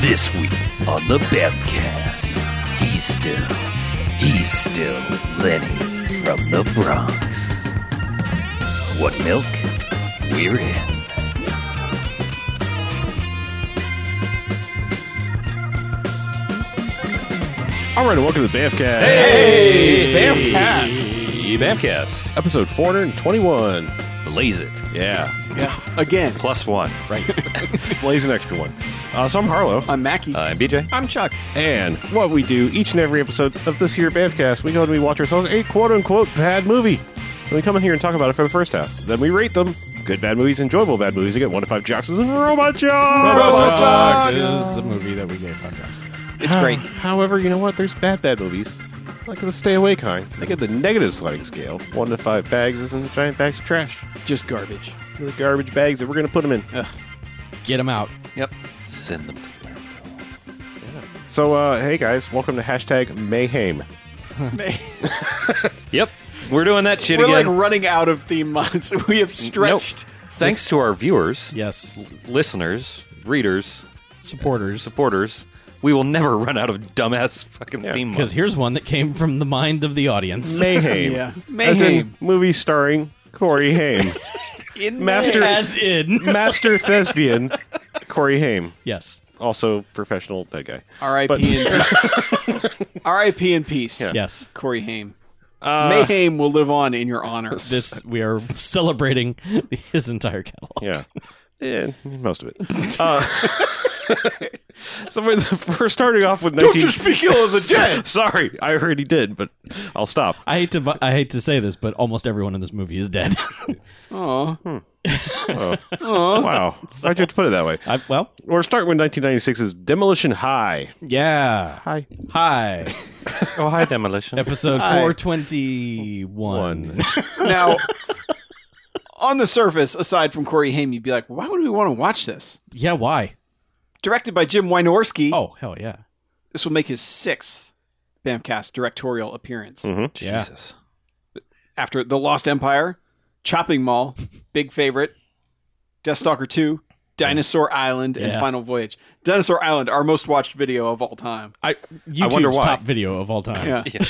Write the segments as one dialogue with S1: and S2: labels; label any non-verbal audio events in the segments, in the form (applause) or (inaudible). S1: This week on the Bevcast, he's still, he's still Lenny from the Bronx. What milk? We're in.
S2: All right, and welcome to the Bamfcast.
S3: Hey!
S1: Bevcast.
S2: Episode 421.
S1: Blaze it.
S2: Yeah.
S3: Yes. Again.
S1: Plus one.
S2: Right. Blaze an extra one. Uh, so I'm Harlow.
S3: I'm Mackie.
S1: Uh, and BJ?
S3: I'm Chuck.
S2: and what we do each and every episode of this here Bamfcast, we go and we watch ourselves a quote unquote bad movie. And we come in here and talk about it for the first half. Then we rate them. Good bad movies, enjoyable bad movies. Again, one to five jocks and robot jocks.
S3: Robot Jocks.
S4: This is a movie that we gave five jocks to.
S3: Uh, It's great.
S2: However, you know what? There's bad bad movies. Like the stay away kind. They get the negative sliding scale. One to five bags is in the giant bags of trash.
S1: (laughs)
S3: Just garbage.
S2: They're The garbage bags that we're gonna put them in.
S4: Get them out.
S3: Yep.
S1: Send them to landfill.
S2: So, uh, hey guys, welcome to hashtag Mayhem.
S1: Yep. We're doing that shit
S3: (laughs) We're like
S1: again.
S3: running out of theme months. (laughs) We have stretched.
S1: Thanks to our viewers,
S4: Yes.
S1: listeners, readers,
S4: Supporters.
S1: supporters, we will never (laughs) run out of dumbass fucking
S2: Yeah,
S1: theme
S4: Because
S1: months.
S4: here's one that came from the mind of the audience.
S2: Mayhem.
S3: Yeah.
S2: As in
S3: Mayhem.
S2: movie starring Corey
S4: (laughs)
S2: Haim.
S3: In
S2: Master-
S4: (laughs) As in.
S2: Master thespian Corey Haim.
S4: yes.
S2: Also professional that guy.
S3: R.I.P.
S2: But-
S3: in
S4: (laughs)
S3: R.I.P. in peace.
S4: Yes.
S3: Corey Haim.
S1: Uh,
S3: Mayhem will live on in your honor.
S4: (laughs) This we are celebrating (laughs) his entire catalog.
S2: Yeah. Yeah, most of it. Uh, (laughs) so we're, we're starting off with 19...
S3: speak ill of the
S4: (laughs)
S3: dead.
S2: Sorry, I already did, but I'll stop.
S4: I hate to bu- I hate to say this, but almost everyone in this movie is dead.
S3: Oh,
S4: Oh.
S2: Wow. Why'd you have to put it that way?
S4: I, well,
S2: We're starting with 1996's Demolition High.
S4: yeah.
S2: Hi.
S4: Hi.
S1: oh, hi, Demolition.
S4: Episode
S3: Hi.
S4: 421.
S2: One.
S3: now. On the surface, aside from Corey Haim, you'd be like, why would we want to watch this?
S4: (laughs) Yeah, why?
S3: Directed by Jim Wynorski,
S4: Oh, hell yeah.
S3: this will make his sixth Bamcast directorial appearance.
S1: Mm-hmm.
S4: Yeah.
S1: Jesus.
S3: after The Lost Empire, Chopping Mall, Big Favorite, Deathstalker 2, Dinosaur Island, and
S4: Yeah.
S3: Final Voyage. Dinosaur Island, our most watched video of all time.
S4: I YouTube's
S1: wonder why.
S4: top video of all
S2: Uh,
S4: time
S3: Yeah.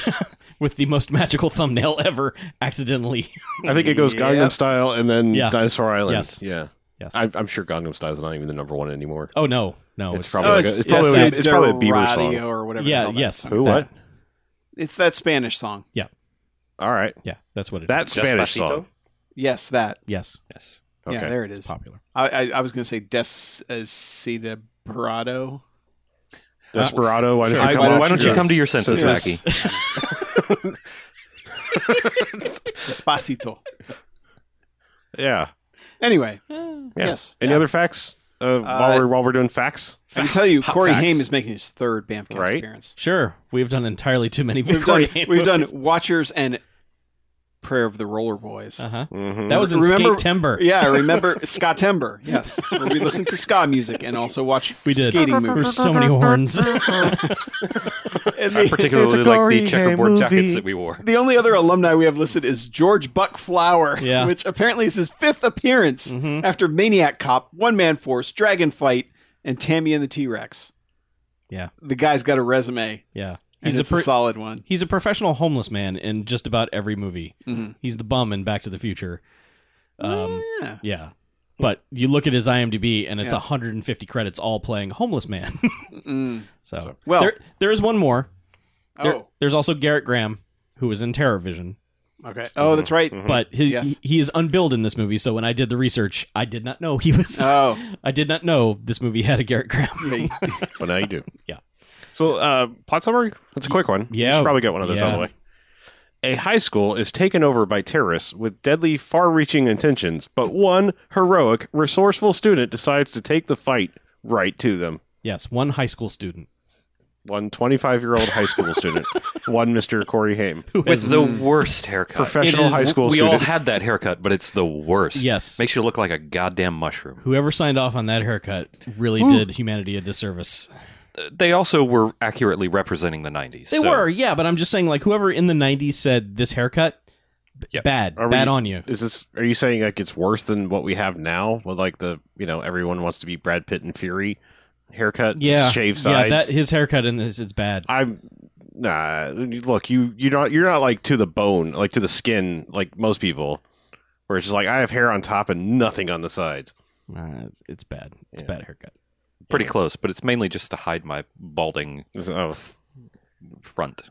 S4: with the most (laughs) magical thumbnail ever accidentally (laughs)
S2: I think it goes
S3: Yep.
S2: Gangnam Style and then
S4: Yeah.
S2: Dinosaur Island.
S4: Yes.
S2: Yeah.
S4: Yes.
S2: I, I'm sure Gangnam Style is not even the number one anymore.
S4: Oh no, no,
S2: It's probably like a- it's probably
S3: that
S2: like- it's probably a Bieber
S3: Dorado
S2: song.
S3: or whatever. the
S4: yeah,
S3: hell that-
S4: yes.
S2: Who?
S4: that-
S2: What?
S3: It's that Spanish song.
S2: All right.
S4: Yeah, that's what it is.
S2: That Spanish
S1: Despacito?
S2: song.
S3: Yes, that.
S4: yes,
S1: Yes.
S2: Okay.
S3: Yeah, there it is.
S4: popular.
S3: I, I, I was going to say Desesperado.
S2: Desperado. Why don't
S1: I-
S2: you come?
S1: why,
S2: off
S1: why don't you
S2: your-
S1: come to your senses,
S2: Yes.
S1: Mackie?
S3: (laughs) Despacito.
S2: Yeah.
S3: Anyway,
S2: Yeah.
S3: yes.
S2: Any other facts? Uh, while we're while we're doing facts,
S3: I can tell you,
S4: Hot
S3: Corey
S4: facts.
S3: Haim is making his third Bamcast
S2: Right.
S3: appearance.
S4: Sure, we've done entirely too
S3: (laughs)
S4: many.
S3: We've done, we've done Watchers and Prayer of the Roller Boys.
S4: Uh huh.
S2: Mhm.
S4: That was in
S3: Remember-
S4: skate timber.
S3: Yeah, I remember (laughs) Ska Timber. Yes, where we listened to ska music and also watched
S4: We did.
S3: skating
S4: There were
S3: movies.
S4: so
S3: (laughs)
S4: many horns.
S3: And the,
S1: Particularly like
S2: glory
S1: the
S2: hay
S1: checkerboard jackets
S2: movie.
S1: that we wore.
S3: the only other alumni we have listed is George Buck Flower, (laughs)
S4: Yeah. Mm-hmm.
S3: which apparently is his fifth appearance after Maniac Cop, One Man Force, Dragon Fight, and Tammy and the T Rex.
S4: yeah,
S3: The guy's got a resume.
S4: yeah.
S3: And
S4: He's a,
S3: it's a,
S4: pro-
S3: solid one.
S4: he's a professional homeless man in just about every movie.
S3: Mhm.
S4: He's the bum in Back to the Future. Um,
S3: Yeah.
S4: yeah. But you look at his IMDb, and it's
S3: Mm. Yeah.
S4: 150 credits all playing homeless man. (laughs)
S3: Mm.
S4: so
S3: Well-
S4: there, there is one more. There-
S3: Oh,
S4: There's also Garrett Graham, who was in Terror Vision.
S3: okay. Oh, that's right.
S4: but his,
S3: Yes.
S4: he, he is unbilled in this movie. So when I did the research, I did not know he was.
S3: Oh,
S4: (laughs) I did not know this movie had a Garrett Graham. (laughs)
S3: yeah.
S2: Well, now you do.
S4: Yeah.
S2: So, uh, plot summary. That's a quick one. You
S4: Yeah.
S2: should probably get one of those out of the
S4: Yeah.
S2: way. A high school is taken over by terrorists with deadly, far-reaching intentions, but one heroic, resourceful student decides to take the fight right to them.
S4: yes, one high school student
S2: One 25-year-old high school student, one Mr. Corey Haim.
S4: who has
S1: With the worst haircut.
S5: Uh,
S2: Professional
S4: It is-
S2: high school
S1: we all
S2: student.
S1: had that haircut, but it's the worst.
S4: Yes.
S1: Makes you look like a goddamn mushroom.
S4: whoever signed off on that haircut really did humanity a disservice.
S1: They also were accurately representing the 90s.
S4: They
S1: so-
S4: were, yeah, but I'm just saying, like whoever in the '90s said this haircut, b-
S1: Yep.
S4: bad,
S2: Are we-
S4: bad on you.
S2: is this are you saying like it's worse than what we have now with like the you know everyone wants to be brad pitt and fury haircut,
S4: Yeah,
S2: shave
S4: Yeah,
S2: sides.
S4: that his haircut in this is bad.
S2: I'm nah. Look, you you're not you're not like to the bone, like to the skin, like most people, where it's just like I have hair on top and nothing on the sides.
S4: Uh, it's- it's bad. It's
S2: Yeah.
S4: bad haircut.
S5: Pretty close, but it's mainly just to hide my balding
S2: It's- oh,
S5: front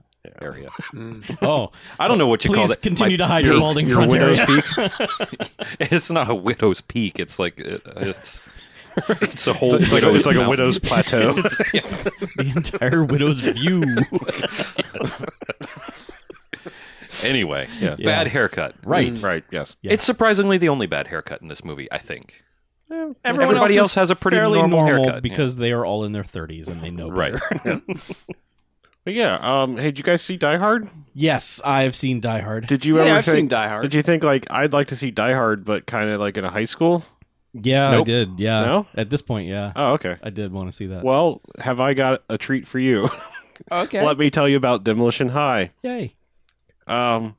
S5: area.
S3: Mm.
S4: Oh,
S5: I don't know what you call
S4: please
S5: it.
S4: continue
S5: My
S4: to hide your
S5: peak.
S4: balding
S2: your
S4: front
S2: widow's
S4: area. (laughs)
S2: peak.
S5: (laughs) It's not a widow's peak. It's like it,
S2: (laughs)
S5: it's it's a whole.
S2: It's like a, it's like a
S5: mountain.
S2: widow's plateau.
S5: It's- yeah.
S4: the entire widow's view.
S5: Anyway,
S2: Yeah.
S5: bad haircut.
S4: right.
S2: right. Yes.
S4: Yes.
S5: It's surprisingly the only bad haircut in this movie. I think.
S3: Everyone
S5: Everybody
S3: else
S5: else,
S3: is
S5: has a pretty
S4: fairly
S5: normal,
S4: normal,
S5: haircut yeah.
S4: because they are all in their 30s and they know
S5: Right. (laughs)
S4: better.
S2: But yeah. Um. Hey, did you guys see Die Hard?
S4: yes, I've seen Die Hard.
S2: Did you
S3: Yeah,
S2: ever
S3: I've seen
S2: think?
S3: Die Hard.
S2: Did you think like I'd like to see Die Hard, but kind of like in a high school?
S4: Yeah, I
S5: Nope.
S4: did. Yeah.
S2: No?
S4: At this point, yeah.
S2: Oh, okay.
S4: I did want to see that.
S2: Well, have I got a treat for you?
S4: okay.
S2: Let me tell you about Demolition High.
S4: Yay.
S2: Um,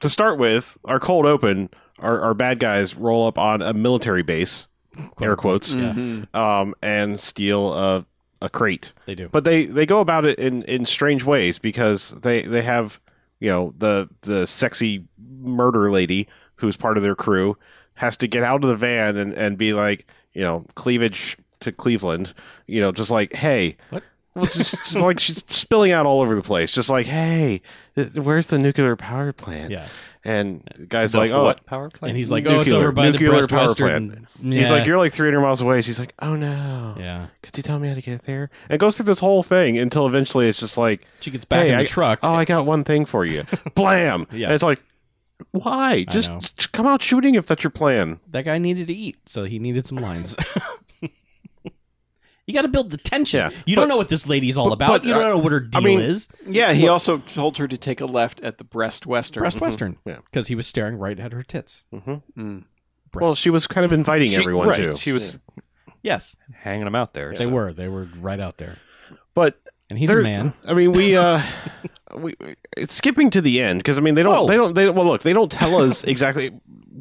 S2: to start with, our cold open, our, our bad guys roll up on a military base, air quotes,
S4: Yeah.
S3: Mhm.
S2: um, and steal a, a crate.
S4: They do.
S2: But they, they go about it in, in strange ways because they, they have, you know, the, the sexy murder lady who's part of their crew has to get out of the van and, and be like, you know, cleavage to Cleveland, you know, just like, hey,
S4: What?
S2: Well, it's just, just (laughs) like she's spilling out all over the place. Just like, hey, th- where's the nuclear power plant?
S4: yeah.
S2: And the guy's
S5: The
S2: like,
S5: what
S2: oh,
S5: power plant?
S4: And he's like, oh, it's
S2: Nuclear-
S4: over by the
S2: nuclear
S4: breast
S2: power
S4: western. Yeah.
S2: he's like, you're like 300 miles away. She's like, oh no.
S4: yeah.
S2: Could you tell me how to get there? And it goes through this whole thing until eventually it's just like,
S4: She gets back
S2: hey,
S4: in the
S2: I-
S4: truck.
S2: oh, I got one thing for
S4: (laughs)
S2: you. Blam.
S4: Yeah.
S2: And it's like, why?
S4: I
S2: Just,
S4: know.
S2: just come out shooting if that's your plan.
S4: that guy needed to eat, so he needed
S2: (laughs)
S4: some lines. (laughs) you got to build the tension.
S2: Yeah.
S4: You don't know what this lady's all
S2: but-
S4: about.
S2: but,
S4: you don't
S2: uh,
S4: know what her deal
S2: mean-
S4: is.
S3: Yeah, he also told her to take a left at the breast western.
S4: Breast Western.
S2: Yeah.
S4: Because Mm-hmm. he was staring right at her tits.
S3: Mm.
S4: Breasts.
S2: Mm-hmm. Well, she was kind of inviting
S5: She-
S2: everyone
S5: right,
S2: to.
S5: She was
S4: yes,
S5: hanging them out there.
S4: they
S5: so.
S4: were. They were right out there.
S2: But
S4: And he's
S2: There-
S4: a man.
S2: I mean, we
S4: (laughs)
S2: uh, we it's skipping to the end because I mean they don't
S4: Oh.
S2: they don't they well look they don't tell us exactly.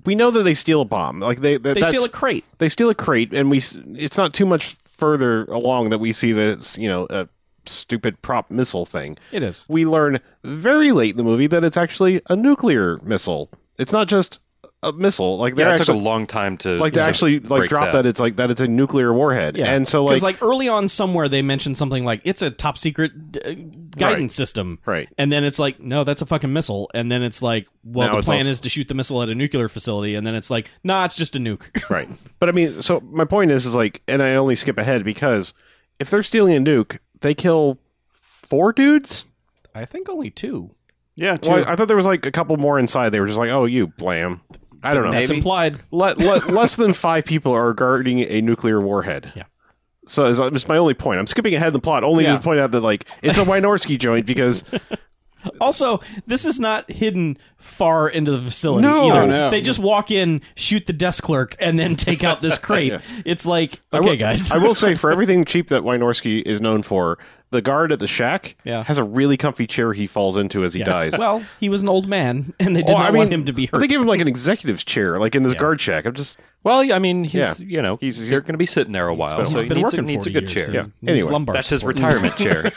S2: We know that they steal a bomb, like they that,
S4: They
S2: that's-
S4: steal a crate.
S2: they steal a crate, and we s- it's not too much further along that we see this you know a stupid prop missile thing.
S4: It is.
S2: We learn very late in the movie that it's actually a nuclear missile. It's not just a missile. Like they're
S5: Yeah, it took a
S2: actually
S5: long time to
S2: like to
S5: to
S2: actually like
S5: break
S2: drop that. It's like that it's a nuclear warhead,
S4: Yeah.
S2: and so
S4: Because
S2: like,
S4: like, early on somewhere they mentioned something like it's a top secret uh,
S2: Right.
S4: guidance system.
S2: right.
S4: And then it's like, no, that's a fucking missile. And then it's like, well,
S2: Now
S4: the
S2: it's
S4: plan
S2: also-
S4: is to shoot the missile at a nuclear facility. And then it's like, nah, it's just
S2: (coughs)
S4: a nuke.
S2: Right. But I mean, so my point is, is like, and I only skip ahead because if they're stealing a nuke, they kill four dudes.
S4: I think only two.
S3: Yeah, too.
S2: Well, I, I thought there was like a couple more inside. They were just like, oh, you blam. I don't know.
S4: That's
S3: Maybe.
S4: implied.
S2: Le-
S4: (laughs)
S2: le- less than five people are guarding a nuclear warhead.
S4: Yeah.
S2: So it's, it's my only point. I'm skipping ahead in the plot only
S3: Yeah.
S2: to point out that like
S4: (laughs)
S2: it's a Wynorski joint because
S4: Also, this is not hidden far into the facility
S2: No.
S4: either.
S3: Oh, no.
S4: They just walk in, shoot the desk clerk, and then take
S2: (laughs)
S4: out this crate. It's like,
S2: I
S4: okay,
S2: will-
S4: guys.
S2: I will say
S4: (laughs)
S2: for everything cheap that Wynorski is known for, the guard at the shack
S4: Yeah.
S2: has a really comfy chair he falls into as he
S4: Yes.
S2: dies.
S4: Well, he was an old man, and they did
S2: Oh,
S4: not
S2: I mean,
S4: want him to be
S2: But
S4: hurt.
S2: They gave him like an executive's chair, like in this guard shack. I'm just
S5: Well, yeah, I mean, he's you know
S2: He's- he's-
S5: they're going to be sitting there a while.
S4: He's
S5: so he
S4: been
S5: needs, a-
S4: working
S5: needs a
S4: 40
S5: good
S4: years,
S5: chair.
S4: and
S2: Yeah.
S4: he needs
S2: Anyway,
S4: lumbar
S5: That's his
S4: support.
S5: retirement chair.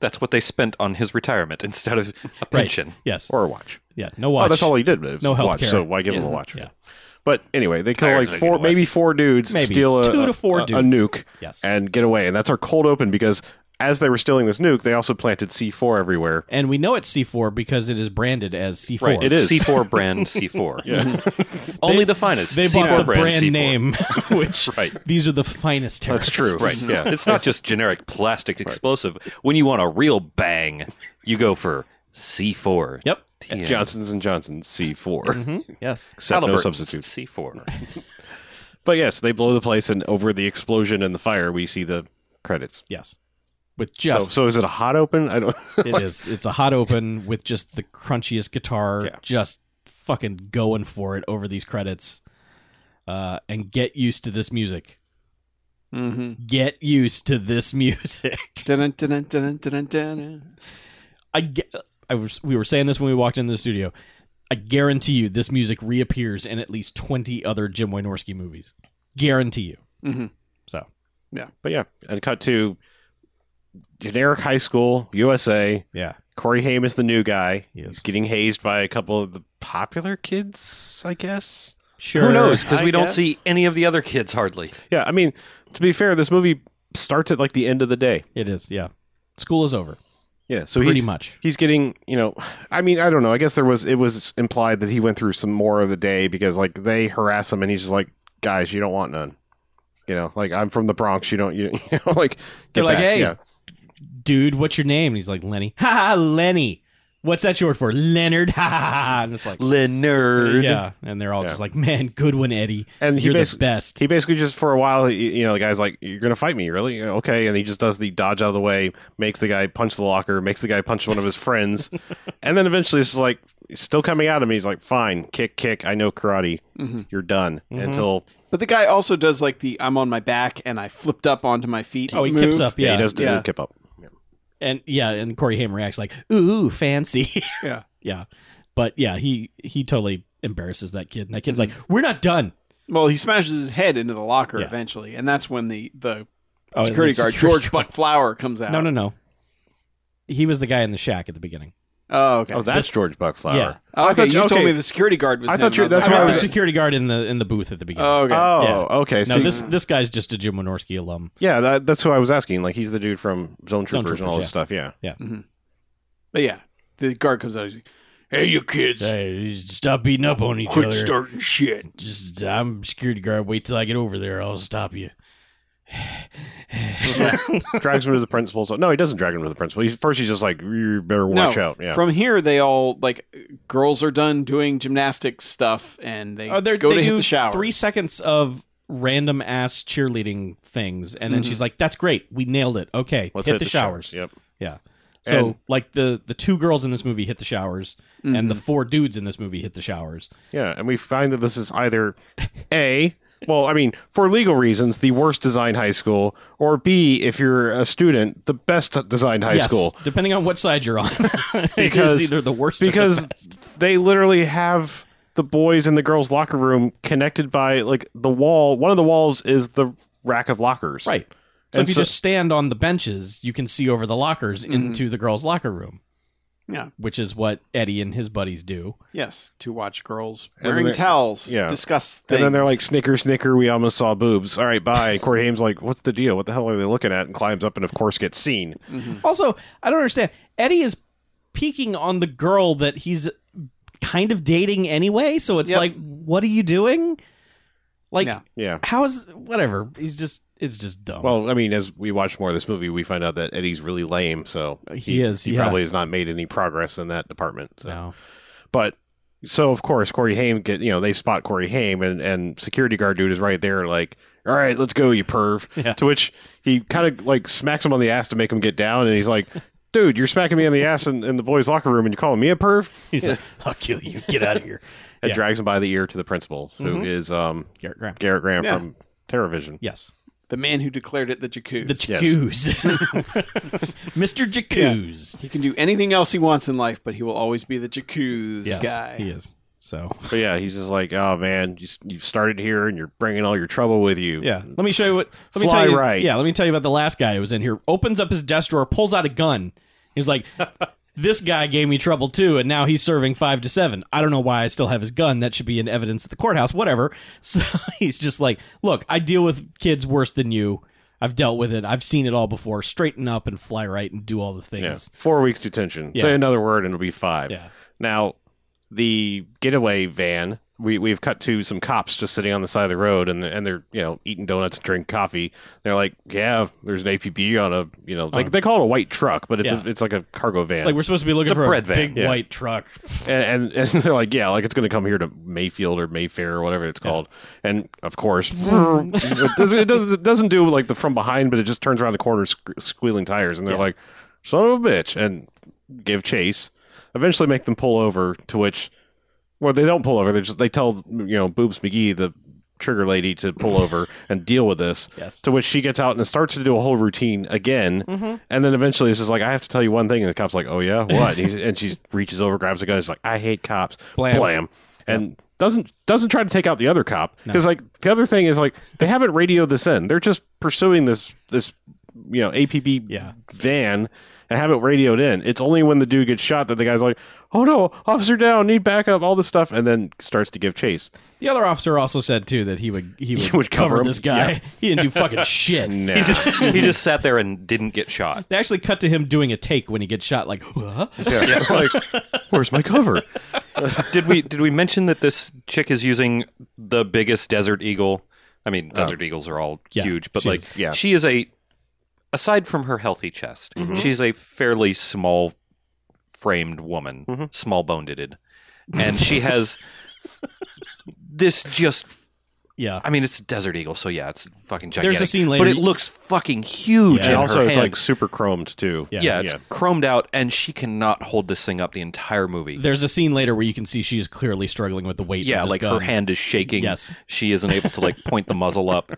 S5: That's what they spent on his retirement instead of a
S4: Right.
S5: pension.
S4: Yes.
S2: or a watch.
S4: yeah. No watch.
S2: Oh, that's all he did. was
S4: No health
S2: watch,
S4: care.
S2: So why give him a watch?
S4: Yeah.
S2: But anyway, they kill
S5: Tired
S2: like
S5: of
S2: four,
S5: getting a
S2: maybe four dudes,
S4: Maybe.
S2: steal a,
S4: Two to
S2: a-
S4: four
S2: a, a
S4: dudes.
S2: nuke,
S4: Yes.
S2: and get away. And that's our cold open because as they were stealing this nuke, they also planted C4 everywhere.
S4: And we know it's C4 because it is branded as C4.
S5: Right,
S2: it is.
S5: C4
S2: (laughs)
S5: brand C4. (laughs) Only the finest.
S4: They
S5: C4
S4: bought the brand,
S2: (laughs)
S5: C4.
S4: name, (laughs) which
S5: Right.
S4: these are the finest terrorists.
S5: Right.
S2: Yeah.
S5: (laughs) It's not just generic plastic explosive. When you want a real bang, you go for C4.
S4: (laughs) Yep.
S5: TM.
S2: (laughs) Johnson's and Johnson C4.
S4: Mm-hmm. Yes.
S2: Except no
S5: Halliburton's
S2: substitutes.
S5: C4.
S2: But yes, they blow the place, and over the explosion and the fire, we see the credits.
S4: Yes. With
S2: So,
S4: just
S2: so is it a hot open? I don't. (laughs)
S4: It is. It's a hot open with just the crunchiest guitar,
S2: Yeah.
S4: just fucking going for it over these credits. Uh, and get used to this music.
S3: mm-hmm.
S4: Get used to this (laughs) music.
S3: Dun, dun, dun, dun, dun.
S4: I get, I was. We were saying this when we walked into the studio. I guarantee you, this music reappears in at least twenty other Jim Wynorski movies. Guarantee you.
S3: Mhm.
S4: So
S2: But yeah, and cut to generic high school USA.
S4: yeah,
S2: Corey Haim is the new guy.
S4: He is.
S2: He's getting hazed by a couple of the popular kids, I guess.
S4: sure.
S5: Who knows? Because
S2: I
S5: we don't
S2: guess.
S5: see any of the other kids hardly.
S2: Yeah, I mean, to be fair, this movie starts at like the end of the day.
S4: It is. Yeah, school is over.
S2: Yeah, so
S4: pretty
S2: he's,
S4: much.
S2: he's getting you know i mean i don't know i guess there was it was implied that he went through some more of the day because like they harass him and he's just like guys you don't want none you know like i'm from the bronx you don't you, (laughs) you know like
S4: They're
S2: get
S4: like,
S2: back.
S4: "Hey."
S2: yeah.
S4: Dude, what's your name? And he's like Lenny. Ha ha, Lenny. What's that short for? Leonard. Ha ha ha. And it's like
S5: Leonard.
S4: yeah, and they're all
S2: Yeah.
S4: just like, man, good one, Eddie.
S2: and he
S4: You're the
S2: basically
S4: best.
S2: he basically just for a while he, you know the guy's like you're gonna fight me really Yeah, okay and he just does the dodge out of the way makes the guy punch the locker makes the guy punch one of his friends and then eventually it's just like still coming at him he's like fine kick kick i know karate you're done
S4: Mm-hmm.
S2: until
S3: But the guy also does like the I'm on my back and I flipped up onto my feet.
S4: oh, he
S3: move.
S4: kips up.
S2: yeah,
S4: Yeah,
S2: he does do
S3: Yeah.
S2: kip up
S4: and yeah, and Corey Haim reacts like, ooh, fancy. (laughs)
S3: Yeah.
S4: yeah, but yeah, he he totally embarrasses that kid, and that kid's
S3: Mm-hmm.
S4: like, we're not done.
S3: Well, he smashes his head into the locker
S4: Yeah.
S3: eventually, and that's when the the
S4: Oh, and
S3: security
S4: the
S3: guard
S4: security
S3: George
S4: guard-
S3: Buck Flower comes out.
S4: No, no, no. He was the guy in the shack at the beginning.
S3: Oh, okay.
S2: oh that's george buckflower
S4: Yeah,
S3: Oh,
S2: I
S3: okay,
S2: thought-
S3: you
S2: okay.
S3: told me the security guard was.
S2: I
S3: him,
S2: thought you-
S3: and I was
S2: that's
S4: I
S3: like,
S2: why I
S4: meant the Uh,
S2: was-
S4: security guard in the in the booth at the beginning.
S3: Oh, okay.
S2: Oh,
S4: Yeah.
S2: okay.
S4: no,
S2: See,
S4: this this guy's just a Jim Wynorski alum.
S2: yeah, that, that's who I was asking. Like, he's the dude from Zone Troopers,
S4: Zone
S2: and all
S4: Troopers,
S2: this
S4: yeah.
S2: stuff. Yeah,
S3: but yeah, the guard comes out. He's like, "Hey, you kids,
S4: Hey, stop beating up on each
S3: quit starting shit."
S4: Just I'm security guard. Wait till I get over there. I'll stop you.
S2: drags him to the principal's. No, he doesn't drag him to the principal. He's, first, he's just like, "You better
S3: No,
S2: watch out." Yeah,
S3: From here, they all like girls are done doing gymnastics stuff, and they
S2: Uh,
S4: Oh, they're,
S3: go
S4: they
S3: to
S4: do
S3: hit the shower.
S4: three seconds of random ass cheerleading things, and
S3: Mm-hmm.
S4: then she's like, "That's great. We nailed it. Okay,
S2: Let's
S4: hit, the, showers."
S2: Yep.
S4: Yeah. So
S2: And-
S4: like the the two girls in this movie hit the showers, and the
S2: Mm-hmm.
S4: four dudes in this movie hit the showers.
S2: Yeah, and we find that this is either a well, I mean, for legal reasons, the worst design high school, or B, if you're a student, the best designed high
S4: yes,
S2: school.
S4: depending on what side you're on, (laughs)
S2: Because-
S4: because either the worst or
S2: because
S4: the best.
S2: they literally have the boys in the girls' locker room connected by like the wall. One of the walls is the rack of lockers.
S4: right. So
S2: and
S4: if you
S2: so- Mm-hmm.
S4: just stand on the benches, you can see over the lockers into the girls' locker room,
S3: yeah,
S4: which is what Eddie and his buddies do.
S3: yes, to watch girls
S2: then
S3: wearing
S2: they-
S3: towels.
S2: yeah.
S3: discuss. Things.
S2: And then they're like, snicker, snicker, we almost saw boobs. All right, bye. (laughs) Corey Haim's like, what's the deal? What the hell are they looking at? And climbs up and, of course, gets seen.
S3: Mm-hmm.
S4: Also, I don't understand. Eddie is peeking on the girl that he's kind of dating anyway, so it's
S3: Yep.
S4: like, what are you doing? Like,
S3: Yeah.
S2: Yeah.
S4: how is whatever? He's just it's just dumb.
S2: Well, I mean, as we watch more of this movie, we find out that Eddie's really lame. So
S4: He is,
S2: He
S4: yeah.
S2: probably has not made any progress in that department. So.
S4: no.
S2: But so of course Corey Haim get you know they spot Corey Haim and and security guard dude is right there like all right let's go you perv
S4: (laughs) Yeah.
S2: to which he kind of like smacks him on the ass to make him get down and he's like (laughs) dude you're smacking me on the ass in, in the boys locker room and you're calling me a perv
S4: (laughs) He's like, I'll kill you. Get out of here.
S2: and
S4: Yeah.
S2: drags him by the ear to the principal who is um
S4: (laughs) Garrett Graham.
S2: Garrett Graham
S3: Yeah.
S2: from TerraVision
S4: Yes.
S3: the man who declared it the jacuzzi.
S4: The Jacuz. (laughs) Mr. Jacuz.
S3: He can do anything else he wants in life, but he will always be the jacuzzi
S4: Yes,
S3: guy.
S4: he is. So,
S2: but yeah he's just like oh man you, s- you started here and you're bringing all your trouble with you
S4: yeah. Let me show you what. Let me
S2: Fly
S4: tell you.
S2: right.
S4: Yeah. Let me tell you about the last guy who was in here. Opens up his desk drawer, pulls out a gun. He's
S2: (laughs)
S4: like, "This guy gave me trouble too, and now he's serving five to seven. I don't know why I still have his gun. That should be in evidence at the courthouse. Whatever." (laughs) So he's just like, "Look, I deal with kids worse than you. I've dealt with it. I've seen it all before. Straighten up and fly right and do all the
S2: yeah
S4: things."
S2: four weeks detention
S4: Yeah.
S2: say another word and it'll be five
S4: Yeah.
S2: Now, the getaway van, we, we've cut to some cops just sitting on the side of the road and, and they're, you know, eating donuts and drinking coffee. They're like, yeah, there's an APB on a, you know, like they call it a white truck, but it's,
S4: Uh-huh. Yeah.
S2: a, it's like a cargo van.
S4: It's like we're supposed to be looking
S5: It's a
S4: for
S5: bread
S4: a
S5: van.
S4: big
S2: Yeah.
S4: white truck.
S2: and, and, and (laughs) they're like, yeah, like it's going to come here to Mayfield or Mayfair or whatever it's called. And of course, (laughs) it, doesn't, it, doesn't, it doesn't do like the from behind, but it just turns around the corner sque- squealing tires. And they're like, son of a bitch. And give chase. Eventually make them pull over, to which, well, they don't pull over. They just, they tell, you know, Boobs McGee, the trigger lady, to
S4: (laughs)
S2: pull over and deal with this.
S4: Yes. Mm-hmm.
S2: To which she gets out and starts to do a whole routine again. And then eventually it's just like, I have to tell you one thing. And the cop's like, oh, yeah, what? And, he's, and she reaches over, grabs a gun. It's like, I hate cops.
S4: Blam.
S2: Blam. and doesn't doesn't try to take out the other cop because like the other thing is like they haven't radioed this in. They're just pursuing this this you know APB
S4: Yeah.
S2: van and haven't radioed in. It's only when the dude gets shot that the guy's like, "Oh no, officer down, need backup, all this stuff," and then starts to give chase.
S4: The other officer also said too that he would
S2: (laughs)
S4: he would,
S2: would cover him.
S4: this guy. (laughs) He didn't
S2: (laughs)
S4: do fucking shit.
S5: He just he just sat there and didn't get shot.
S4: They actually cut to him doing a take when he gets shot. Like, huh?
S5: (laughs) Yeah.
S2: (laughs) like, where's my cover?
S5: (laughs) did we did we mention that this chick is using the biggest desert eagle? I mean, desert eagles are all
S4: Oh. Yeah,
S5: huge, but
S4: she
S5: like
S4: is,
S2: yeah.
S5: she is a aside from her healthy chest,
S4: Mm-hmm.
S5: she's a fairly small framed woman,
S4: Mm-hmm.
S5: small boned and she has this just
S4: yeah.
S5: I mean, it's a desert eagle, so yeah, it's fucking gigantic.
S4: There's a scene later-
S5: but it looks fucking huge.
S4: Yeah.
S5: in
S2: And
S5: her
S2: also, it's
S5: hand.
S2: like super chromed too.
S4: Yeah.
S5: yeah, it's chromed out, and she cannot hold this thing up the entire movie.
S4: There's a scene later where you can see she's clearly struggling with the weight.
S5: yeah,
S4: of this
S5: like
S4: gun.
S5: her hand is shaking.
S4: Yes. Mhm.
S5: she isn't able
S4: (laughs)
S5: to like point the muzzle (laughs) up.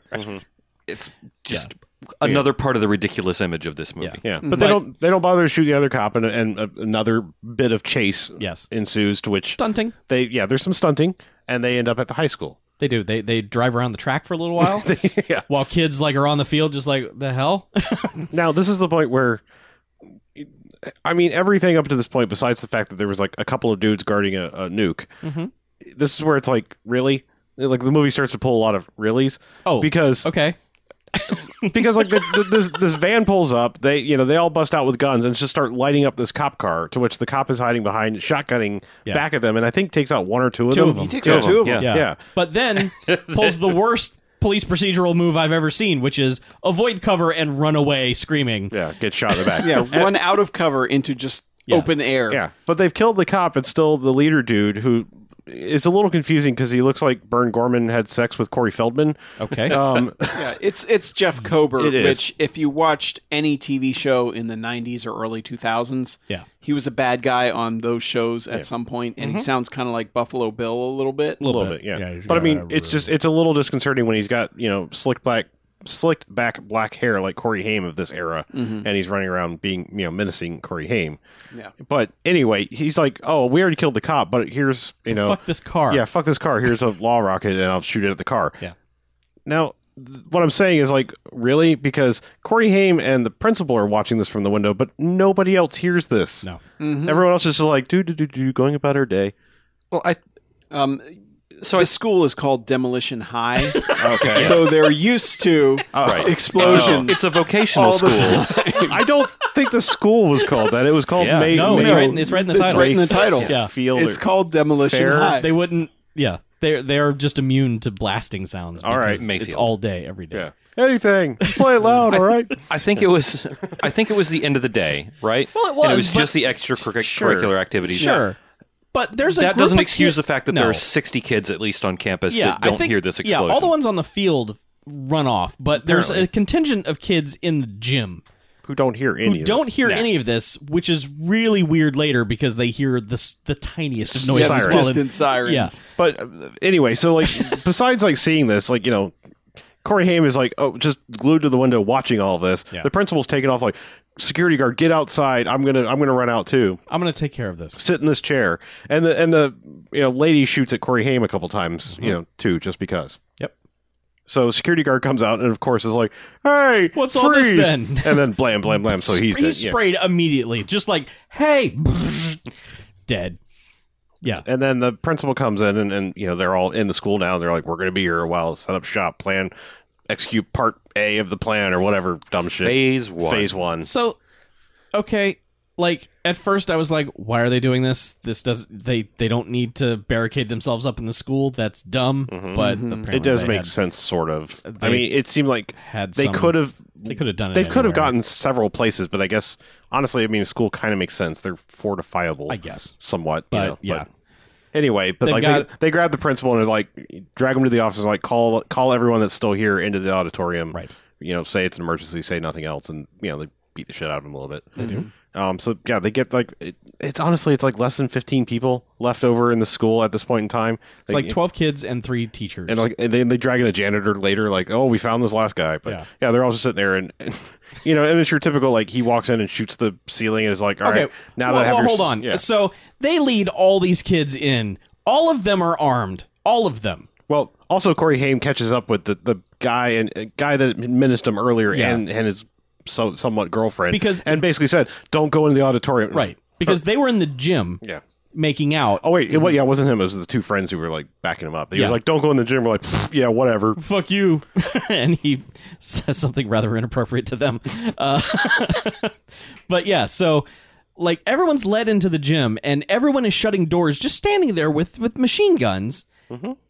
S5: It's just another part of the ridiculous image of this movie.
S2: Yeah,
S4: Mm-hmm.
S2: but they don't they don't bother to shoot the other cop, and, and uh, another bit of chase
S4: Yes.
S2: ensues. To which
S4: Stunting.
S2: they yeah, there's some stunting, and they end up at the high school. (laughs)
S4: They do. They they drive around the track for a little
S5: (laughs)
S4: while
S2: yeah.
S4: while kids like are on the field, just like the hell.
S2: Now this is the point where, I mean, everything up to this point, besides the fact that there was like a couple of dudes guarding a, a nuke,
S4: Mhm.
S2: this is where it's like really. Like the movie starts to pull a lot of reallys
S4: Oh,
S2: because
S4: okay.
S2: because like the, the, this this van pulls up they you know they all bust out with guns and just start lighting up this cop car to which the cop is hiding behind shotgunning
S4: Yeah.
S2: back at them and I think takes out one or two of
S4: Two
S2: them
S4: of them. He
S3: takes out two of them.
S4: Yeah.
S2: Yeah.
S4: But
S5: (laughs)
S4: then pulls the worst police procedural move I've ever seen, which is avoid cover and run away screaming.
S2: Yeah, get shot in the back.
S3: Yeah, run out of cover into just
S4: Yeah.
S3: open
S2: (laughs)
S3: air.
S2: yeah. But they've killed the cop. It's still the leader dude who is a little confusing because he looks like Bern Gorman had sex with Corey Feldman.
S4: Okay. (laughs)
S2: Um,
S3: Yeah, it's it's Jeff Kober,
S2: It is.
S3: which if you watched any TV show in the '90s or early 2000s,
S4: Yeah.
S3: he was a bad guy on those shows at some point, and he sounds kind of like Buffalo Bill a little bit.
S2: a
S4: A little,
S2: little bit, yeah.
S4: he's
S2: but I
S4: got
S2: mean,
S4: that-
S2: it's just it's a little disconcerting when he's got you know slick black, slicked back black hair like Corey Haim of this era,
S4: Mm-hmm.
S2: and he's running around being you know menacing Corey Haim.
S3: Yeah.
S2: But anyway, he's like, oh, we already killed the cop, but here's you know,
S4: fuck this car.
S2: yeah, fuck this car. Here's a law rocket, and I'll shoot it at the car.
S4: Yeah.
S2: Now, th- what I'm saying is like really because Corey Haim and the principal are watching this from the window, but nobody else hears this.
S4: No.
S2: Everyone else is just like, do do do do, going about her
S4: (laughs)
S2: day.
S5: Well, I
S3: Um, so the school is called Demolition High,
S2: Okay.
S3: so they're used to explosions.
S5: It's a vocational
S2: (laughs)
S5: school.
S2: I don't think the school was called that. It was called
S5: Yeah.
S2: May.
S4: No, it's
S2: May-
S4: right. in- It's right in the
S3: It's
S4: title.
S3: right in the title.
S4: Yeah.
S2: Field.
S3: It's
S2: or-
S3: called Demolition
S2: Fair.
S3: High.
S4: They wouldn't. Yeah. They're they're just immune to blasting sounds.
S2: All right,
S4: because It's
S5: Mayfield.
S4: all day, every day.
S2: Yeah. Anything. Play it loud. all right.
S5: I think it was. I think it was the end of the day, right?
S4: Well, it
S5: And it
S4: was,
S5: was
S4: but-
S5: just the extracurricular activities.
S4: Sure. But there's a
S5: That
S4: group
S5: doesn't
S4: of
S5: excuse
S4: kid-
S5: the fact that
S4: No.
S5: there are 60 kids at least on campus
S4: yeah,
S5: that don't
S4: I think,
S5: hear this explosion.
S4: Yeah, all the ones on the field run off, but there's a
S2: Apparently.
S4: contingent of kids in the gym
S2: Who don't hear any?
S4: who
S2: of
S4: don't hear any of this, which is really weird later because they hear the s- the tiniest of noises.
S3: yeah,
S2: Sirens.
S4: while in-
S3: distant sirens.
S4: yeah.
S2: this. But uh, anyway, so like, besides like seeing this, like you know, Corey Haim is like, oh, just glued to the window watching all this.
S4: Yeah.
S2: The principal's taking off like, security guard, get outside. I'm gonna, I'm gonna run out too.
S4: I'm gonna take care of this.
S2: Sit in this chair. And the and the you know lady shoots at Corey Haim a couple times. You know, too, just because.
S4: Mm-hmm. Yep.
S2: So security guard comes out and of course is like, "Hey,
S4: What's
S2: freeze!
S4: all this then?
S2: And then blam, blam, blam.
S4: (laughs)
S2: So he's,
S4: he's
S2: dead.
S4: sprayed immediately, just like hey, (laughs) dead.
S2: Yeah. And then the principal comes in and, and you know they're all in the school now. They're like, "We're going to be here a while. Set up shop, plan, execute part A of the plan or whatever dumb shit."
S5: Phase one.
S2: Phase one.
S4: So, okay, like at first I was like, why are they doing this? This does they they don't need to barricade themselves up in the school. That's dumb. But apparently
S2: Mm-hmm. It does
S4: they
S2: make
S4: had,
S2: sense, sort of. I
S4: they
S2: mean, it seemed like
S4: had
S2: they
S4: some-
S2: could have
S4: They could have done it.
S2: they could have
S4: anywhere,
S2: gotten several places, but I guess honestly, I mean, school kind of makes sense. They're fortifiable,
S4: I guess.
S2: somewhat.
S4: But
S2: you know,
S4: yeah,
S2: Anyway, but
S4: They've
S2: like they,
S4: got-
S2: they grab the principal and like drag him to the office and like call call everyone that's still here into the auditorium.
S4: Right.
S2: You know, say it's an emergency, say nothing else, and you know they beat the shit out of him a little bit. They do. Um. So yeah, they get like it, it's honestly it's like less than fifteen people left over in the school at this point in time.
S4: it's like twelve kids and three teachers.
S2: And like and then they drag in a janitor later, like oh we found this last guy, but
S4: Yeah.
S2: yeah, they're all just sitting there and. (laughs) You know, and it's your typical like he walks in and shoots the ceiling and is like, all right,
S4: okay,
S2: now
S4: well,
S2: that I have
S4: well,
S2: your-
S4: hold on.
S2: yeah.
S4: So they lead all these kids in All of them are armed. All of them.
S2: Well, also Corey Haim catches up with the, the guy and uh, guy that menaced him earlier
S4: Yeah.
S2: and and his so, somewhat girlfriend
S4: Because-
S2: and basically said, "Don't go into the auditorium."
S4: Right. Because they were in the gym
S2: Yeah.
S4: making out.
S2: Oh wait, it, wa- yeah, it wasn't him. It was the two friends who were like backing him up. He
S4: Mm-hmm. Yeah.
S2: was like, "Don't go in the gym." We're like, "Pfft, "Yeah, whatever."
S4: fuck you (laughs) and he says something rather inappropriate to them uh, (laughs) but yeah so like everyone's led into the gym and everyone is shutting doors just standing there with with machine guns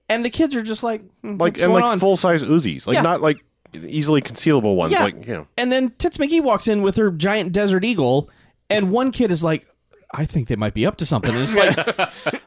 S4: and the kids are just like "Hmm,
S2: Like
S4: what's
S2: and
S4: going
S2: like
S4: on?"
S2: full size Uzis, like
S4: Yeah.
S2: not like easily concealable ones.
S4: Yeah.
S2: Like you know,
S4: and then tits mcgee walks in with her giant desert eagle and one kid is like i think they might be up to something and it's like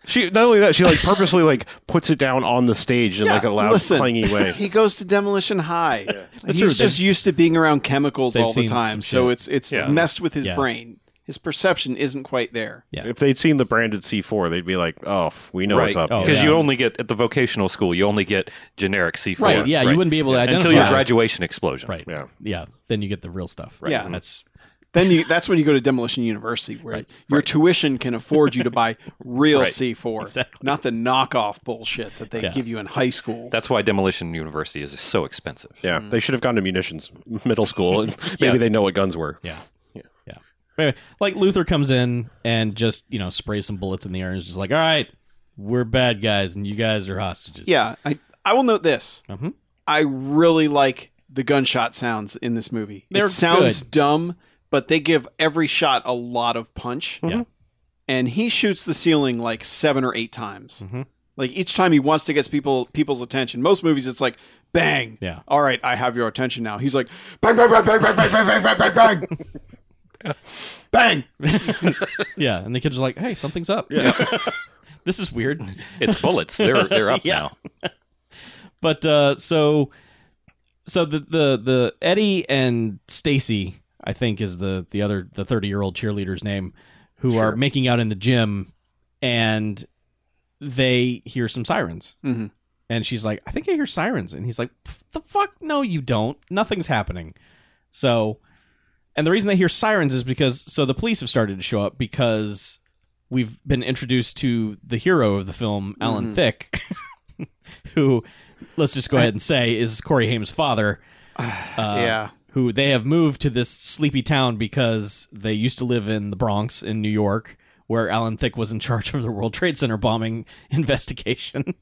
S2: she not only that she like purposely like puts it down on the stage in like a loud
S3: Listen,
S2: clangy
S4: (laughs)
S2: way.
S3: He goes to demolition high. He's
S4: true.
S3: just used to being around chemicals
S4: They've
S3: all the
S4: seen
S3: time,
S4: some
S3: so
S4: shit.
S3: it's it's
S5: Yeah.
S3: messed with his
S4: Yeah.
S3: brain. His perception isn't quite there.
S4: Yeah.
S2: If they'd seen the branded C4, they'd be like, "Oh, f- we know what's up."
S4: Oh,
S5: Because
S4: yeah.
S5: you only get at the vocational school, you only get generic C four.
S4: right yeah you wouldn't be able to identify
S5: until your
S4: it.
S5: graduation explosion.
S4: right
S2: Yeah.
S4: yeah then you get the real stuff right
S3: Yeah.
S4: and that's
S3: Then you that's when you go to demolition university where your tuition can afford you to buy
S4: (laughs)
S3: real
S5: Right.
S3: C4,
S4: Exactly.
S3: not the knockoff bullshit that they
S4: Yeah.
S3: give you in high school.
S5: That's why demolition university is so expensive.
S4: (laughs)
S2: Yeah, they should have gone to munitions (laughs) middle school. and Maybe
S5: Yeah.
S2: they know what guns were.
S4: Yeah. Yeah. Anyway, like Luther comes in and just, you know, sprays some bullets in the air and is just like, all right, we're bad guys and you guys are hostages.
S3: yeah, I I will note this.
S4: Mhm.
S3: I really like the gunshot sounds in this movie.
S4: They're
S3: it sounds dumb, but they give every shot a lot of punch.
S4: Yeah.
S3: and he shoots the ceiling like seven or eight times.
S4: Mhm.
S3: Like each time he wants to get people people's attention. Most movies, it's like bang.
S4: Yeah.
S3: All right, I have your attention now. He's like bang bang bang bang bang bang bang bang bang bang bang. Bang!
S4: Yeah. And the kids are like, hey, something's up. (laughs) this is weird.
S5: It's bullets. They're they're up
S4: (laughs) Yeah.
S5: now.
S4: But uh, so, so the, the, the Eddie and Stacy, I think is the, the other, the 30 year old cheerleader's name who are making out in the gym and they hear some sirens.
S3: Mhm.
S4: And she's like, I think I hear sirens. And he's like, "Pff, the fuck? No, you don't. Nothing's happening. So, and the reason they hear sirens is because, so the police have started to show up because we've been introduced to the hero of the film, Alan Thicke, (laughs) who, let's just go ahead and say, is Corey Haim's father. Uh,
S3: Yeah.
S4: Who they have moved to this sleepy town because they used to live in the Bronx in New York, where Alan Thicke was in (laughs) charge of the World Trade Center bombing (laughs) investigation.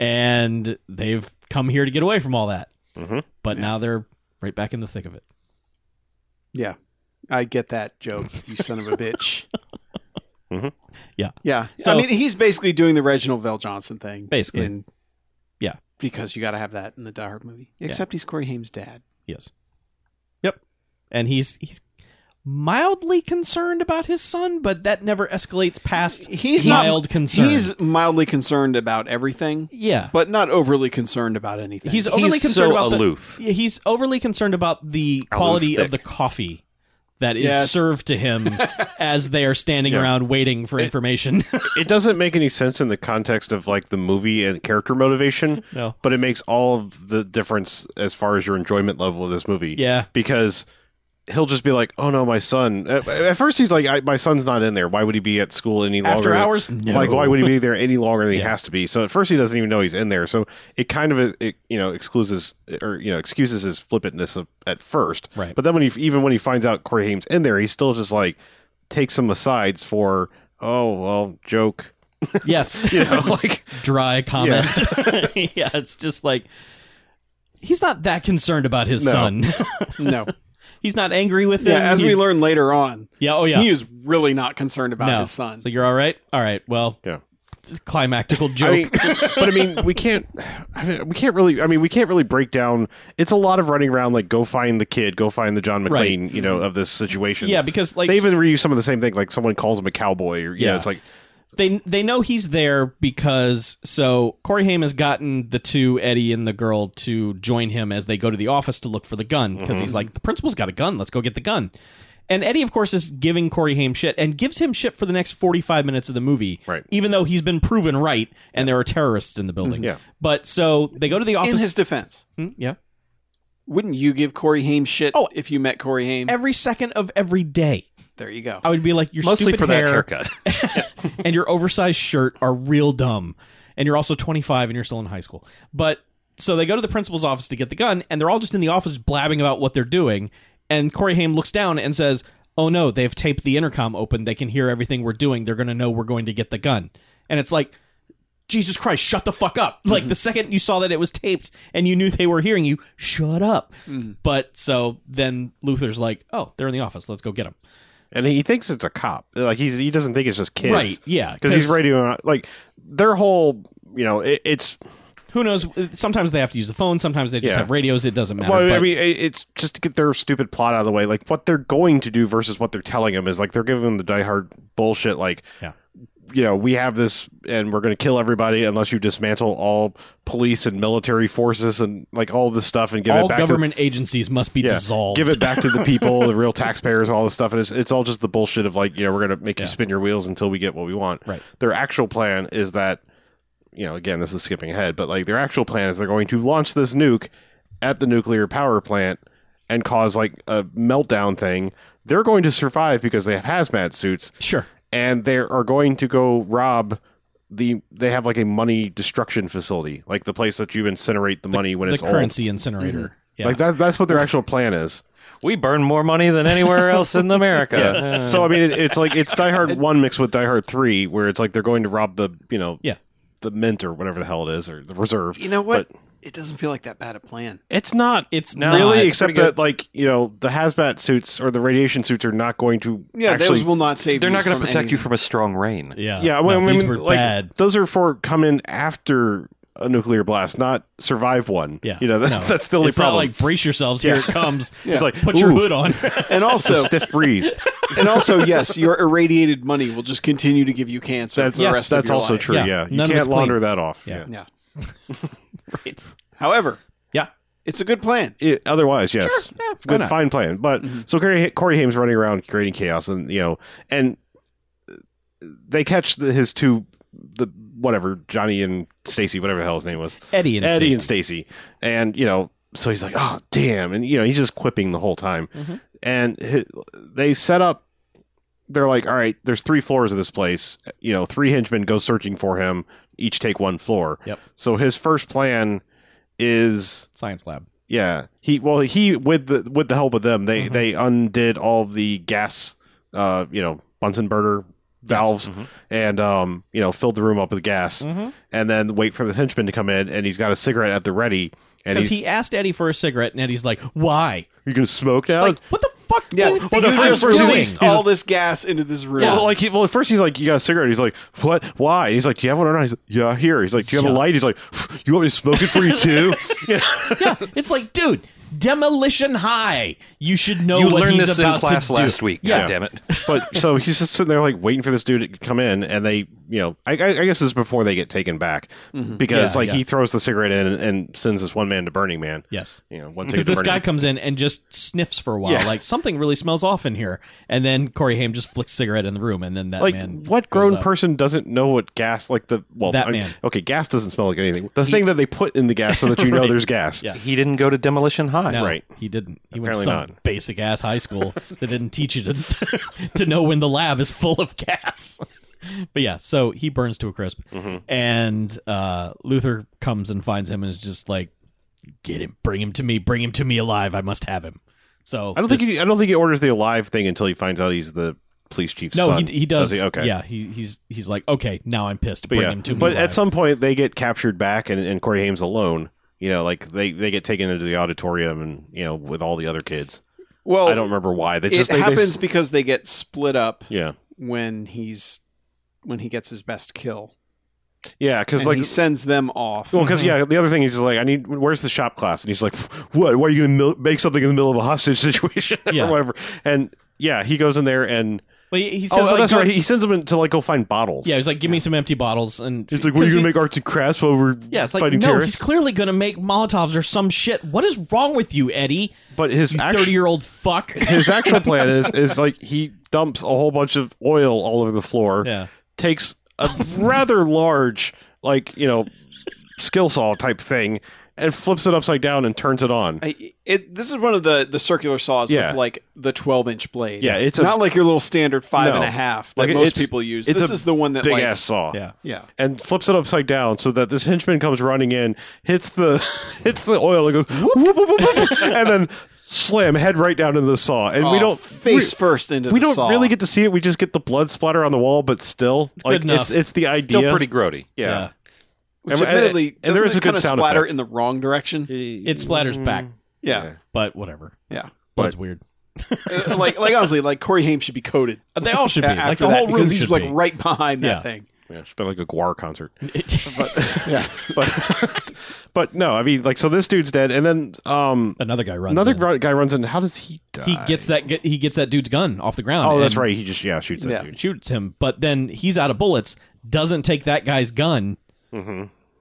S4: and they've come here to get away from all that.
S2: Mhm.
S4: But now they're right back in the thick of it.
S3: Yeah. I get that joke, you son of a bitch.
S2: Mhm.
S4: Yeah.
S3: Yeah.
S4: So-
S3: I mean, he's basically doing the Reginald Vell Johnson thing.
S4: Basically.
S3: in-
S4: Yeah.
S3: Because you got to have that in the Die Hard movie. Except he's Corey Haim's dad.
S4: Yes. Yep. And he's he's mildly concerned about his son, but that never escalates past
S3: He's not-
S4: mild concern.
S3: He's mildly concerned about everything,
S4: yeah.
S3: but not overly concerned about anything.
S4: He's overly
S5: He's
S4: concerned
S5: so
S4: about
S5: aloof.
S4: The, Yeah, he's overly concerned about the quality of
S5: thick.
S4: the coffee that is
S3: Yes.
S4: served to him
S3: (laughs)
S4: as they are standing around waiting for information.
S2: It doesn't make any sense in the context of like the movie and character motivation,
S4: (laughs) no.
S2: but it makes all of the difference as far as your enjoyment level of this movie.
S4: Yeah.
S2: Because he'll just be like, "Oh no, my son." At, at first he's like, I, "My son's not in there. Why would he be at school any longer?"
S4: After
S2: than-
S4: hours? No.
S2: Like, why would he be there any longer than he
S4: Yeah.
S2: has to be? So at first he doesn't even know he's in there. So it kind of uh, it, you know excludes his or you know excuses his flippantness of, at first.
S4: Right.
S2: But then when he even when he finds out Corey Haim's in there, he still just like takes some asides for oh well joke. (laughs)
S4: Yes.
S2: (laughs) You know like
S4: Dry comment. (laughs) Yeah. it's just like he's not that concerned about his
S2: No.
S4: son. (laughs)
S3: no.
S4: he's not angry with him.
S3: Yeah, as we
S4: He's-
S3: learn later on,
S4: Yeah, oh yeah.
S3: he is really not concerned about
S4: no.
S3: his son.
S4: So you're all right? All right. Well,
S2: Yeah.
S4: it's a climactical joke.
S2: I mean, (laughs) but I mean, we can't. I mean, we can't really. I mean, we can't really break down. It's a lot of running around. Like, go find the kid. Go find the John
S4: Right.
S2: McClane. You know, of this situation.
S4: yeah, because like
S2: they even reuse some of the same thing. Like, someone calls him a cowboy. Or, yeah,
S4: Yeah.
S2: it's like
S4: they they know he's there because so Corey Haim has gotten the two Eddie and the girl to join him as they go to the office to look for the gun because he's like the principal's got a gun let's go get the gun and Eddie of course is giving Corey Haim shit and gives him shit for the next forty five minutes of the movie
S2: Right.
S4: even though he's been proven right and there are terrorists in the building
S2: Yeah.
S4: but so they go to the
S3: In
S4: office
S3: his defense,
S4: Hmm, yeah
S3: wouldn't you give Corey Haim shit
S4: Oh.
S3: if you met Corey Haim?
S4: every second of every day
S3: there you go.
S4: I would be like your
S5: Mostly
S4: stupid
S5: for
S4: hair
S5: that haircut. (laughs)
S4: and your oversized shirt are real dumb. And you're also 25 and you're still in high school. But so they go to the principal's office to get the gun, and they're all just in the office blabbing about what they're doing. And Corey Haim looks down and says, Oh no, they've taped the intercom open. They can hear everything we're doing. They're going to know we're going to get the gun. And it's like, Jesus Christ, shut the fuck up. Like the second you saw that it was taped and you knew they were hearing you, shut up. But so then Luther's like, oh, they're in the office. Let's go get them.
S2: and he thinks it's a cop. Like he's he doesn't think it's just kids,
S4: Right. Yeah.
S2: Because he's radioing out- like their whole. You know, it, it's
S4: Who knows? Sometimes they have to use the phone. Sometimes they just
S2: Yeah.
S4: have radios. It doesn't matter.
S2: well. I
S4: but-
S2: mean, it, it's just to get their stupid plot out of the way. Like what they're going to do versus what they're telling him is like they're giving him the diehard bullshit. Like,
S4: Yeah.
S2: you know, we have this, and we're going to kill everybody unless you dismantle all police and military forces and like all this stuff and give
S4: all
S2: it back. to
S4: government agencies must be
S2: yeah,
S4: dissolved.
S2: Give it back to
S4: (laughs)
S2: the people, the real taxpayers, and all this stuff. And it's, it's all just the bullshit of like, you know, we're going to make you spin your wheels until we get what we want.
S4: Right.
S2: Their actual plan is that, you know, again, this is skipping ahead, but like their actual plan is they're going to launch this nuke at the nuclear power plant and cause like a meltdown thing. They're going to survive because they have hazmat suits
S4: Sure.
S2: and they are going to go rob the they have like a money destruction facility like the place that you incinerate the, money when
S4: The
S2: it's
S4: currency incinerator. Yeah.
S2: old like that's that's what their actual plan is
S5: We burn more money than anywhere else
S4: (laughs)
S5: in America. Uh,
S2: so I mean, it, it's like it's Die Hard one mixed with Die Hard three, where it's like they're going to rob the you know
S4: Yeah.
S2: the mint or whatever the hell it is or the reserve.
S3: You know what?
S2: But
S3: it doesn't feel like that bad a plan.
S2: it's not.
S4: Uh, It's
S5: No,
S4: not.
S2: really,
S5: it's
S2: except
S5: pretty
S2: that like you know the hazmat suits or the radiation suits are not going to
S3: Yeah,
S2: actually.
S3: those will not save.
S5: They're
S3: you
S5: not going to
S3: from
S5: protect you
S3: anything.
S5: from a strong rain.
S4: yeah.
S2: yeah,
S4: No,
S2: well, I
S4: these
S2: mean,
S4: were
S2: like
S4: bad.
S2: those are for come in after a nuclear blast, not survive one.
S4: Yeah.
S2: you know that,
S4: No.
S2: (laughs) that's the only
S4: it's
S2: problem.
S4: not like brace yourselves. Here
S2: (laughs)
S4: it comes.
S2: It's like
S4: Put your
S2: ooh, (laughs)
S4: hood on.
S3: (laughs) And
S2: it's a
S3: also,
S2: stiff
S3: (laughs)
S2: breeze.
S3: and also, yes, your irradiated money will just continue to give you cancer.
S2: That's
S3: for the
S4: Yes,
S3: rest of
S2: that's
S3: your
S2: also
S3: life.
S2: true.
S4: Yeah,
S2: Yeah,
S4: none
S2: you
S4: of
S2: can't
S4: it's clean.
S2: launder that off.
S4: Yeah.
S3: Yeah.
S4: right.
S3: However,
S4: Yeah.
S3: it's a good plan.
S2: it, otherwise, yes,
S4: yeah, why
S2: good
S4: not? Mm-hmm.
S2: fine plan. But so Corey, Corey Haim's running around creating chaos, and you know, and they catch the, his two the whatever Johnny and Stacy, whatever the hell his name was,
S4: Eddie and
S2: Eddie
S4: Stacy.
S2: and Stacy, and you know, so he's like, oh damn, and you know, he's just quipping the whole time,
S4: Mm-hmm.
S2: and hi- they set up. They're like, all right, there's three floors of this place. You know, three henchmen go searching for him. Each take one floor.
S4: Yep.
S2: So his first plan is
S4: Science lab.
S2: yeah, he well he with the with the help of them
S4: Mm-hmm.
S2: they they undid all of the gas, uh, you know Bunsen burner valves
S4: Mm-hmm.
S2: and um you know filled the room up with gas and then wait for the henchman to come in and he's got a cigarette at the ready and
S4: Because
S2: he's
S4: he asked Eddie for a cigarette, and Eddie's like, "Why?"
S2: you can smoke now.
S4: It's like, "What the fuck do you think
S2: the
S4: you're
S2: first
S3: just
S2: was
S4: doing?"
S2: released-
S3: released (laughs) all this gas into this room.
S2: well, like he, well, at first he's like, "You got a cigarette?" He's like, "What? Why?" And he's like, "Do you have one or not?" He's like, "Yeah, here." He's like, "Do you have a
S4: Yeah.
S2: light?" He's like, "You want me to smoke it for you
S4: (laughs)
S2: too?" yeah.
S4: yeah, it's like, dude, demolition high. You should know
S5: You
S4: what
S5: learned
S4: he's
S5: this in
S4: about
S5: class
S4: to
S5: last
S4: do.
S5: week.
S4: Yeah.
S5: God damn it.
S2: But so he's just sitting there like waiting for this dude to come in, and they, you know, I, I, I guess this is before they get taken back because
S4: Mm-hmm. Yeah,
S2: like
S4: yeah.
S2: he throws the cigarette in and, and sends this one man to Burning Man.
S4: Yes.
S2: You know, one ticket
S4: Because
S2: to
S4: this
S2: Burning
S4: guy
S2: Man.
S4: comes in and just sniffs for a while,
S2: Yeah.
S4: like something really smells off in here, and then Corey Haim just flicks a cigarette in the room, and then that
S2: Like
S4: man.
S2: what
S4: goes
S2: grown
S4: up.
S2: person doesn't know what gas like the well
S4: That
S2: I-
S4: man.
S2: okay gas doesn't smell like anything the thing that they put in the gas so that
S4: (laughs)
S2: you know there's gas
S4: Yeah.
S5: He didn't go to demolition high.
S4: No,
S2: right.
S4: He didn't. He went to
S2: Apparently
S4: some
S2: not.
S4: basic ass high
S2: (laughs)
S4: school that didn't teach you to (laughs) to know when the lab is full of gas. (laughs) But yeah, so he burns to a crisp,
S2: Mm-hmm.
S4: and uh, Luther comes and finds him and is just like, "Get him! Bring him to me! Bring him to me alive! I must have him." So
S2: I don't
S4: this-
S2: think he, I don't think he orders the alive thing until he finds out he's the police chief's
S4: No,
S2: son.
S4: he, he does.
S2: he? okay
S4: Yeah, he, he's he's like, okay, now I'm pissed.
S2: But
S4: Bring
S2: yeah,
S4: him to me.
S2: but
S4: alive."
S2: at some point they get captured back, and, and Corey Haim's alone. You know, like they, they get taken into the auditorium, and you know, with all the other kids.
S3: well,
S2: I don't remember why. They
S3: Oh, It
S2: just they, they s-
S3: happens because they get split up
S2: yeah,
S3: when he's when he gets his best kill.
S2: yeah, because
S3: And Mm-hmm.
S2: like.
S3: he sends them off.
S2: Well, because yeah, the other thing is he's like, I need. Where's the shop class? And he's like, What? Why are you going to mil- make something in the middle of a hostage (laughs) situation
S4: Yeah.
S2: or whatever? And yeah, he goes in there and
S4: Well, he, he
S2: oh,
S4: says,
S2: oh,
S4: like,
S2: that's
S4: "Go-
S2: right. He sends him in to like go find bottles.
S4: yeah, he's like, give me some empty bottles, and
S2: he's like, What are
S4: 'cause
S2: you
S4: he-
S2: going to make arts and crafts while we're
S4: Yeah, it's like
S2: fighting
S4: no,
S2: terrorists?
S4: he's clearly going to make Molotovs or some shit. What is wrong with you, Eddie?
S2: But his
S4: You
S2: actual- (laughs)
S4: thirty-year-old fuck.
S2: his actual plan is is like he dumps a whole bunch of oil all over the floor.
S4: Yeah.
S2: Takes a rather large, like you know, skill saw type thing, and flips it upside down and turns it on.
S3: I, it, this is one of the, the circular saws
S2: Yeah.
S3: with like the 12 inch blade.
S2: Yeah, it's a-
S3: not like your little standard five
S2: No.
S3: and a half like
S2: Like,
S3: most
S2: it's-
S3: people use.
S2: it's
S3: This
S2: a
S3: is the one that
S2: Big
S3: like
S2: ass saw.
S4: Yeah.
S3: yeah.
S2: And flips it upside down so that this henchman comes running in, hits the (laughs) hits the oil and goes whoop, whoop, whoop, whoop, whoop, and then slam head right down into the saw. And we
S3: Oh,
S2: don't
S3: face
S2: we-
S3: first into
S2: we
S3: the
S2: don't
S3: saw.
S2: really get to see it. We just get the blood splatter on the wall, but still, it's
S4: good
S2: like
S4: enough.
S2: it's it's the idea.
S5: Still pretty grody.
S2: yeah.
S3: Which
S2: and- and-
S3: admittedly,
S2: and there is a good
S3: kind of
S2: sound
S3: splatter
S2: effect.
S3: in the wrong direction.
S4: It splatters back,
S3: Yeah,
S4: but whatever.
S3: yeah.
S4: Blood's weird.
S3: Uh, like, like honestly, like Corey Haim should be coded.
S4: Uh, They all should be.
S3: after
S4: Like the
S3: that,
S4: whole room
S3: because he's
S4: should
S3: like
S4: be.
S3: right behind
S4: Yeah.
S3: that thing.
S2: Yeah, it's been like a Guar concert. (laughs)
S4: (laughs)
S3: Yeah,
S2: But but no, I mean like so this dude's dead and then um
S4: Another guy runs.
S2: another
S4: in.
S2: gr- guy runs in. How does he die?
S4: he gets that gu- he gets that dude's gun off the ground.
S2: Oh, that's
S4: and
S2: right. He just yeah shoots that
S3: Yeah.
S2: dude.
S4: Shoots him, but then he's out of bullets. Doesn't take that guy's gun, and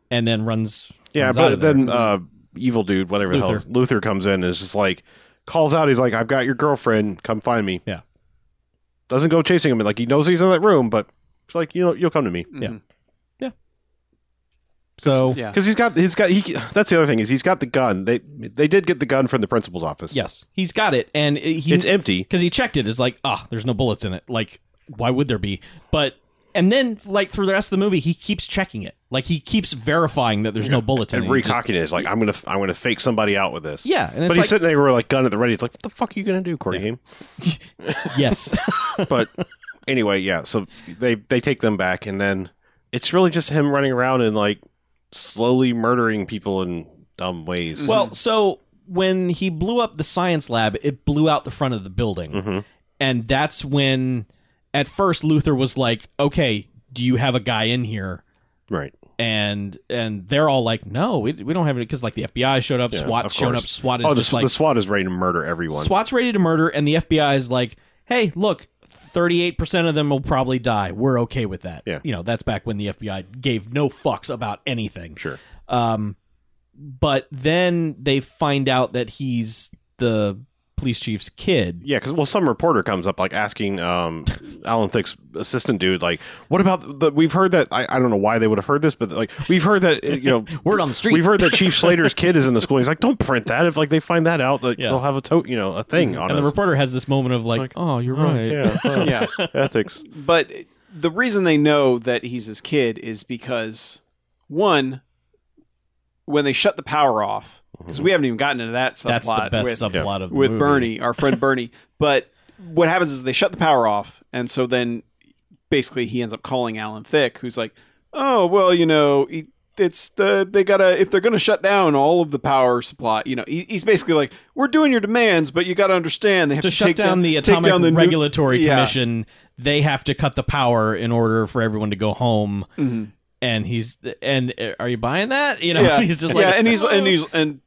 S4: then runs.
S2: Mm-hmm. Yeah,
S4: runs out
S2: but
S4: of there.
S2: then uh evil dude, whatever the hell
S4: Luther.
S2: Luther comes in and is just like calls out, he's like, I've got your girlfriend, come find me.
S4: Yeah.
S2: Doesn't go chasing him and like he knows he's in that room, but it's like, you know, you'll come to me.
S4: so
S3: yeah.
S2: Because he's got he's got he that's the other thing is he's got the gun. They they did get the gun from the principal's office.
S4: yes, he's got it, and it- he
S2: It's empty.
S4: because he checked it. Is like ah, there's no bullets in it. Like why would there be? But and then like through the rest of the movie, he keeps checking it. Like he keeps verifying that there's no bullets
S2: And
S4: in it. He just-
S2: recocking it is like I'm gonna I'm gonna fake somebody out with this.
S4: Yeah, and
S2: But
S4: it's
S2: he's
S4: like
S2: sitting there with like gun at the ready. It's like, what the fuck are you gonna do, Corey Haim?
S4: yes,
S2: (laughs)
S4: (laughs)
S2: but anyway, yeah. So they they take them back, and then it's really just him running around and like slowly murdering people in dumb ways.
S4: Well, so when he blew up the science lab, it blew out the front of the building.
S2: Mm-hmm.
S4: And that's when, at first, Luther was like, okay, do you have a guy in here?
S2: right.
S4: And and they're all like, no, we, we don't have any. Because, like, the FBI showed up,
S2: Yeah,
S4: SWAT
S2: of
S4: showed
S2: course.
S4: up, SWAT is
S2: Oh, the,
S4: just like,
S2: the SWAT is ready to murder everyone.
S4: SWAT's ready to murder. And the FBI is like, hey, look, 38% of them will probably die. We're okay with that.
S2: Yeah.
S4: You know, that's back when the FBI gave no fucks about anything.
S2: Sure.
S4: Um, but then they find out that he's the police chief's kid.
S2: Yeah, because well, some reporter comes up like asking um, (laughs) Alan Thicke's assistant dude, like, "What about the? We've heard that I, I don't know why they would have heard this, but like we've heard that you know
S4: Word on the street.
S2: we've heard that
S3: (laughs)
S2: Chief Slater's kid is in the school. He's like, don't print that. If like they find that out, like,
S4: Yeah. Mm-hmm.
S2: they'll have a to- you know a thing on
S4: And the
S2: us.
S4: reporter has this moment of like, "Oh, you're right." (laughs)
S2: yeah, huh,
S3: (laughs) yeah.
S2: (laughs) ethics.
S3: But the reason they know that he's his kid is because one, when they shut the power off, because we haven't even gotten into that subplot
S4: Mm-hmm. That's the best
S3: with,
S4: subplot of the
S3: with
S4: movie.
S3: Bernie, our
S4: (laughs)
S3: friend Bernie. But what happens is they shut the power off, and so then basically he ends up calling Alan Thick, who's like, "Oh, well, you know, he- it's uh, they gotta if they're gonna shut down all of the power supply, you know." He, he's basically like, "We're doing your demands, but you gotta understand they have
S4: To
S3: to,
S4: shut
S3: take
S4: down, the
S3: take
S4: Atomic
S3: down the nu-
S4: Regulatory
S3: Yeah.
S4: Commission, they have to cut the power in order for everyone to go home.
S2: Mm-hmm.
S4: And he's and uh, are you buying that? You know,
S3: yeah.
S4: (laughs) he's just like,
S3: yeah, and he's and he's and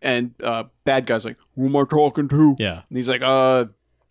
S3: and uh, bad guys like who am I talking to?
S4: Yeah.
S3: and he's like uh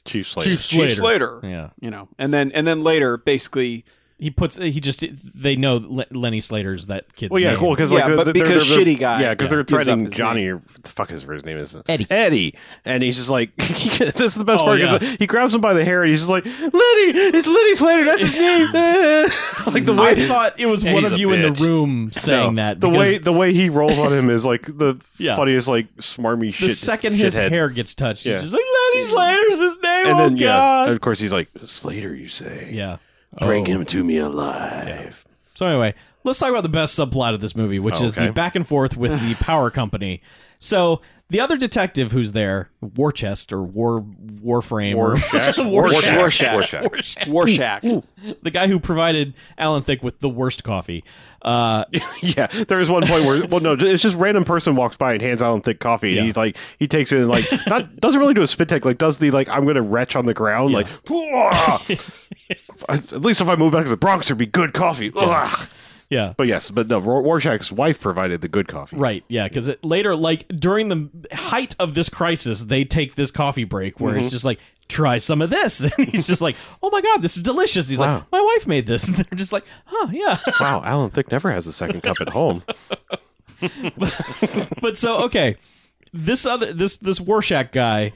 S2: Chief Slater.
S3: Chief Slater.
S4: (gasps) yeah.
S3: You know, and then and then later, basically,
S4: He puts he just they know Le- Lenny Slater's that kid's
S2: Well, yeah,
S4: name.
S2: cool because
S3: Yeah,
S2: like the-
S3: but
S2: the- they're-
S3: because
S2: they're-
S3: shitty guy
S2: Yeah, because they're
S3: gives up
S2: threatening
S3: his
S2: Johnny. Or, what the fuck is his name is
S4: Eddie.
S2: Eddie, and he's just like, (laughs) this is the best
S4: Oh,
S2: part
S4: yeah.
S2: 'cause he grabs him by the hair and he's just like, Lenny, it's Lenny Slater. That's his
S4: (laughs)
S2: name. (laughs) like the way
S4: I thought it was
S5: Yeah,
S4: one
S5: he's
S4: of
S5: a
S4: you in
S5: bitch.
S4: the room saying
S2: No,
S4: that.
S2: the
S4: because-
S2: way the way he rolls on him is like the
S4: (laughs) Yeah.
S2: funniest, like smarmy
S4: the
S2: shit.
S4: second his
S2: shithead.
S4: hair gets touched,
S2: Yeah.
S4: he's just like Lenny Slater's his name.
S2: and
S4: oh
S2: then yeah,
S4: God!
S2: of course he's like Slater. You say,
S4: Yeah.
S2: bring
S4: Oh.
S2: him to me alive.
S4: So anyway, let's talk about the best subplot of this movie, which
S2: Oh,
S4: is
S2: okay.
S4: the back and forth with
S2: (sighs)
S4: the power company. So the other detective who's there, War Chest or War Warframe,
S2: (laughs)
S4: or
S2: Warshak.
S4: Warshak.
S3: Warshak.
S5: Warshak.
S3: Warshak.
S4: (laughs) the guy who provided Alan Thick with the worst coffee.
S2: (laughs)
S4: Uh,
S2: Yeah, there is one point where well, no, it's just random person walks by and hands Alan thick coffee, and
S4: Yeah.
S2: he's like, he takes it and (laughs) like not doesn't really do a spit take, like does the like I'm gonna retch on the ground, like "Pwah!" (laughs) at least if I move back to the Bronx, there'd be good coffee. Ugh.
S4: yeah,
S2: But yes, but no, War- Warshak's wife provided the good coffee.
S4: Right, yeah, because later, like during the height of this crisis, they take this coffee break where
S2: Mm-hmm.
S4: it's just like, try some of this. (laughs) And he's just like, oh my God, this is delicious. He's
S2: Wow.
S4: like, my wife made this. (laughs) And they're just like, huh, yeah. (laughs)
S2: Wow, Alan Thick never has a second cup at home.
S4: but so, okay, this other, this, this Warshak guy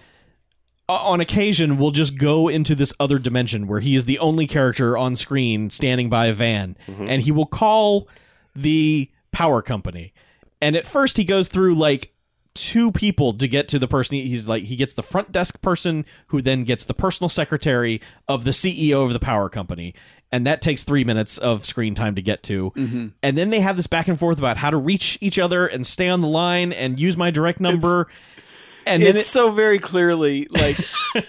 S4: o- on occasion will just go into this other dimension where he is the only character on screen standing by a van and he will call the power company. And at first, he goes through like two people to get to the person. He- He's like, he gets the front desk person, who then gets the personal secretary of the CEO of the power company. And that takes three minutes of screen time to get to. And then they have this back and forth about how to reach each other and stay on the line and use my direct number. and then
S3: it's
S4: it-
S3: so very clearly like (laughs)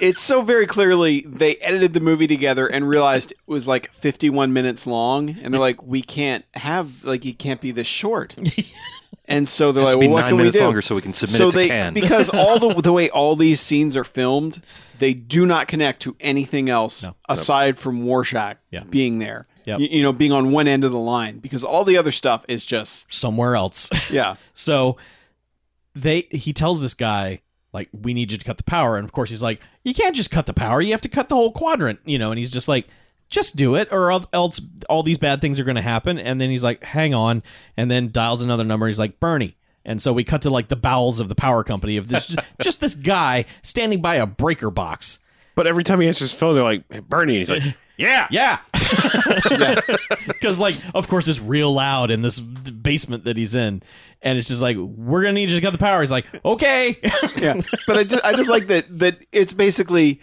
S3: it's so very clearly they edited the movie together and realized it was like 51 minutes long and they're like we can't have like it can't be this short (laughs) and so they're
S5: It has
S3: like
S5: to be
S3: well, what
S5: nine
S3: can we
S5: minutes
S3: do
S5: longer so we can submit
S3: so
S5: it to
S3: they
S5: Cannes.
S3: because all
S4: (laughs)
S3: the the way all these scenes are filmed they do not connect to anything else aside from Warshak
S4: Yeah.
S3: being there
S4: Yep.
S3: Y- you know being on one end of the line because all the other stuff is just
S4: somewhere else. (laughs)
S3: yeah
S4: So they he tells this guy like we need you to cut the power and of course he's like you can't just cut the power you have to cut the whole quadrant you know and he's just like just do it or el- else all these bad things are going to happen and then he's like hang on and then dials another number he's like Bernie and so we cut to like the bowels of the power company of this just this guy standing by a breaker box
S2: But every time he answers his phone, they're like, hey, Bernie. And he's
S4: (laughs)
S2: like, yeah.
S4: yeah. Because, like, of course, it's real loud in this basement that he's in. And it's just like, we're going to need you to cut the power. He's like, okay. (laughs)
S3: yeah but I just, I just like that that it's basically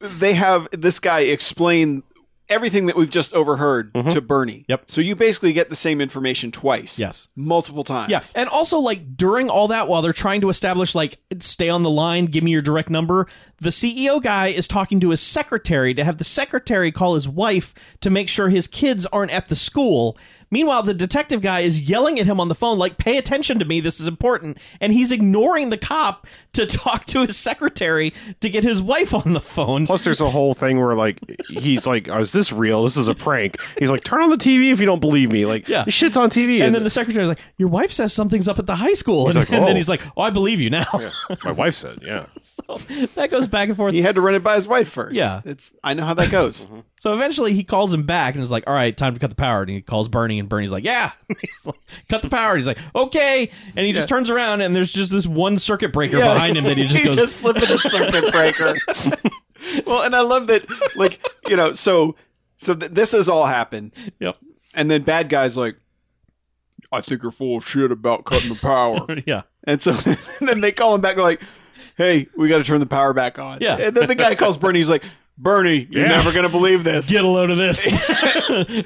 S3: they have this guy explain everything that we've just overheard to bernie
S4: Mm-hmm. Yep.
S3: so you basically get the same information twice
S4: Yes.
S3: multiple times
S4: yeah. And also, like, during all that, while they're trying to establish, like, stay on the line, give me your direct number, the CEO guy is talking to his secretary to have the secretary call his wife to make sure his kids aren't at the school. Meanwhile, the detective guy is yelling at him on the phone, like, pay attention to me, this is important. And he's ignoring the cop to (laughs) talk to his secretary to get his wife on the phone.
S2: Plus, there's a whole thing where like he's like, oh, "Is this real? This is a prank." He's like, "Turn on the TV if you don't believe me." Like,
S4: Yeah.
S2: this shit's on TV.
S4: And then the secretary's like, Your wife says something's up at the high school. And,
S2: like,
S4: and
S2: "Oh."
S4: then he's like, Oh, I believe you now.
S2: (laughs) my wife said, "Yeah."
S4: (laughs) so that goes back and forth.
S3: he had to run it by his wife first
S4: Yeah. Mm-hmm.
S3: it's i know how that goes
S4: So eventually he calls him back and is like, all right, time to cut the power. And he calls Bernie and Bernie's like, yeah. (laughs) he's like, cut the power. And he's like, okay. And he just turns around and there's just this one circuit breaker
S3: Yeah.
S4: (laughs) behind him that
S5: (laughs)
S4: he just
S3: he's
S4: goes,
S3: just flipping the circuit
S4: (laughs)
S3: breaker. well, and I love that, like you know, so so th- this has all happened,
S4: yep.
S3: and then bad guys like, I think you're full of shit about cutting the power,
S4: Yeah.
S3: and so (laughs) and then they call him back like, Hey, we got to turn the power back on.
S4: Yeah.
S3: and then the guy calls Bernie. He's like, Bernie, you're
S2: Yeah.
S3: never gonna believe this.
S4: Get a load of
S5: (laughs)
S4: this.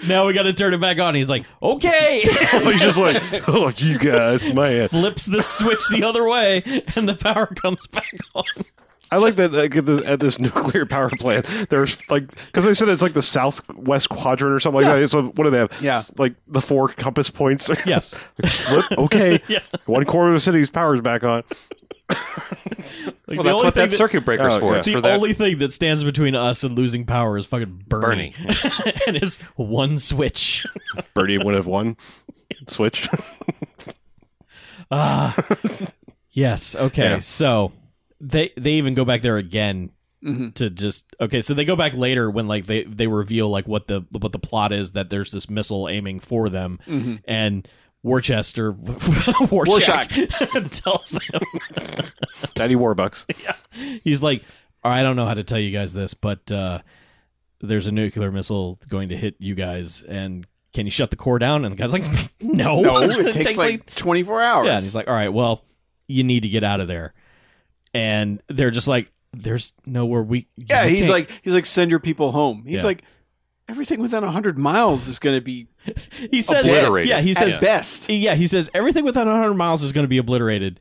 S4: (laughs) now we got to turn it back on. He's like, okay. (laughs)
S2: he's just like, "Oh, you guys, man."
S4: Flips the switch the other way and the power comes back on.
S2: I like that like, at, this, at this nuclear power plant. There's like because they said it's like the southwest quadrant or something like that. It's like, what do they have?
S3: Yeah.
S2: S- like the four compass points. (laughs)
S4: Yes.
S2: Flip, okay.
S4: (laughs) Yeah.
S2: One quarter of the city's power's back on.
S4: Like,
S5: well,
S4: the
S5: that's
S4: only
S5: what
S4: thing
S5: that circuit breaker's
S2: Oh,
S5: for.
S2: yeah.
S5: It's
S4: The
S5: for that.
S4: only thing that stands between us and losing power is fucking Bernie,
S5: Bernie.
S4: (laughs) and his one switch. (laughs)
S2: Bernie would have won. Switch. (laughs)
S4: Ah, yes. Okay.
S2: Yeah.
S4: So they they even go back there again
S3: Mhm.
S4: to just okay. So they go back later when like they they reveal like what the what the plot is that there's this missile aiming for them
S3: Mhm.
S4: and. Worcester, (laughs) Warshak, (laughs) tells him
S2: Daddy Warbucks.
S4: he's like, "All right, I don't know how to tell you guys this, but uh, there's a nuclear missile going to hit you guys, and can you shut the core down?" And the guy's like, (laughs) "No,
S3: No, it, takes, like, 24 hours.
S4: yeah, and he's like, all right, well, you need to get out of there. And they're just like, there's nowhere we.
S3: yeah,
S4: we
S3: he's
S4: can't-
S3: like, he's like, send your people home. He's
S4: Yeah.
S3: like, everything within 100 miles is going to be
S4: he says,
S5: obliterated.
S4: yeah, he
S3: at
S4: says,
S3: best.
S4: yeah, he says everything within 100 miles is going to be obliterated,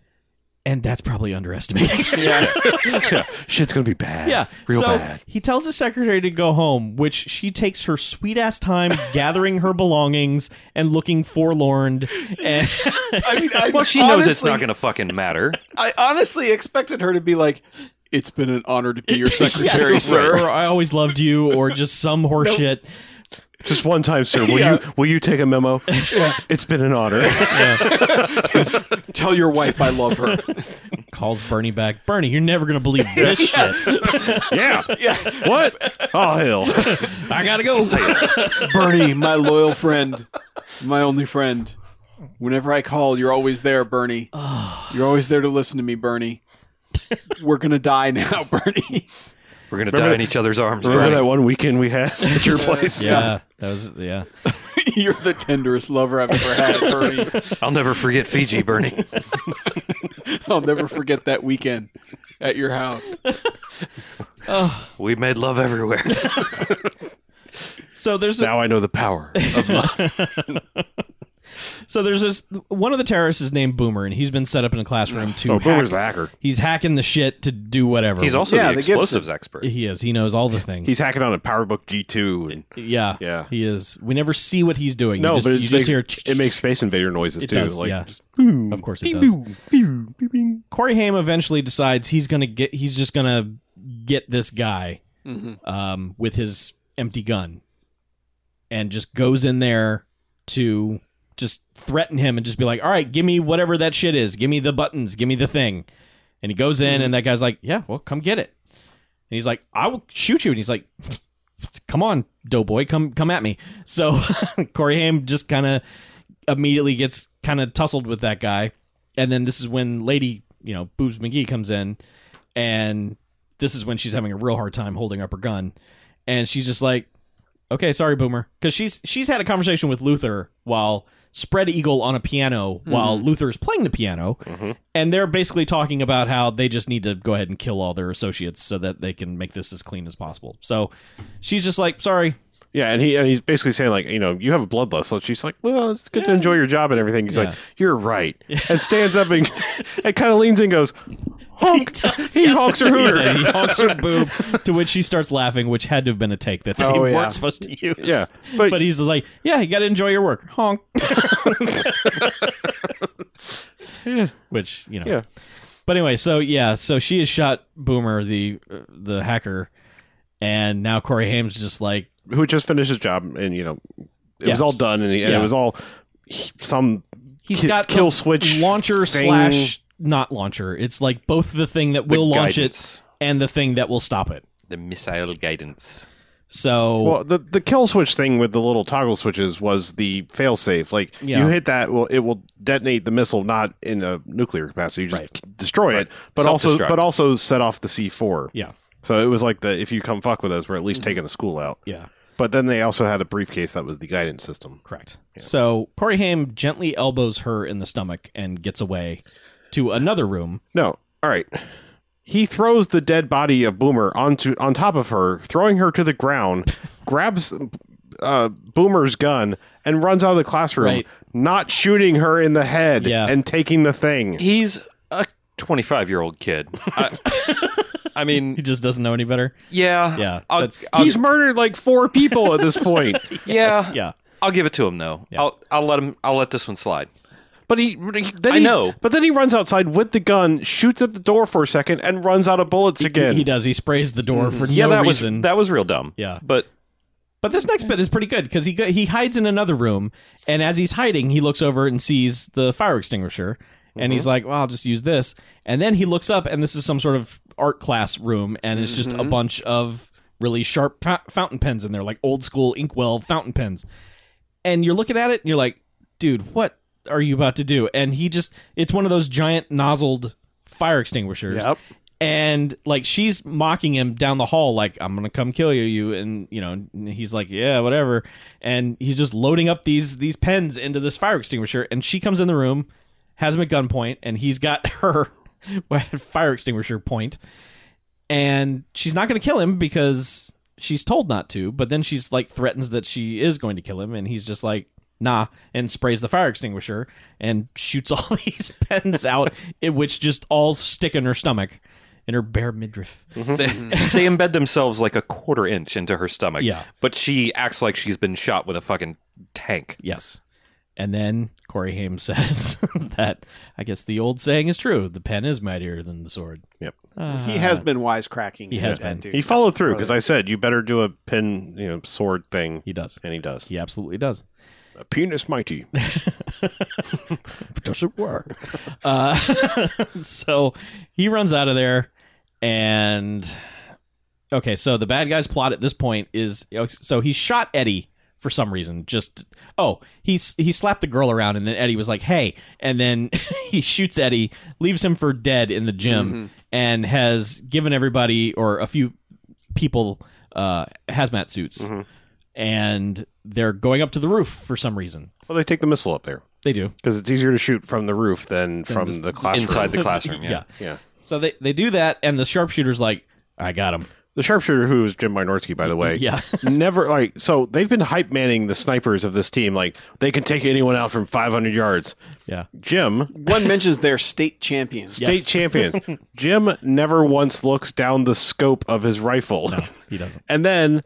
S4: and that's probably underestimating.
S3: (laughs)
S4: (laughs)
S3: Yeah.
S2: yeah. Shit's gonna be bad.
S4: yeah,
S2: Real
S4: so
S2: bad.
S4: he tells his secretary to go home, which she takes her sweet
S3: (laughs)
S4: ass time gathering her belongings and
S3: (laughs)
S4: looking forlorn. And
S3: I mean, I,
S5: well, she knows it's
S3: honestly-
S5: not going to fucking matter.
S3: I honestly expected her to be like, "It's been an honor to be (laughs) your secretary,
S4: (laughs) Yes,
S3: sir."
S4: or I always loved you, or
S3: (laughs)
S4: just some horseshit.
S2: Just one time, sir. Will
S3: Yeah.
S2: you will you take a memo? It's been an (laughs) honor.
S3: Tell your wife I love her.
S4: Calls Bernie back. Bernie, you're never gonna believe
S3: (laughs)
S4: this shit.
S2: yeah.
S3: yeah,
S2: What? Oh hell.
S4: I gotta go.
S3: Bernie, my loyal friend, my only friend. Whenever I call, you're always there, Bernie. You're always there to listen to me, (laughs) Bernie. We're gonna die now, Bernie.
S5: We're gonna
S2: Remember
S5: die
S2: that-
S5: in each other's arms.
S2: Remember
S5: Brian.
S2: that one weekend we had at (laughs) your place?
S4: Yeah, that was yeah.
S3: (laughs) You're the tenderest lover I've ever had, Bernie.
S5: I'll never forget Fiji, Bernie.
S3: I'll never forget that weekend at your house.
S5: we made love everywhere.
S4: (laughs) So there's a,
S2: Now I know the (laughs) power. Of
S4: so there's this one of the terrorists is named Boomer, and he's been set up in a classroom to.
S2: oh,
S4: hack-
S2: Boomer's the hacker.
S4: He's hacking the shit to do whatever.
S5: He's also
S3: Yeah,
S5: the
S3: the Gibson.
S5: explosives expert.
S4: he is. He knows all the things.
S2: He's hacking on a PowerBook G2. And,
S4: yeah,
S2: Yeah.
S4: He is. We never see what he's doing.
S2: no,
S4: you just,
S2: but
S4: you
S2: it's
S4: just
S2: makes,
S4: hear.
S2: it makes Space Invader noises
S4: It
S2: too.
S4: does,
S2: like,
S4: yeah.
S2: just,
S4: Of course, it does. Corey Haim eventually decides he's gonna get. He's just gonna get this guy
S3: Mhm.
S4: um, with his empty gun, and just goes in there to just threaten him and just be like, "All right, give me whatever that shit is. Give me the buttons. Give me the thing." And he goes in, and that guy's like, "Yeah, well, come get it." And he's like, "I will shoot you." And he's like, (laughs) "Come on, doughboy, come come at me." So (laughs) Corey Haim just kind of immediately gets kind of tussled with that guy, and then this is when Lady, you know, Boobs McGee comes in, and this is when she's having a real hard time holding up her gun, and she's just like, "Okay, sorry, Boomer," because she's she's had a conversation with Luther while spread eagle on a piano while Luther is playing the piano, and they're basically talking about how they just need to go ahead and kill all their associates so that they can make this as clean as possible. So she's just like, "Sorry,
S2: Yeah, and he and he's basically saying like, you know, you have a bloodlust. So she's like, well, it's good to enjoy your job and everything. He's
S4: Yeah.
S2: like, you're (laughs) right, and stands up and, (laughs) and kind of leans in and goes,
S4: (laughs)
S2: honk. He, honks her
S4: He
S2: hooter.
S4: did. He honks her boob, to which she starts laughing, which had to have been a take that they
S3: Oh,
S4: weren't
S3: yeah.
S4: supposed to use.
S2: Yeah,
S4: But,
S2: but-
S4: he's just like, yeah, you got to enjoy your
S2: (laughs)
S4: work. Honk. (laughs) Which, you know.
S2: Yeah.
S4: But anyway, so yeah, so she has shot Boomer, the uh, the hacker, and now Corey Haim's just like,
S2: Who just finished his job and you know, it
S4: Yeah.
S2: was all done and, he, and
S4: Yeah.
S2: it was all he- some
S4: he's
S2: ki-
S4: got
S2: kill
S4: the
S2: switch
S4: launcher
S2: thing.
S4: slash not launcher. It's like both the thing that will launch
S5: guidance.
S4: it and the thing that will stop it.
S5: The missile guidance.
S4: So
S2: Well, the the kill switch thing with the little toggle switches was the failsafe. Like
S4: Yeah.
S2: you hit that, well, it will detonate the missile, not in a nuclear capacity. You just
S4: Right.
S2: k- destroy it, but also
S5: Self-destruct.
S2: but also set off the C four.
S4: yeah,
S2: So it was like the if you come fuck with us, we're at least taking the school out.
S4: yeah.
S2: But then they also had a briefcase that was the guidance system.
S4: Correct. So Corey Haim gently elbows her in the stomach and gets away to another room.
S2: No, all right. He throws the dead body of Boomer onto on top of her, throwing her to the
S4: (laughs)
S2: ground. grabs uh, Boomer's gun and runs out of the classroom,
S4: Right.
S2: not shooting her in the head
S4: Yeah.
S2: and taking the thing.
S5: He's a 25 year old kid. I, I
S4: He
S5: mean,
S4: just doesn't know any better.
S5: yeah.
S4: Yeah,
S5: I'll,
S4: that's-
S5: I'll-
S2: He's murdered like four people at this
S4: (laughs)
S2: point.
S5: yeah,
S4: Yeah.
S5: I'll give it to him though. I'll I'll let him. I'll let this one slide.
S2: But he, he- then
S5: I
S2: he-
S5: know.
S2: But then he runs outside with the gun, shoots at the door for a second, and runs out of bullets again.
S4: He, he does. He sprays the door for
S5: Yeah,
S4: no
S5: that
S4: reason.
S5: was that was real dumb.
S4: Yeah.
S5: but
S4: but this next bit is pretty good because he go- he hides in another room, and as he's hiding, he looks over and sees the fire extinguisher, and he's like, "Well, I'll just use this." And then he looks up, and this is some sort of art class room, and it's just a bunch of really sharp fou- fountain pens in there, like old school inkwell fountain pens. and you're looking at it and you're like, dude, what are you about to do? And he just it's one of those giant nozzled fire extinguishers.
S3: Yep.
S4: And like she's mocking him down the hall, like, I'm gonna come kill you, you and you know, and he's like, Yeah, whatever. And he's just loading up these these pens into this fire extinguisher, and she comes in the room, has him at gunpoint, and he's got (laughs) her fire extinguisher point and she's not going to kill him because she's told not to but then she's like threatens that she is going to kill him and he's just like nah and sprays the fire extinguisher and shoots (laughs) all these pens out (laughs) i- which just all stick in her stomach in her
S3: (laughs)
S4: bare midriff
S5: they, they embed themselves like a quarter inch into her stomach.
S4: Yeah.
S5: but she acts like she's been shot with a fucking tank.
S4: yes and then corey haim (laughs) says that i guess the old saying is true the pen is mightier than the sword
S2: Yep.
S4: Ah.
S3: He has been wisecracking.
S4: He has
S3: with that
S4: been.
S2: He
S3: dude.
S2: followed through because I said you better do a pin, you know, sword thing,
S4: he does
S2: and he does.
S4: he absolutely does
S2: A penis mighty.
S4: doesn't work. uh, (laughs) so he runs out of there, and okay, so the bad guy's plot at this point is so he shot Eddie for some reason. Just oh, he s- he slapped the girl around, and then Eddie was like, "Hey," and then (laughs) he shoots Eddie, leaves him for dead in the gym, and has given everybody or a few people uh, hazmat suits, and they're going up to the roof for some reason.
S2: Well, they take the missile up there
S4: They do.
S2: because it's easier to shoot from the roof than from
S4: this-
S2: the classroom. (laughs)
S5: inside the classroom. Yeah.
S4: Yeah.
S2: yeah.
S4: So they, they do that, and the sharpshooter's like, I got him.
S2: The sharpshooter, who is Jim Minorski, by the way,
S4: Yeah.
S2: never like so they've been hype manning the snipers of this team. Like they can take anyone out from 500 yards.
S4: Yeah.
S2: Jim,
S3: One mentions their state champions.
S4: Yes.
S2: state champions. Jim never once looks down the scope of his rifle.
S4: He doesn't.
S2: (laughs) And then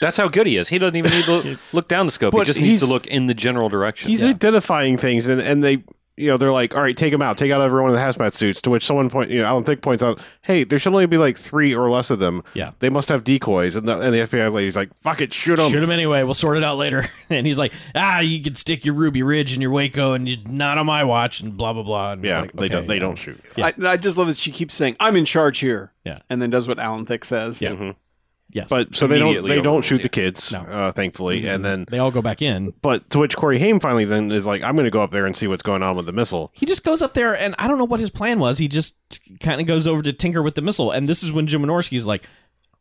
S5: That's how good he is. He doesn't even need
S2: (laughs)
S5: to look, look down the scope. he
S2: But
S5: just needs to
S2: he's-
S5: look in the general direction.
S2: he's identifying things, and and they. You know, they're like, all right, take him out, take out everyone in the hazmat suits. To which someone point, you know, Alan Thick points out, hey, there should only be like three or less of them.
S4: Yeah.
S2: they must have decoys. And the, and the FBI lady's like, fuck it, shoot them.
S4: Shoot him anyway. We'll sort it out later. (laughs) And he's like, ah, you can stick your Ruby Ridge and your Waco, and you're not on my watch, and blah, blah, blah. And it's
S2: Yeah,
S4: like,
S2: they
S4: okay,
S2: don't, they
S4: yeah.
S2: don't shoot.
S4: Yeah.
S3: I, and I just love that she keeps saying, "I'm in charge here,"
S4: Yeah.
S3: and then does what Alan Thick says.
S4: Yeah. Yes.
S2: Mm-hmm. But so they don't,
S5: Immediately
S2: they don't
S5: overruled,
S2: shoot
S5: yeah.
S2: the kids,
S4: No.
S2: uh, thankfully.
S5: Mm-hmm.
S2: And then
S4: they all go back in.
S2: But to which Corey Haim finally then is like, I'm going to go up there and see what's going on with the missile.
S4: he just goes up there and I don't know what his plan was. He just kind of goes over to tinker with the missile, and this is when Jim Minorski's like,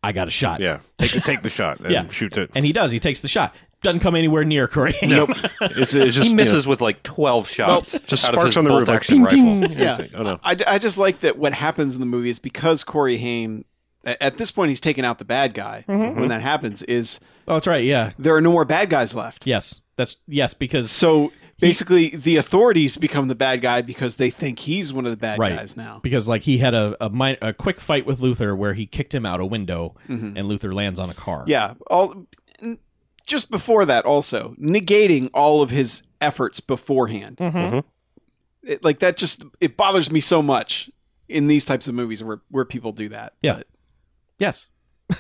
S4: "I got a shot."
S2: Yeah, take, take
S4: (laughs)
S2: the shot and
S4: Yeah.
S2: shoots it.
S4: and he does. He takes the shot. Doesn't come anywhere near Corey. (laughs)
S2: nope, it's, it's just
S5: he
S2: you
S5: misses
S2: know,
S5: with like twelve shots.
S2: just
S5: out of
S2: sparks
S5: his
S2: on the
S5: bolt
S2: roof. Like,
S5: action
S2: ding,
S5: rifle.
S2: ding. And it's like, oh no,
S3: I, I just like that what happens in the movie is because Corey Haim, at, at this point, he's taken out the bad guy. When that happens, is
S4: Oh, that's right. Yeah.
S3: there are no more bad guys left.
S4: Yes. That's yes because
S3: So basically, the authorities become the bad guy because they think he's one of the bad
S4: right
S3: guys now.
S4: because like he had a a, mi- a quick fight with Luther where he kicked him out a window
S2: Mm-hmm.
S4: and Luther lands on a car.
S3: Yeah. All n- just before that, also negating all of his efforts beforehand. It, like that, just it bothers me so much in these types of movies where where people do that.
S4: Yeah. Yes.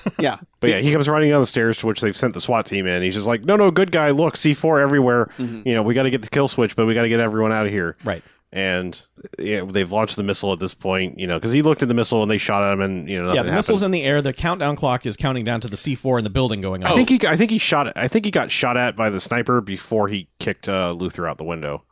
S3: (laughs) Yeah.
S2: but yeah, he comes running down the stairs to which they've sent the SWAT team in. He's just like, no, no, good guy. Look, C4 everywhere.
S4: Mm-hmm.
S2: You know, we got to get the kill switch, but we got to get everyone out of here.
S4: Right.
S2: And yeah, they've launched the missile at this point. You know, because he looked at the missile and they shot at him, and you know, nothing
S4: yeah. The
S2: happened. Oh.
S4: missile's in the air. The countdown clock is counting down to the C four in the building going off.
S2: I think he, I think he shot. I think he got shot at by the sniper before he kicked uh, Luther out the window.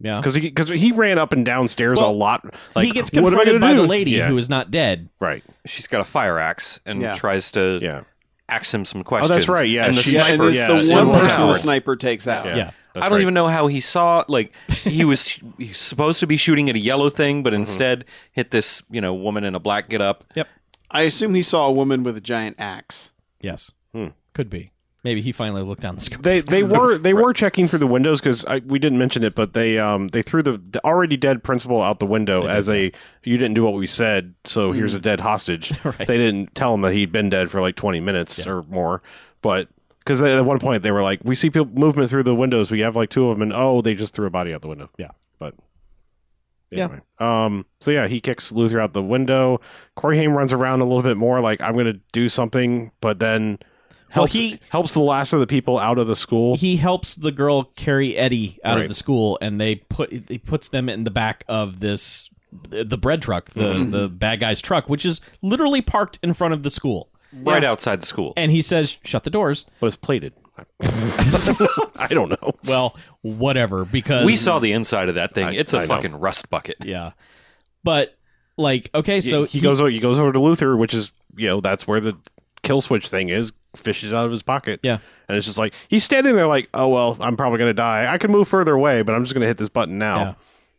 S4: yeah.
S2: because he because he ran up and downstairs
S4: Oh. Well,
S2: a lot. Like
S4: he gets
S2: what am I
S4: confronted
S2: gonna
S4: by
S2: do?
S4: the lady
S2: Yeah,
S4: who is not dead.
S2: right.
S5: She's got a fire axe and
S3: Yeah.
S5: tries to
S2: Yeah,
S5: ask him some questions.
S2: Oh, right, yeah,
S5: and the
S2: she-
S3: Yeah,
S5: sniper.
S3: and it's
S2: yeah,
S3: the one
S5: somehow-
S2: Simple
S3: person the
S2: powers.
S3: sniper takes out.
S2: yeah.
S4: Uh, Yeah.
S2: that's
S5: I don't
S2: right.
S5: even know how he saw. Like he was, he was supposed to be shooting at a yellow thing,
S2: Mm-hmm.
S5: but instead hit this you know woman in a black get up.
S4: Yep.
S3: I assume he saw a woman with a giant axe.
S4: Yes.
S2: Hmm.
S4: Could be. Maybe he finally looked down the scope.
S2: They they were they were checking through the windows because we didn't mention it, but they um they threw the, the already dead principal out the window as a you didn't do what we said, so here's a dead hostage.
S4: Mm-hmm. (laughs) Right.
S2: They didn't tell him that he'd been dead for like twenty minutes or more, but. Because at one point they were like, "We see people movement through the windows. We have like two of them, and oh, they just threw a body out the window."
S4: Yeah.
S2: but
S4: Yeah.
S2: anyway. Um. So yeah, he kicks Luther out the window. Corey Haim runs around a little bit more, like I'm going to do something, but then
S4: Well,
S2: helps
S4: he-
S2: helps the last of the people out of the school.
S4: he helps the girl carry Eddie out
S2: Right.
S4: of the school, and they put he puts them in the back of this the bread truck, the
S2: Mm-hmm.
S4: the bad guy's truck, which is literally parked in front of the school.
S5: Right outside the school.
S4: And he says, "Shut the doors."
S2: but it's (laughs) plated. I don't know.
S4: Well, whatever, because
S5: we saw the inside of that thing.
S2: I-
S5: it's a
S2: I know.
S5: fucking rust bucket.
S4: yeah. But like, okay, so
S2: So he, goes over. He goes over to Luther, which is you know that's where the kill switch thing is. Fishes out of his pocket.
S4: Yeah.
S2: and it's just like he's standing there, like, oh well, I'm probably gonna die. I can move further away, but I'm just gonna hit this button now.
S4: Yeah.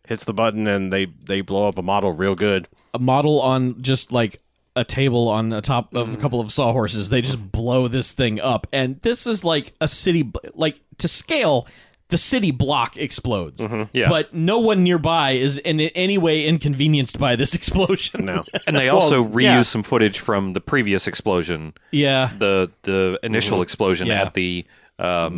S2: Hits the button, and they they blow up a model real good.
S4: a model on just like a table on the top of a
S2: Mm.
S4: couple of sawhorses. They just blow this thing up, and this is like a city, bl- like to scale. The city block explodes,
S2: Mm-hmm,
S5: Yeah.
S4: but no one nearby is in any way inconvenienced by this (laughs) explosion.
S2: No,
S5: And they also reuse
S2: yeah.
S5: some footage from the previous explosion,
S4: yeah,
S5: the the initial
S2: Mm-hmm.
S5: explosion
S4: Yeah.
S5: at the um,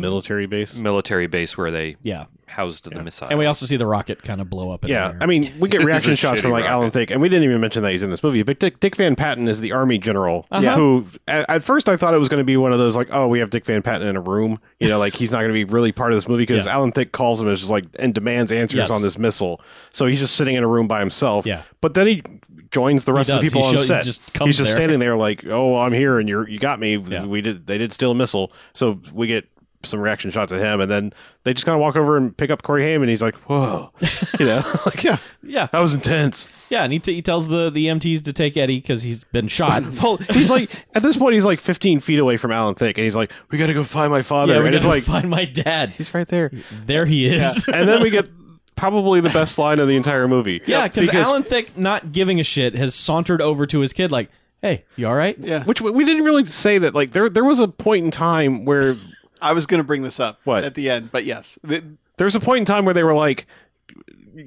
S2: (laughs) military base.
S5: military base where they
S4: yeah,
S5: housed the missile.
S4: and we also see the rocket kind of blow up. In
S2: Yeah,
S4: there.
S2: I mean,
S4: (laughs)
S2: we get reaction
S5: a
S2: shots from
S5: shitty
S2: like Alan
S5: rocket.
S2: Thicke, and we didn't even mention that he's in this movie. But Dick, Dick Van Patten is the army general
S4: Uh-huh.
S2: who, at, at first, I thought it was going to be one of those like, oh, we have Dick Van Patten in a room, you know, like he's not going to be really part of this movie because
S4: Yeah.
S2: Alan Thicke calls him as just like and demands answers
S4: Yes.
S2: on this missile, so he's just sitting in a room by himself.
S4: Yeah.
S2: but then he joins the rest of the
S4: does.
S2: people
S4: He
S2: on
S4: shows- he
S2: set.
S4: just
S2: he's
S4: comes
S2: just
S4: there.
S2: standing there like, oh, I'm here, and you're you got me.
S4: Yeah.
S2: We did they did steal a missile, so we get some reaction shots at him, and then they just kind of walk over and pick up Corey Haim, and he's like, "Whoa," (laughs) you know, like yeah,
S4: Yeah,
S2: that was intense.
S4: yeah, and he, t- he tells the the EMTs to take Eddie because he's
S2: (laughs)
S4: been shot.
S2: Well, he's like at this point he's like 15 feet away from Alan Thick, and he's like, "We got to go find my father,"
S4: yeah, we
S2: and it's
S4: gotta
S2: like
S4: find my dad.
S2: he's (laughs) right (laughs) there,
S4: There he (laughs) is.
S2: and then we get probably the best line of the entire movie.
S4: Yeah, because Alan Thick, not giving a shit, has sauntered over to his kid like, "Hey, you all right?"
S3: Yeah.
S2: which we- we didn't really say that like there there was a point in time where
S3: I was going to bring this up
S2: What?
S3: at the end, but yes. The-
S2: there's a point in time where they were like,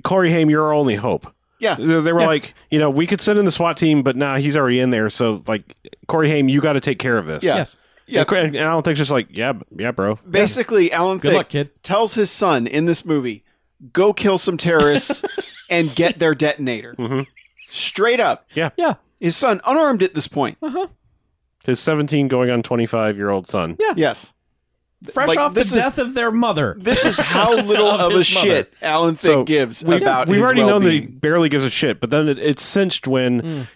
S2: Corey Haim, you're our only hope.
S3: yeah.
S2: They they were like, you know, we could send in the SWAT team, but nah, he's already in there. So like, Corey Haim, you got to take care of this.
S3: Yeah.
S4: Yes.
S3: Yeah.
S2: And, Cor- and Alan Thick's just like, yeah, b- yeah, bro.
S3: Basically, Alan
S4: Good
S3: Thicke
S4: luck, kid.
S3: tells his son in this movie, go kill some
S4: (laughs)
S3: terrorists and get their detonator.
S4: Mm-hmm.
S3: Straight up.
S4: Yeah.
S3: His son, unarmed at this point.
S2: His 17 going on 25 year old son. (laughs)
S4: Yeah.
S3: Yes.
S4: Fresh
S3: Like,
S4: off the
S3: this is-
S4: death of
S3: (laughs)
S4: their mother.
S3: This is how little
S4: (laughs) Of
S3: of, a
S4: his mother.
S3: shit Alan Thicke
S2: So
S3: gives
S2: we,
S3: about
S2: We've
S3: his
S2: already known that he
S3: well-being. Mm.
S2: barely gives a shit, but then it, it's cinched when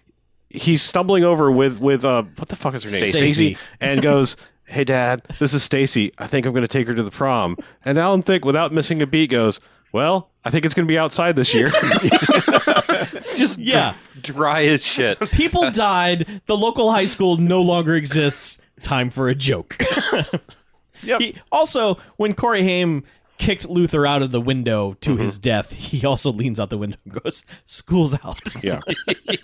S2: he's stumbling over with with uh, what the fuck is her name,
S5: Stacy.
S2: Stacy, and goes. Hey dad, this is Stacy. I think I'm going to take her to the prom. And Alan Thick, without missing a beat, goes, "Well, I think it's going to be outside this year." (laughs)
S5: Just
S4: Yeah.
S5: d- (laughs) dry as shit.
S2: (laughs)
S4: People died. The local high school no longer exists. Time for a joke. (laughs)
S3: Yep.
S4: He, also, when Corey Haim kicked Luther out of the window to his death, he also leans out the window and goes, "School's out." (laughs)
S2: yeah,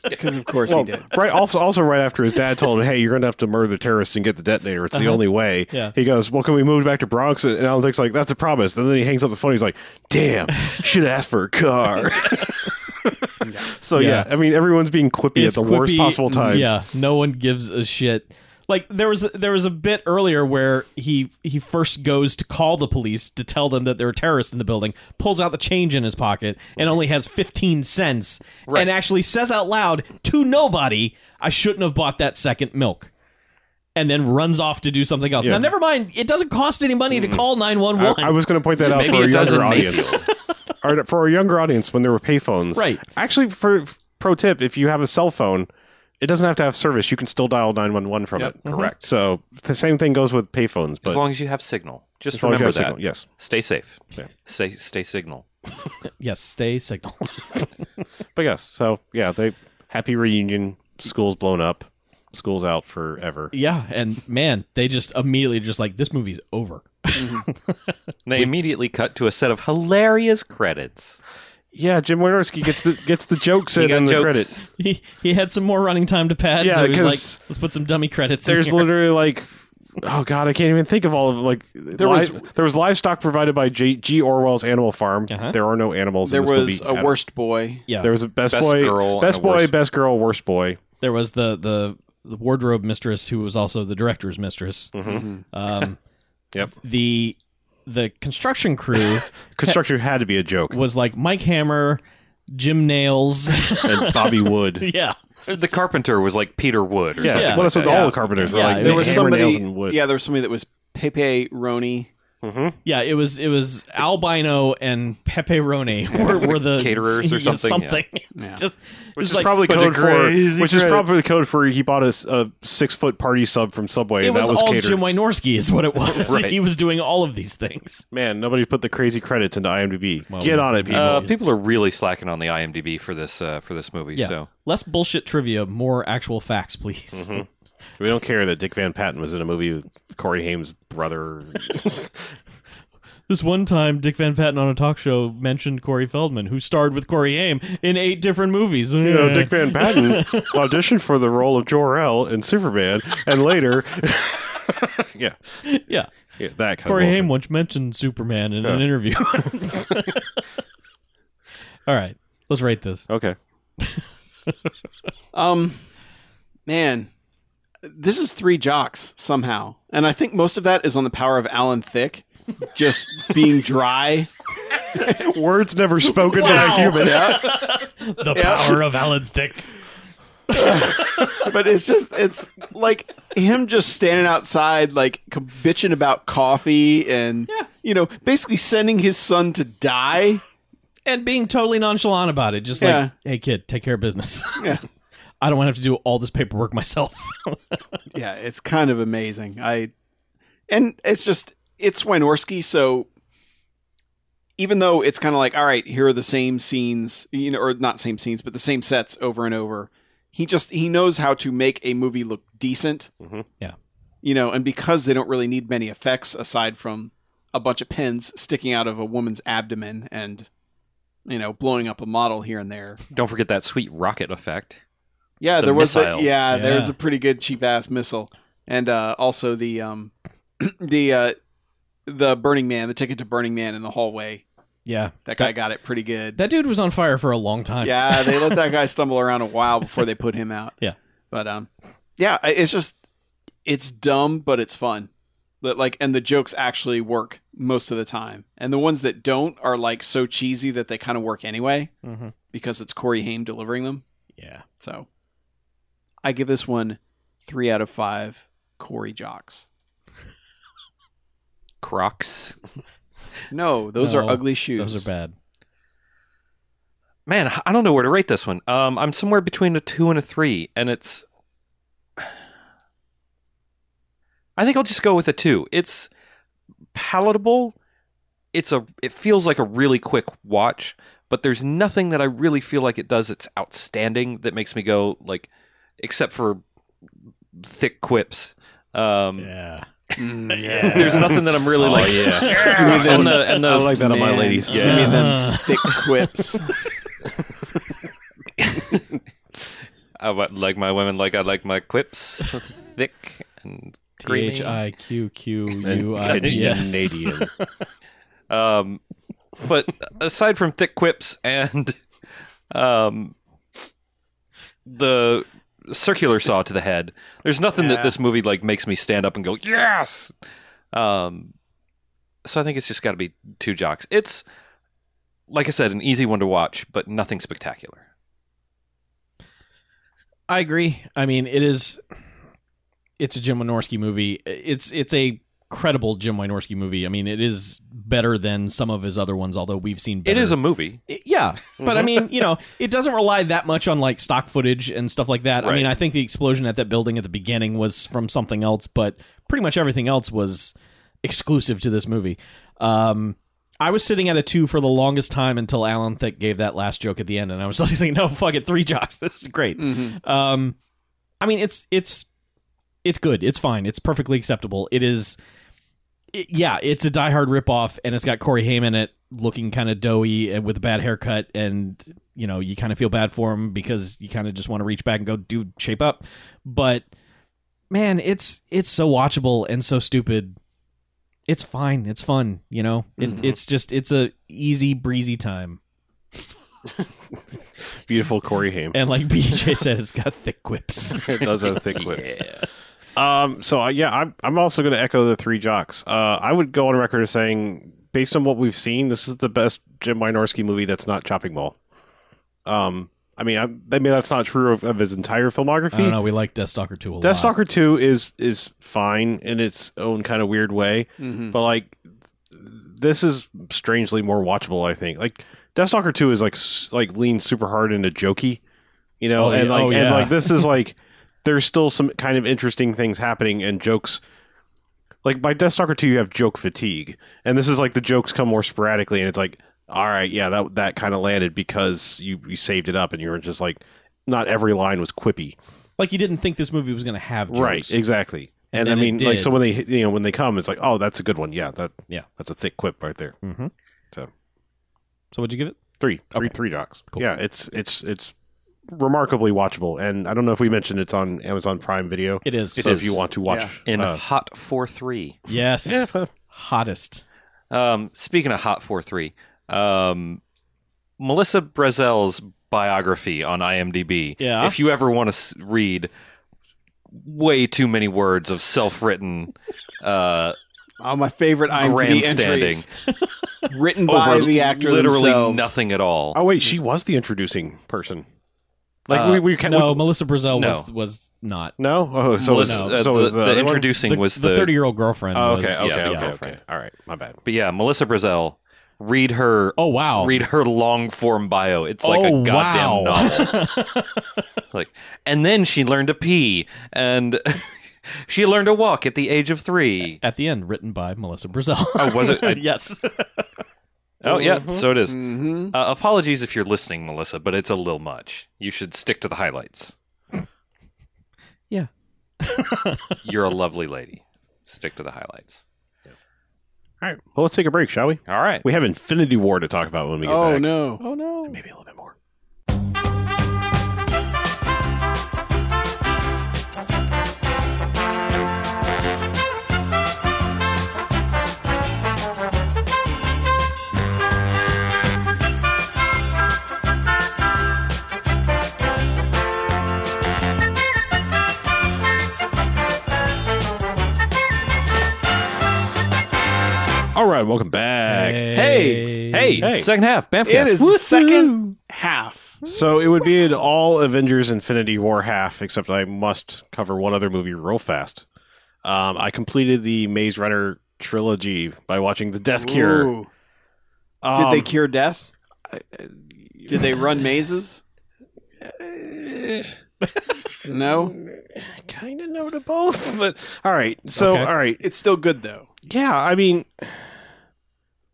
S3: Because, of course, he did.
S2: right also, also right after his dad told him hey you're gonna have to murder the terrorists and get the detonator it's the only way
S4: Yeah.
S2: he goes well can we move back to bronx and alan Thick's like that's a promise and then he hangs up the phone he's like damn should have asked for a car (laughs) so yeah.
S4: Yeah.
S2: i mean everyone's being quippy
S4: It's
S2: at the worst
S4: quippy.
S2: possible times
S4: Yeah, no one gives a shit. Like there was there was a bit earlier where he he first goes to call the police to tell them that there are terrorists in the building, pulls out the change in his pocket and only has 15 cents and actually says out loud to nobody, I shouldn't have bought that second milk. And then runs off to do something else. Now never mind, it doesn't cost any money to call
S2: I,
S4: 911.
S2: I was going to point that out
S5: Maybe
S2: for a
S5: it doesn't
S2: younger
S5: make
S2: audience Or for (laughs) our younger audience when there were payphones
S4: Right.
S2: actually for f- pro tip if you have a cell phone it doesn't have to have service you can still dial 911 from
S5: Yep,
S2: it
S5: correct.
S2: so the same thing goes with payphones but
S5: as long as you have signal. Just
S2: as long as you
S5: remember
S2: have
S5: that.
S2: signal, yes
S5: Stay safe.
S2: Yeah.
S5: Stay stay signal.
S4: yes, stay signal.
S2: But yes, so yeah, they happy reunion. School's blown up. School's out forever.
S4: (laughs) yeah, and man, they just immediately just like this movie's over.
S5: They immediately cut to a set of hilarious credits.
S2: Yeah, Jim Wynorski gets the gets the (laughs) jokes
S5: You
S2: in
S5: got
S2: and the
S5: jokes.
S2: credit.
S4: he he had some more running time to pad,
S2: Yeah,
S4: so he's like,
S2: 'cause
S4: let's put some dummy credits.
S2: There's (laughs)
S4: in here.
S2: literally like, oh god, I can't even think of all of like. There was there was livestock provided by J, G. Orwell's Animal Farm.
S4: Uh-huh.
S2: There are no animals.
S3: There
S2: in this
S3: was
S2: movie at
S3: a
S2: all.
S3: worst boy.
S4: yeah,
S2: There was a best,
S5: Best
S2: boy,
S5: girl and
S2: best
S5: a
S2: boy,
S5: worst-
S2: best girl, worst (laughs) boy.
S4: there was the the the wardrobe mistress who was also the director's mistress. Um,
S2: Mm-hmm. (laughs) Yep.
S4: the the construction crew
S2: Construction had to be a joke.
S4: was like Mike Hammer,
S2: (laughs)
S4: Jim Nails, (laughs)
S2: and Bobby Wood.
S4: yeah,
S5: The carpenter was like Peter Wood or
S2: (laughs) Yeah,
S5: something.
S2: well, that's what
S5: like that.
S2: all the carpenters were
S4: Yeah,
S2: like.
S4: it
S2: There
S4: was
S2: was
S4: hammer,
S2: somebody. And wood.
S3: Yeah, there was somebody that was Pepe Roni.
S2: Mm-hmm.
S4: yeah. It was it was Albino and Pepe
S2: (laughs)
S4: Roni were, were the (laughs)
S5: Caterers or
S4: yeah,
S5: something, yeah.
S4: something. It's
S3: Yeah.
S4: just
S2: which
S4: it's
S2: is
S4: like,
S2: probably
S5: bunch of
S2: code for
S5: crazy
S2: which is
S5: credits.
S2: probably code for he bought a, s- a six foot party sub from Subway.
S4: it
S2: and
S4: was,
S2: that was
S4: all
S2: catered.
S4: Jim Wynorski is
S2: (laughs)
S4: what it was.
S5: Right.
S4: He was doing all of these things.
S2: Man, nobody put the crazy credits into IMDb.
S4: Well,
S2: Get on it, people.
S5: Uh, people are really slacking on the IMDb for this uh, for this movie.
S4: Yeah.
S5: So
S4: Less bullshit trivia, more actual facts, please.
S2: we don't care that Dick Van Patten was in a movie with Corey Haim's
S4: (laughs)
S2: brother.
S4: (laughs) This one time, Dick Van Patten on a talk show mentioned Corey Feldman, who starred with Corey Haim in eight different movies.
S2: you know, Dick Van
S4: (laughs)
S2: Patten auditioned for the role of Jor El in Superman, and later, (laughs) yeah,
S4: yeah.
S2: yeah, that kind
S4: Corey
S2: of
S4: Haim once mentioned Superman in an interview. (laughs) All right, let's rate this.
S2: bullshit. Okay,
S3: Um, man, this is three jocks somehow, and I think most of that is on the power of Alan Thicke just being dry.
S2: words never spoken to a human.
S4: The power of Alan Thick.
S3: But it's just it's like him just standing outside, like c- bitching about coffee, and you know, basically sending his son to die.
S4: And being totally nonchalant about it, just
S3: Yeah.
S4: like, hey, kid, take care of business.
S3: Yeah,
S4: (laughs) I don't want to have to do all this paperwork myself.
S3: yeah, it's kind of amazing. I, and it's just it's Wynorski, so even though it's kind of like, all right, here are the same scenes, you know, or not same scenes, but the same sets over and over. He just he knows how to make a movie look decent.
S2: Mhm.
S4: Yeah.
S3: you know, and because they don't really need many effects aside from a bunch of pins sticking out of a woman's abdomen and you know blowing up a model here and there.
S5: Don't forget that sweet rocket effect.
S3: Yeah,
S5: The
S3: there was a,
S5: missile.
S3: yeah, there was
S4: Yeah.
S3: a pretty good cheap ass missile, and uh, also the um (clears throat) the uh, the Burning Man, the ticket to Burning Man in the hallway.
S4: Yeah,
S3: That guy got it pretty good.
S4: that dude was on fire for a long time.
S3: yeah, they let that guy stumble around a while before they put him out.
S4: Yeah.
S3: but um, yeah, I- it's just it's dumb, but it's fun. But like, and the jokes actually work most of the time, and the ones that don't are like so cheesy that they kind of work anyway
S4: Mhm.
S3: because it's Corey Haim delivering them.
S4: yeah.
S3: So I give this one three out of five Corey jocks.
S5: Crocs.
S3: No, those
S4: No,
S3: are ugly shoes.
S4: Those are bad.
S5: Man, I don't know where to rate this one. Um, I'm somewhere between a two and a three, and it's. I think I'll just go with a two. It's palatable. It's a. It feels like a really quick watch, but there's nothing that I really feel like it does. that's outstanding that makes me go like, except for thick quips. Um,
S4: Yeah.
S3: Mm,
S5: There's nothing that I'm really like. Yeah. (laughs) and the, and
S2: (laughs)
S5: the,
S2: I like that on my
S3: man.
S2: ladies.
S5: Yeah.
S3: Give me them
S4: Uh.
S3: thick quips.
S5: I wa- like my women like I like my
S4: (laughs)
S5: quips thick and
S4: T
S5: creamy.
S4: H I Q Q
S2: And
S4: U I P S.
S2: Canadian.
S5: Um, but aside from thick quips and um, the circular saw to the head, there's nothing
S3: Yeah.
S5: that this movie like makes me stand up and go yes. Um, so I think it's just got to be two jocks. It's like I said, an easy one to watch, but nothing spectacular.
S4: I agree. I mean, it is. It's a Jim Wynorski movie. It's it's a credible Jim Wynorski movie. I mean, it is better than some of his other ones, although we've seen. Better.
S5: It is a movie.
S4: yeah, but I mean, you know, it doesn't rely that much on like stock footage and stuff like that. I
S5: Right.
S4: mean, I think the explosion at that building at the beginning was from something else, but pretty much everything else was exclusive to this movie. Um, I was sitting at a two for the longest time until Alan Thick gave that last joke at the end, and I was (laughs) like, "No, fuck it, three jocks. This is great."
S3: Mhm.
S4: Um, I mean, it's it's it's good. It's fine. It's perfectly acceptable. It is. It, yeah, it's a Die Hard ripoff, and it's got Corey Haim in it, looking kind of doughy and with a bad haircut, and you know you kind of feel bad for him because you kind of just want to reach back and go, dude, shape up. But man, it's it's so watchable and so stupid. It's fine. It's fun. You know, it,
S3: Mhm.
S4: it's just it's a easy breezy time.
S2: Beautiful Corey Haim.
S4: And like BJ said, it's got thick quips.
S2: (laughs)
S4: (laughs)
S2: it does have thick lips. Um, so I yeah, I'm I'm also going to echo the three jocks. Uh, I would go on record as saying, based on what we've seen, this is the best Jim Wynorski movie that's not Chopping Mall. Um, I mean, I, I mean that's not true of, of his entire filmography.
S4: I don't know. We like Death Stalker 2 a lot.
S2: Death Stalker Two is is fine in its own kind of weird way,
S4: Hmm.
S3: Mhm.
S2: but like this is strangely more watchable. I think like Death Stalker Two is like s- like leans super hard into jokey, you know,
S4: Oh,
S2: and
S4: yeah.
S2: like
S4: Oh,
S2: and
S4: yeah.
S2: like this
S4: (laughs)
S2: is like there's still some kind of interesting things happening and jokes. Like by Death Stalker Two, you have joke fatigue, and this is like the jokes come more sporadically, and it's like all right, yeah, that that kind of landed because you you saved it up, and you were just like not every line was quippy
S4: Like you didn't think this movie was going to have jokes.
S2: right exactly and,
S4: And
S2: i
S4: then it
S2: mean like
S4: did.
S2: so when they you know when they come it's like oh that's a good one yeah that
S4: Yeah.
S2: that's a thick quip right there
S4: Mm-hmm.
S2: So.
S4: so what'd you give it?
S2: three, three,
S4: Okay.
S2: three docs
S4: Cool.
S2: yeah it's it's it's remarkably watchable and i don't know if we mentioned it's on amazon prime video
S4: It is.
S2: so
S5: is.
S2: if you want to watch
S5: in
S2: uh,
S5: Hot Four Three.
S4: Yes.
S2: yeah, uh,
S4: Hottest.
S5: Um, speaking of Hot 4 3, um, Melissa Brazel's biography on IMDb.
S4: Yeah.
S5: If you ever want to s- read way too many words of self written uh,
S3: Oh, my favorite IMDb entries,
S4: (laughs)
S5: grandstanding
S3: written by
S5: over
S3: the actor
S5: literally
S3: themselves.
S5: nothing at all.
S2: oh wait she was the introducing person like
S5: Uh,
S2: we, we can
S4: No,
S2: we,
S4: Melissa Brazel
S5: No.
S4: was was not.
S2: no oh so
S5: Melissa-
S2: was,
S5: uh,
S2: so
S5: the,
S2: was the,
S5: the
S2: other one?
S5: introducing was the,
S4: thirty year old girlfriend.
S2: oh, okay
S4: was-
S2: okay
S5: yeah, the
S2: okay, okay
S5: girlfriend.
S2: all right my bad
S5: But yeah, Melissa Brazel, read her.
S4: Oh wow.
S5: Read her long form bio. It's like
S4: oh,
S5: a goddamn
S4: wow.
S5: novel. Like, and (laughs) then she learned to pee, and She learned to walk at the age of three.
S4: (laughs) At the end, written by Melissa Brazil.
S5: Oh,
S4: (laughs)
S5: was it? I-
S4: yes.
S5: oh, yeah. So it is.
S3: Mm-hmm.
S5: Uh, apologies if you're listening, Melissa, but it's a little much. You should stick to the highlights.
S4: (laughs) Yeah. (laughs)
S5: you're a lovely lady. Stick to the highlights.
S2: All right. Well, let's take a break, shall we?
S5: All right.
S2: We have Infinity War to talk about when we get
S3: Oh
S2: back.
S3: no.
S4: Oh no.
S2: Maybe a little bit more. All right, welcome back.
S3: Hey.
S5: Hey,
S2: Hey.
S5: second half, Bamfcast.
S3: It is the second half.
S2: So it would be an all Avengers Infinity War half, except I must cover one other movie real fast. Um, I completed the Maze Runner trilogy by watching The Death Cure.
S3: Ooh. Did
S2: Um,
S3: they cure death? Did they
S4: (laughs)
S3: run mazes?
S2: eh,
S3: no.
S2: Kind of know to both, (laughs) but all right. So
S4: Okay.
S2: all right,
S3: It's still good though,
S2: yeah. I mean,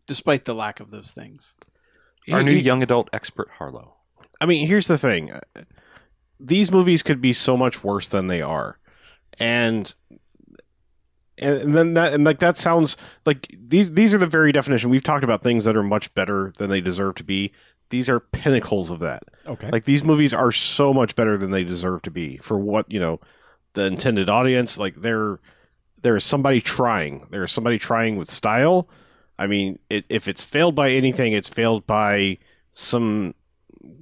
S3: despite the lack of those things.
S5: Our new
S2: you-
S5: young adult expert, Harlow.
S2: I mean, here's the thing. These movies could be so much worse than they are. And and then that and like that sounds like these these are the very definition. We've talked about things that are much better than they deserve to be. These are pinnacles of that.
S4: Okay.
S2: Like these movies are so much better than they deserve to be for what, you know, the intended audience. Like there there is somebody trying. There is somebody trying with style. I mean, it, if it's failed by anything, it's failed by some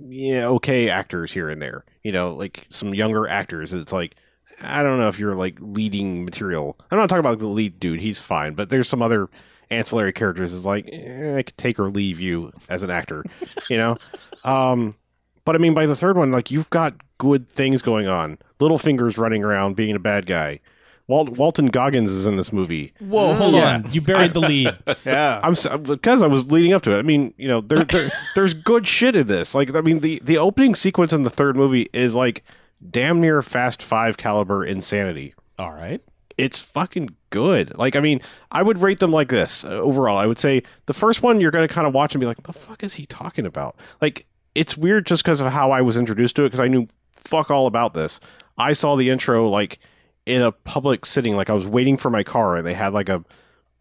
S2: yeah, okay actors here and there. You know, like some younger actors. It's like I don't know if you're like leading material. I'm not talking about the lead dude. He's fine, but there's some other ancillary characters. It's like eh, I could take or leave you as an actor. (laughs) You know, um, but I mean, by the third one, like you've got good things going on. Littlefinger's running around being a bad guy. Walt Walton Goggins is in this movie.
S4: Whoa, hold
S2: Yeah.
S4: on. You buried the lead.
S3: Yeah.
S2: I'm s- uh, because I was leading up to it. I mean, you know, there, there there's good shit in this. Like, I mean, the the opening sequence in the third movie is like damn near Fast Five caliber insanity.
S4: All right.
S2: It's fucking good. Like, I mean, I would rate them like this uh, overall. I would say the first one you're going to kind of watch and be like, "The fuck is he talking about?" Like, it's weird just because of how I was introduced to it because I knew fuck all about this. I saw the intro like in a public sitting, like I was waiting for my car, and they had like a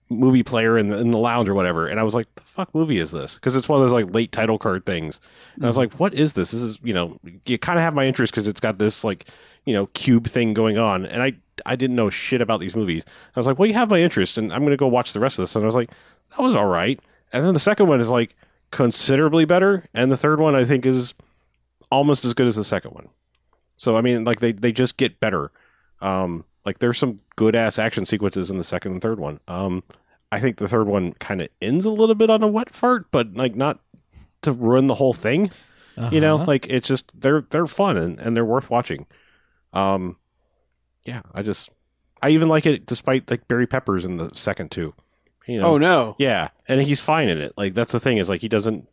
S2: movie player in the, in the lounge or whatever. And I was like, the fuck movie is this? Because it's one of those like late title card things. And I was like, what is this? This is, you know, you kind of have my interest because it's got this like, you know, cube thing going on. And I, I didn't know shit about these movies. I was like, well, you have my interest and I'm going to go watch the rest of this. And I was like, that was all right. And then the second one is like considerably better. And the third one I think is almost as good as the second one. So, I mean, like they, they just get better. Um, like there's some good ass action sequences in the second and third one. Um, I think the third one kind of ends a little bit on a wet fart, but like not to ruin the whole thing. You know,
S4: Uh-huh.
S2: like it's just they're they're fun and, and they're worth watching. Um, yeah, I just I even like it despite like Barry Peppers in the second two. You know,
S3: Oh no.
S2: yeah, and he's fine in it. Like that's the thing is like he doesn't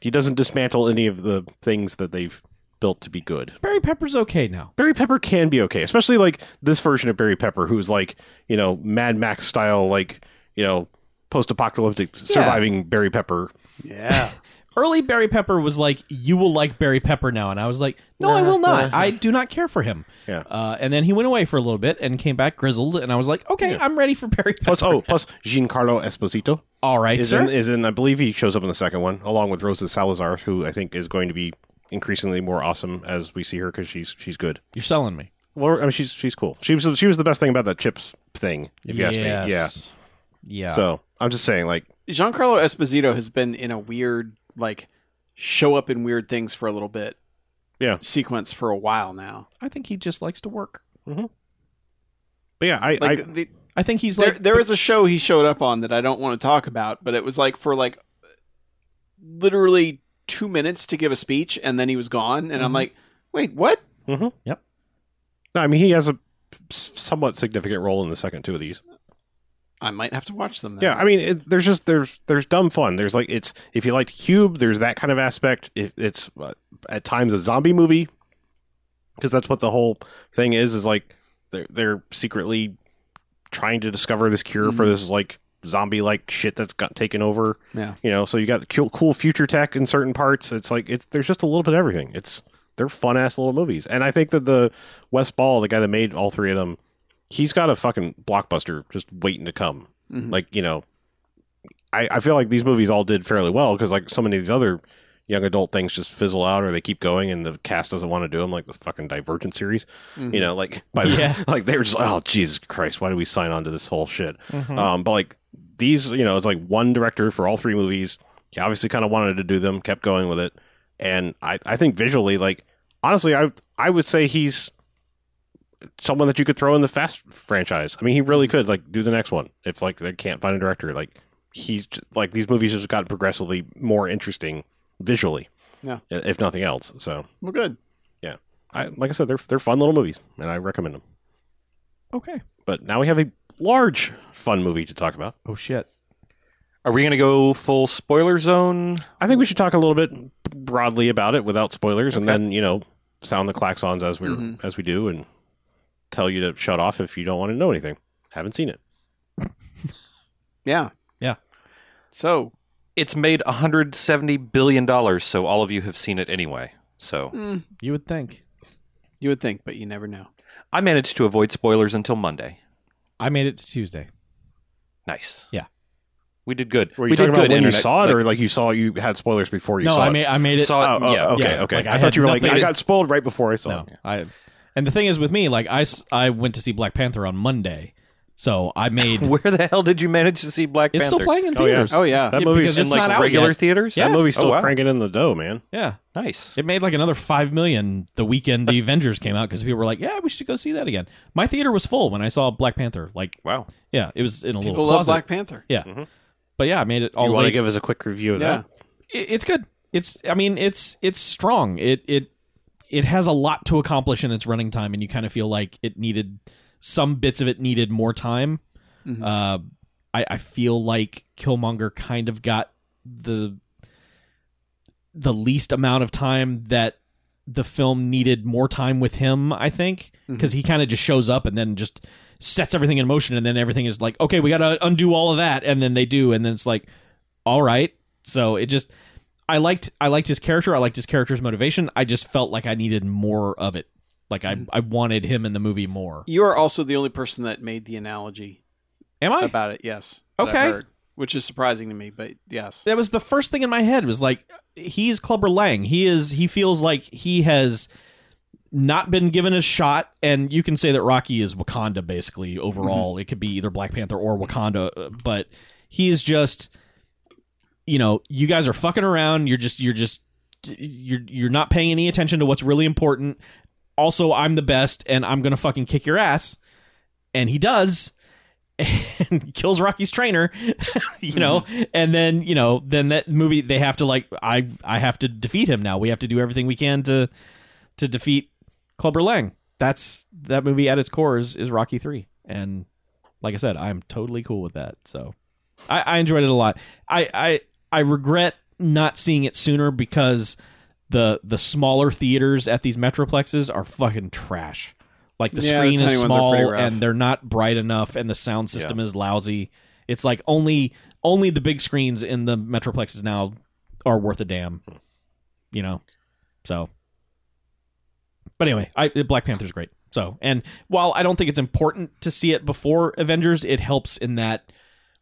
S2: he doesn't dismantle any of the things that they've built to be good.
S4: Barry Pepper's okay now.
S2: Barry Pepper can be okay, especially like this version of Barry Pepper, who's like you know Mad Max style, like you know post-apocalyptic surviving Barry Pepper.
S3: Yeah.
S4: Early Barry Pepper was like, "You will like Barry Pepper now," and I was like, "No, I will not. I do not care for him."
S2: Uh-huh. Yeah.
S4: Uh, and then he went away for a little bit and came back grizzled, and I was like, "Okay, I'm ready for Barry Pepper."
S2: Plus, oh, plus Giancarlo Esposito
S4: All right,
S2: is
S4: sir.
S2: in, is in. I believe he shows up in the second one along with Rosa Salazar, who I think is going to be increasingly more awesome as we see her because she's she's good.
S4: You're selling me.
S2: Well, I mean, she's she's cool. She was she was the best thing about that chips thing, if you ask me. Yeah.
S4: Yeah. Yeah.
S2: So I'm just saying, like,
S3: Giancarlo Esposito has been in a weird, like, show up in weird things for a little bit.
S2: Yeah.
S3: Sequence for a while now.
S4: I think he just likes to work.
S2: but yeah, I,
S3: Like
S2: I
S3: the,
S4: I think he's
S3: there,
S4: like
S3: there was a show he showed up on that I don't want to talk about, but it was like for like literally two minutes to give a speech, and then he was gone. And
S2: Mm-hmm.
S3: I'm like, wait, what?
S2: I mean, he has a somewhat significant role in the second two of these.
S3: I might have to watch them. Then.
S2: Yeah, I mean, it, there's just there's there's dumb fun. There's like it's if you liked Cube, there's that kind of aspect. It, it's uh, at times a zombie movie because that's what the whole thing is. Is like they're they're secretly trying to discover this cure for this like zombie like shit that's got taken over.
S3: Yeah.
S2: You know, so you got cool, cool future tech in certain parts. It's like it's there's just a little bit of everything. It's they're fun ass little movies, and I think that the West Ball, the guy that made all three of them, he's got a fucking blockbuster just waiting to come.
S3: Mhm.
S2: Like you know, I, I feel like these movies all did fairly well because like so many of these other young adult things just fizzle out or they keep going and the cast doesn't want to do them like the fucking divergent series
S3: Mm-hmm.
S2: you know like Mm-hmm. (laughs) by the,
S4: Yeah.
S2: like they were just like oh jesus christ why did we sign on to this whole shit
S4: Mm-hmm.
S2: um but like these you know it's like one director for all three movies he obviously kind of wanted to do them kept going with it and i i think visually like honestly i i would say he's someone that you could throw in the fast franchise i mean he really could like do the next one if like they can't find a director like he's j- like these movies just got progressively more interesting visually.
S3: Yeah.
S2: i- If nothing else, so
S3: Well, good.
S2: I like I said, they're they're fun little movies, and I recommend them.
S4: Okay.
S2: But now we have a large fun movie to talk about.
S4: Oh shit.
S5: Are we going to go full spoiler zone?
S2: I think we should talk a little bit broadly about it without spoilers, and then you know sound the claxons as we are
S3: Mhm.
S2: as we do, and tell you to shut off if you don't want to know anything. Haven't seen it.
S3: Yeah.
S4: Yeah.
S3: So
S5: It's made 170 billion dollars, so all of you have seen it anyway. So
S3: mm,
S4: You would think.
S3: you would think, but you never know.
S5: I managed to avoid spoilers until Monday.
S4: I made it to Tuesday.
S5: Nice.
S4: Yeah.
S5: we did good.
S2: Were you
S5: we
S2: talking
S5: did
S2: about
S5: good.
S2: when you
S5: internet.
S2: saw it,
S5: Like,
S2: or like you saw you had spoilers before you
S4: no,
S2: saw
S4: I
S2: it?
S4: made I made it.
S5: saw
S2: Oh,
S5: it.
S2: oh,
S5: yeah.
S2: okay,
S4: Yeah,
S2: okay.
S4: like, I
S2: I,
S4: had
S2: thought you were like
S4: nothing
S2: I
S4: to-
S2: got spoiled right before I saw
S4: no,
S2: it.
S4: I. And the thing is with me, like I, s- I went to see Black Panther on Monday, so
S2: (laughs)
S4: I made.
S5: (laughs) Where the hell did you manage to see Black
S4: it's
S5: Panther?
S4: still playing in
S2: Oh, yeah.
S4: theaters.
S3: Oh yeah.
S2: That
S4: Yeah,
S2: movie's
S4: because
S5: in
S4: it's
S5: like
S4: not out
S5: regular
S4: yet.
S5: theaters.
S4: Yeah.
S2: that movie's still
S5: Oh, wow.
S2: cranking in the dough, man.
S4: Yeah.
S5: nice.
S4: It made like another five million the
S3: (laughs)
S4: weekend the Avengers came out because people were like, "Yeah, we should go see that again." My theater was full when I saw Black Panther. Like,
S5: Wow.
S4: yeah, it was in a
S3: People
S4: little
S3: love
S4: closet.
S3: Black Mm-hmm. Panther.
S4: yeah,
S2: Mhm.
S4: but yeah, I made it all
S2: you
S4: the
S2: want
S4: way.
S2: to give us a quick review of
S3: Yeah.
S2: that?
S4: It- it's good. It's I mean, it's it's strong. It it it has a lot to accomplish in its running time, and you kind of feel like it needed some bits of it needed more time.
S3: Mhm.
S4: Uh, I, I feel like Killmonger kind of got the the least amount of time that the film needed more time with him. I think because he kind of just shows up and then just sets everything in motion, and then everything is like, okay, we got to undo all of that, and then they do, and then it's like, all right. So it just I liked I liked his character. I liked his character's motivation. I just felt like I needed more of it. Like I, I wanted him in the movie more.
S3: You are also the only person that made the analogy
S4: Am I?
S3: about it. Yes. that I
S4: Okay.
S3: heard, which is surprising to me, but yes.
S4: that was the first thing in my head was like he's Clubber Lang. He is he feels like he has not been given a shot and you can say that Rocky is Wakanda basically overall. It could be either Black Panther or Wakanda, uh, but he's just you know, you guys are fucking around, you're just you're just you're you're not paying any attention to what's really important. Also, I'm the best and I'm going to fucking kick your ass. And he does (laughs) and kills Rocky's trainer, (laughs) you know, and then, you know, then that movie they have to like I I have to defeat him now. We have to do everything we can to to defeat Clubber Lang. That's that movie at its core is, is Rocky 3. And like I said, I'm totally cool with that. So I, I enjoyed it a lot. I, I I regret not seeing it sooner because the the smaller theaters at these metroplexes are fucking trash. Like the
S3: Yeah, the
S4: screen
S3: tiny
S4: is
S3: ones are pretty
S4: small
S3: rough.
S4: and they're not bright enough and the sound system is lousy. It's like only only the big screens in the metroplexes now are worth a damn. You know. So but anyway, I Black Panther's great. So, and while I don't think it's important to see it before Avengers, it helps in that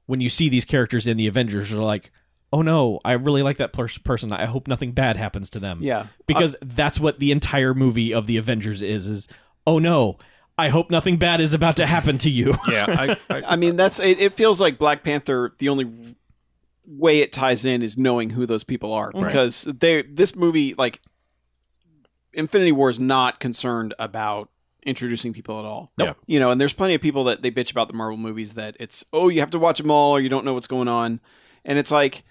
S4: when you see these characters in the Avengers, you're like, oh no, I really like that pers- person. I hope nothing bad happens to them.
S3: Yeah.
S4: Because that's what the entire movie of the Avengers is: is oh no, I hope nothing bad is about to happen to you.
S2: (laughs) Yeah, I, I,
S3: I mean, that's it, it feels like Black Panther. The only way it ties in is knowing who those people are because they this movie like Infinity War is not concerned about introducing people at all.
S2: Nope.
S3: You know, and there's plenty of people that they bitch about the Marvel movies that it's oh you have to watch them all or you don't know what's going on, and it's like.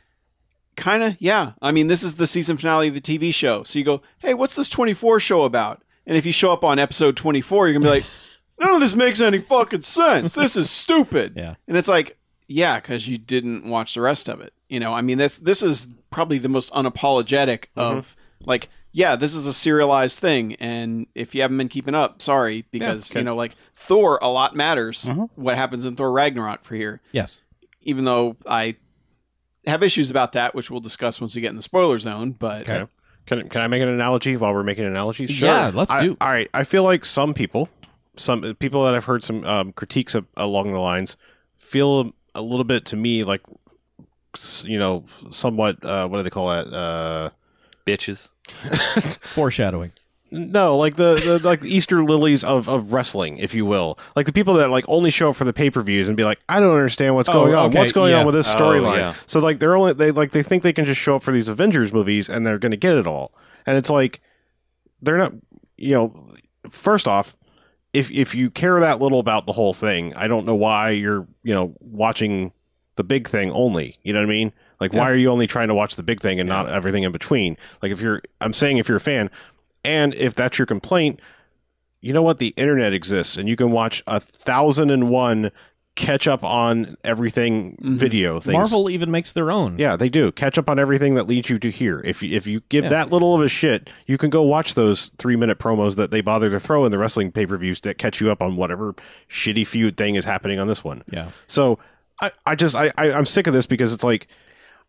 S3: Kind of, yeah. I mean, this is the season finale of the TV show. So you go, hey, what's this 24 show about? And if you show up on episode 24, you're going to be like, none of this makes any fucking sense. This is stupid.
S4: Yeah.
S3: And it's like, yeah, because you didn't watch the rest of it. You know, I mean, this this is probably the most unapologetic of like, yeah, this is a serialized thing, and if you haven't been keeping up, sorry, because you know, like Thor, a lot matters. What happens in Thor Ragnarok for here,
S4: Yes.
S3: even though I have issues about that, which we'll discuss once we get in the spoiler zone. But
S2: Okay. Can, can I make an analogy while we're making analogies?
S4: Yeah, let's
S2: I-
S4: do.
S2: All right. I feel like some people, some people that I've heard some um, critiques of, along the lines, feel a little bit to me like, s- you know, somewhat. Uh, what do they call that? Uh,
S5: Bitches.
S4: Foreshadowing.
S2: no, like the, the like the Easter lilies of, of wrestling, if you will. Like the people that like only show up for the pay per views and be like, I don't understand what's
S4: Oh,
S2: going on.
S4: okay,
S2: What's going
S4: yeah.
S2: on with this
S5: Oh,
S2: storyline?
S5: yeah.
S2: So like they're only they like they think they can just show up for these Avengers movies and they're going to get it all. And it's like they're not. You know, first off, if if you care that little about the whole thing, I don't know why you're you know watching the big thing only. You know what I mean? Like, why are you only trying to watch the big thing and not everything in between? Like, if you're, I'm saying if you're a fan, and if that's your complaint, you know what? The internet exists, and you can watch a thousand and one catch up on everything video things.
S4: Marvel even makes their own.
S2: Yeah, they do. Catch up on everything that leads you to here. If you, if you give that little of a shit, you can go watch those three minute promos that they bother to throw in the wrestling pay per views that catch you up on whatever shitty feud thing is happening on this one.
S4: Yeah.
S2: So I, I just I, I I'm sick of this because it's like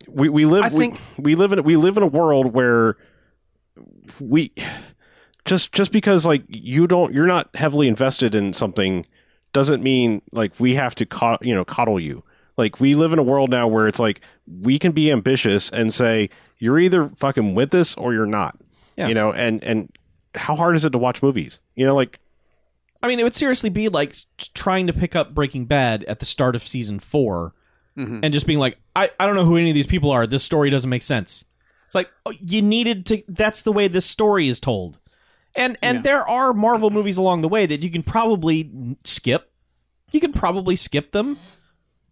S2: we, we live
S5: I
S2: we,
S5: think-
S2: we live in we live in a world where we just just because like you don't you're not heavily invested in something doesn't mean like we have to co- you know coddle you like we live in a world now where it's like we can be ambitious and say you're either fucking with this or you're not
S4: Yeah.
S2: you know and and how hard is it to watch movies you know like
S4: I mean, it would seriously be like s- trying to pick up Breaking Bad at the start of season 4
S3: Mm-hmm.
S4: and just being like, I, I don't know who any of these people are. This story doesn't make sense. It's like, oh, you needed to, that's the way this story is told. And, and there are Marvel movies along the way that you can probably n- skip. You can probably skip them.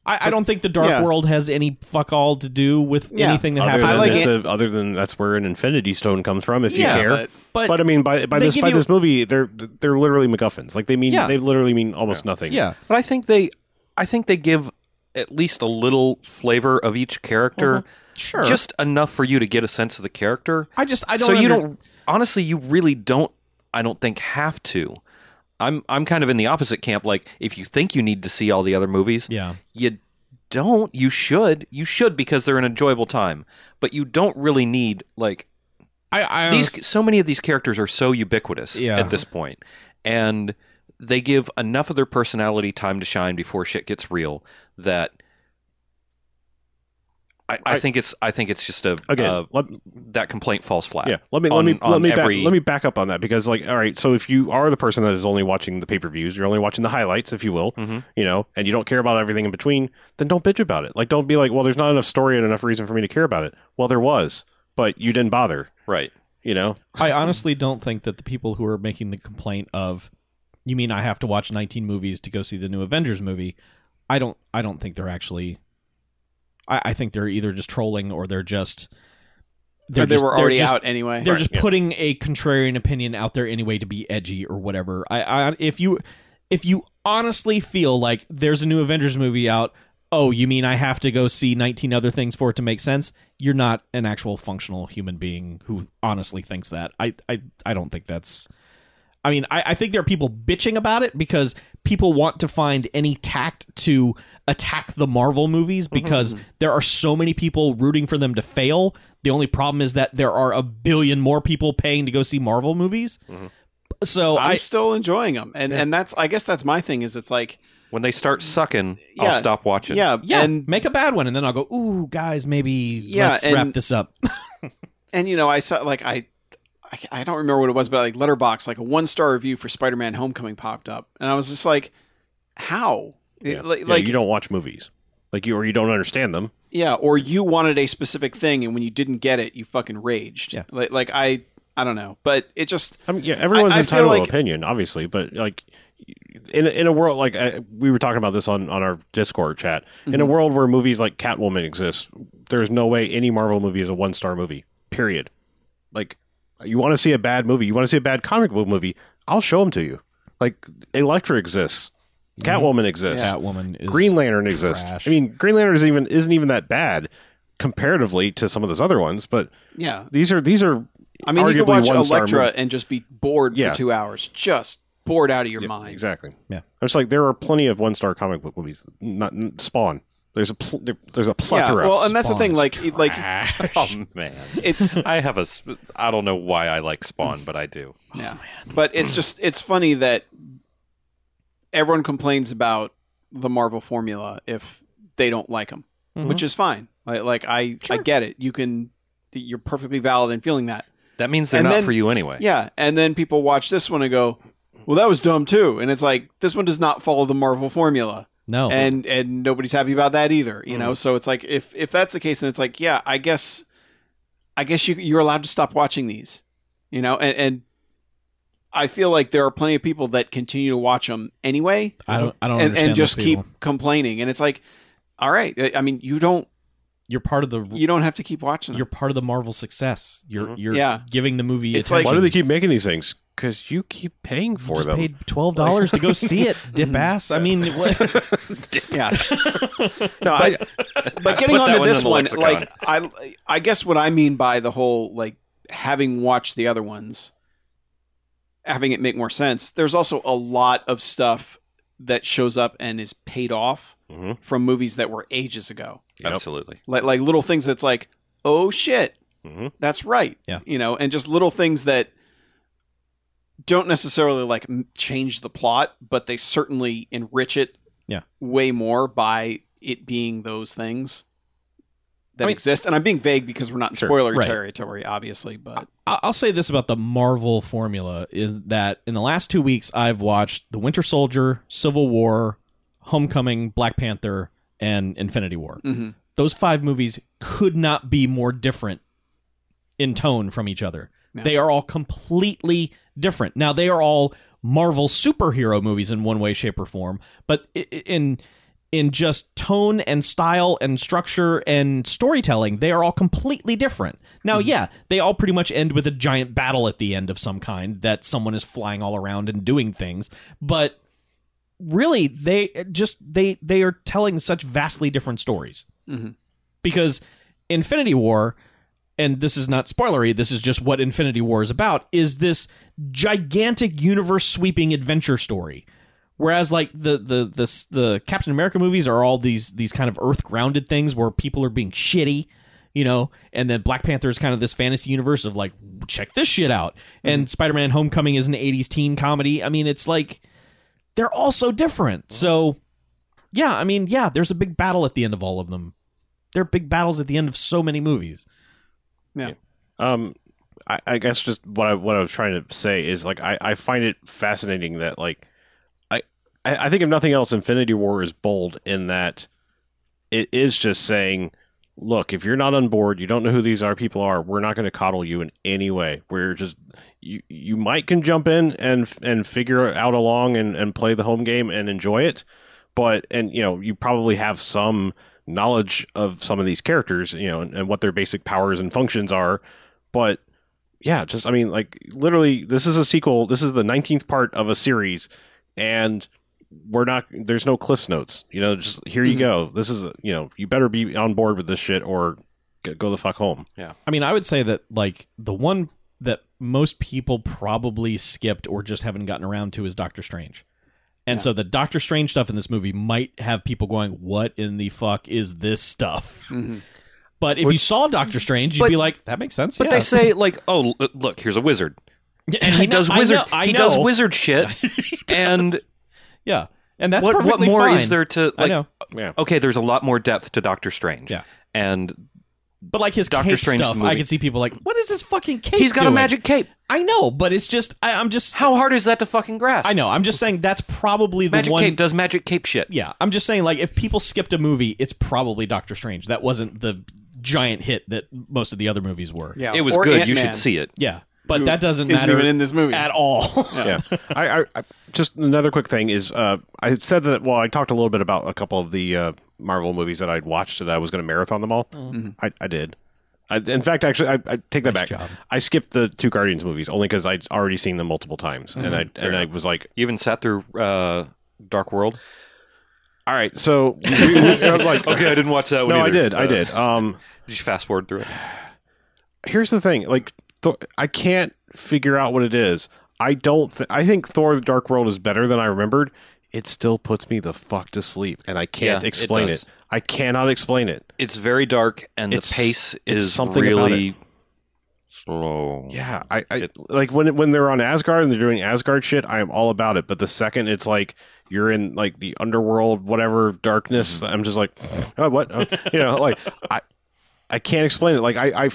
S4: I, I don't think the Dark
S3: Yeah.
S4: World has any fuck all to do with
S3: Yeah.
S4: anything that
S2: other
S4: happens.
S2: than,
S4: in
S3: like
S4: this.
S2: that's
S3: it.
S2: a- other than that's where an infinity stone comes from if
S4: Yeah,
S2: you care
S3: but-
S4: but,
S2: but I mean, by by
S4: they
S2: this
S4: give
S2: by
S4: you-
S2: this movie, they're they're literally MacGuffins. Like they mean
S4: Yeah.
S2: they literally mean almost nothing.
S4: yeah,
S5: But I think they, I think they give at least a little flavor of each character,
S4: Mm-hmm. sure.
S5: just enough for you to get a sense of the character.
S4: I just, I don't
S5: so you
S4: under-
S5: don't honestly you really don't i don't think have to i'm i'm kind of in the opposite camp like if you think you need to see all the other movies
S4: Yeah.
S5: you don't you should you should because they're an enjoyable time but you don't really need like
S4: I, I honest-
S5: these so many of these characters are so ubiquitous
S4: Yeah.
S5: at this point and they give enough of their personality time to shine before shit gets real that I, I,
S2: I-
S5: think it's I think it's just a
S2: Again,
S5: uh,
S2: let,
S5: that complaint falls flat.
S2: yeah. Let me
S5: on-
S2: let me let
S5: on
S2: me
S5: every-
S2: back, let me back up on that because like all right, so if you are the person that is only watching the pay per views, you're only watching the highlights, if you will,
S5: Mhm.
S2: you know, and you don't care about everything in between, then don't bitch about it. Like don't be like, well, there's not enough story and enough reason for me to care about it. Well, there was, but you didn't bother.
S5: Right.
S2: You know,
S4: I honestly don't think that the people who are making the complaint of you mean I have to watch 19 movies to go see the new Avengers movie, I don't I don't think they're actually I, I think they're either just trolling or they're just
S3: Or they
S4: just-
S3: were already
S4: just-
S3: out anyway.
S4: They're just putting a contrarian opinion out there anyway to be edgy or whatever. I, I if you if you honestly feel like there's a new Avengers movie out, oh, you mean I have to go see 19 other things for it to make sense? You're not an actual functional human being who honestly thinks that. I I, I don't think that's. I mean, I, I think there are people bitching about it because people want to find any tact to attack the Marvel
S3: Mm-hmm,
S4: movies because there are so many people rooting for them to fail. The only problem is that there are a billion more people paying to go see Marvel movies. So
S3: Mm-hmm. I'm
S4: I,
S3: still enjoying them, and and that's I guess that's my thing is it's like
S5: When they start sucking,
S3: Yeah.
S5: I'll stop watching.
S3: yeah
S4: Yeah,
S3: and
S4: make a bad one, and then I'll go. Ooh, guys, maybe
S3: Yeah,
S4: let's wrap
S3: and-
S4: this up.
S3: and you know I saw like I. I- I don't remember what it was, but like Letterbox, like a one star review for Spider Man Homecoming popped up, and I was just like, "How?
S2: yeah.
S3: Like,
S2: Yeah, you don't watch movies, like you or you don't understand them.
S3: Yeah, or you wanted a specific thing, and when you didn't get it, you fucking raged.
S4: Yeah.
S3: Like, like I, I don't know, but it just
S2: I mean, yeah, everyone's
S3: I feel
S2: entitled
S3: like-
S2: to opinion, obviously, but like in a- in a world like I, we were talking about this on on our Discord chat, in
S3: Mm-hmm.
S2: a world where movies like Catwoman exist, there's no way any Marvel movie is a one star movie. Period. Like, you want to see a bad movie, you want to see a bad comic book movie, I'll show them to you. Like, Elektra exists,
S3: Mm-hmm.
S2: Catwoman exists,
S4: Catwoman is
S2: Green Lantern exists.
S4: trash.
S2: I mean, Green Lantern is even isn't even that bad comparatively to some of those other ones, but
S3: yeah,
S2: these are these are
S3: I mean, you could
S2: arguably
S3: watch
S2: one star
S3: Electra
S2: movie.
S3: and just be bored
S2: Yeah.
S3: for two hours, just bored out of your mind.
S2: Exactly.
S4: Yeah.
S2: I was like, there are plenty of one star comic book movies. Not n- Spawn. There's a pl- there, there's a
S3: Yeah,
S2: plethora.
S3: well,
S2: of
S3: and that's the
S4: Spawn
S3: thing.
S4: is
S3: Like, it- like
S5: (laughs)
S3: (laughs)
S5: Oh man,
S3: it's
S5: I have a. s- I don't know why I like Spawn, but I do.
S3: yeah. But it's just it's funny that everyone complains about the Marvel formula if they don't like them,
S2: Mm-hmm.
S3: which is fine. Like, like I I get it. You can you're perfectly valid in feeling that.
S5: That means they're
S3: And
S5: not
S3: then-
S5: for you anyway.
S3: Yeah, and then people watch this one and go, "Well, that was dumb too." And it's like this one does not follow the Marvel formula, (laughs)
S4: No.
S3: and and nobody's happy about that either. You
S4: Mm.
S3: know, so it's like if if that's the case, then it's like, yeah, I guess, I guess you you're allowed to stop watching these. You know, and and I feel like there are plenty of people that continue to watch them anyway,
S4: I don't. I don't
S3: and,
S4: understand.
S3: and just
S4: those people.
S3: keep complaining. And it's like, all right, I- I mean, you don't
S4: You're part of the.
S3: you don't have to keep watching them.
S4: You're part of the Marvel success. You're you're
S3: Mm-hmm. Yeah.
S4: giving the movie.
S3: It's like-
S2: Why
S4: attention.
S2: do they keep making these things? Because you keep paying for
S4: just
S2: them.
S4: paid twelve dollars (laughs) to go see it, Mm-hmm. dip ass. I mean, what? (laughs)
S3: yeah.
S2: No, I,
S3: but getting
S5: put
S3: on
S5: that
S3: to
S5: one
S3: this
S5: in the
S3: one,
S5: lexicon.
S3: like I, I guess what I mean by the whole like having watched the other ones, having it make more sense. There's also a lot of stuff that shows up and is paid off
S5: Mm-hmm.
S2: Mhm.
S3: from movies that were ages ago,
S2: Yep.
S5: Absolutely.
S3: like like little things that's like, oh shit,
S2: Mhm.
S3: that's right,
S4: Yeah.
S3: you know, and just little things that don't necessarily like m- change the plot, but they certainly enrich it
S4: Yeah.
S3: way more by it being those things that
S4: I mean-
S3: exist. And I'm being vague because we're not in
S2: Sure,
S3: spoiler
S4: right. Uh,
S3: territory, obviously, but
S4: I- I'll say this about the Marvel formula is that in the last two weeks I've watched The Winter Soldier, Civil War, Homecoming, Black Panther, and Infinity War.
S3: Mhm.
S4: Those five movies could not be more different in tone from each other.
S3: Yeah.
S4: They are all completely different. Now they are all Marvel superhero movies in one way, shape, or form, but i- i- in in just tone and style and structure and storytelling, they are all completely different. Now, yeah, they all pretty much end with a giant battle at the end of some kind that someone is flying all around and doing things, but really they just they they are telling such vastly different stories.
S3: Mhm.
S4: Because Infinity War and this is not spoilery, this is just what Infinity War is about, is this gigantic universe sweeping adventure story. Whereas like the the the s- the Captain America movies are all these these kind of earth grounded things where people are being shitty, you know, and then Black Panther is kind of this fantasy universe of like check this shit out. And Spider-Man Homecoming is an 80s teen comedy. I mean, it's like they're all so different. So yeah, I mean, yeah, there's a big battle at the end of all of them. There are big battles at the end of so many movies.
S2: um, I, I guess just what I what I was trying to say is like I, I find it fascinating that like I, I I think if nothing else, Infinity War is bold in that it is just saying, look, if you're not on board, you don't know who these are people are. We're not going to coddle you in any way. We're just you you might can jump in and and figure it out along and and play the home game and enjoy it, but and you know you probably have some knowledge of some of these characters, you know, and, and what their basic powers and functions are, but yeah, just I mean, like literally, this is a sequel. This is the nineteenth part of a series, and we're not. There's no cliffs notes. You know, just here you go. This is you know, you better be on board with this shit or g- go the fuck home.
S4: I mean, I would say that like the one that most people probably skipped or just haven't gotten around to is Doctor Strange. And
S3: Yeah.
S4: so the Doctor Strange stuff in this movie might have people going, "What in the fuck is this stuff?" (laughs)
S3: Mhm.
S4: But if you
S5: Which-
S4: saw Doctor Strange, you'd
S5: but-
S4: be like, "That makes sense."
S5: But
S4: yeah. (laughs)
S5: they say like, oh, l- look, here's a wizard,
S4: Yeah,
S5: and
S4: I
S5: he
S4: know-
S5: does
S4: I
S5: wizard.
S4: know- I
S5: he does
S4: know.
S5: wizard
S4: (laughs)
S5: shit. And
S4: Yeah, and that's
S5: what what
S4: perfectly
S5: more is
S4: fine.
S5: there to
S4: I
S5: like?
S4: know,
S2: Yeah,
S5: Okay, there's a lot more depth to Doctor Strange.
S4: Yeah.
S5: and
S4: but like his
S5: Doctor
S4: cape
S5: Strange
S4: stuff,
S5: the
S4: I
S5: movie.
S4: could see people like, "What is this fucking cape?"
S5: he's got
S4: doing?"
S5: a magic cape.
S4: I know, but it's just I, I'm just
S5: How hard is that to fucking grasp?
S4: I know. I'm just saying that's probably the
S5: Magic
S4: one.
S5: cape does magic cape shit.
S4: yeah i'm just saying like if people skipped a movie it's probably doctor strange that wasn't the giant hit that most of the other movies were
S3: yeah.
S5: It was
S3: Or
S5: good. You
S3: Ant-Man,
S5: should see it.
S4: yeah but
S3: who
S4: that doesn't
S3: isn't
S4: matter
S3: even in this movie
S4: at all
S2: yeah. I, I, I just another quick thing is, uh, I said that. Well, I talked a little bit about a couple of the uh, Marvel movies that I'd watched that I was going to marathon them all. I, I did. I, in fact, actually, I, I take that back.
S4: job.
S2: I skipped the two Guardians movies only because I'd already seen them multiple times, and I and I was like,
S5: You even sat through uh, Dark World.
S2: all right, so (laughs) we- we- I'm like,
S5: (laughs) Okay, I didn't watch that one.
S2: no, I
S5: either.
S2: did, I
S5: Uh,
S2: did. Um,
S5: Did you fast forward through it?
S2: here's the thing like Thor, I can't figure out what it is. I don't. Th- I think Thor: The Dark World is better than I remembered. It still puts me the fuck to sleep, and I can't
S5: Yeah, it
S2: explain
S5: does.
S2: it. I cannot explain it.
S5: It's very dark, and
S2: It's-
S5: the pace
S2: it's
S5: is
S2: something about
S5: really slow.
S2: Yeah, I, I
S5: It-
S2: like when when they're on Asgard and they're doing Asgard shit. I am all about it. But the second it's like you're in like the underworld, whatever darkness, I'm just like, oh, what? Oh, you know, like I I can't explain it. Like I I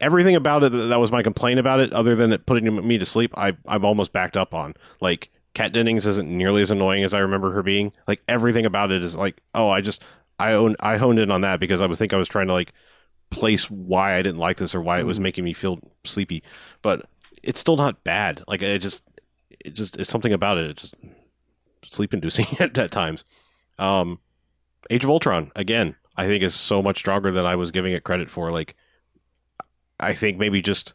S2: everything about it that, that was my complaint about it, other than it putting me to sleep. I I've almost backed up on like. Kat Dennings isn't nearly as annoying as I remember her being. Like everything about it is like, oh, I just I own I honed in on that because I would think I was trying to like place why I didn't like this or why it was making me feel sleepy. But it's still not bad. Like it just, it just it's something about it. It's just sleep inducing (laughs) at, at times. Um, Age of Ultron again, I think is so much stronger than I was giving it credit for. Like, I think maybe just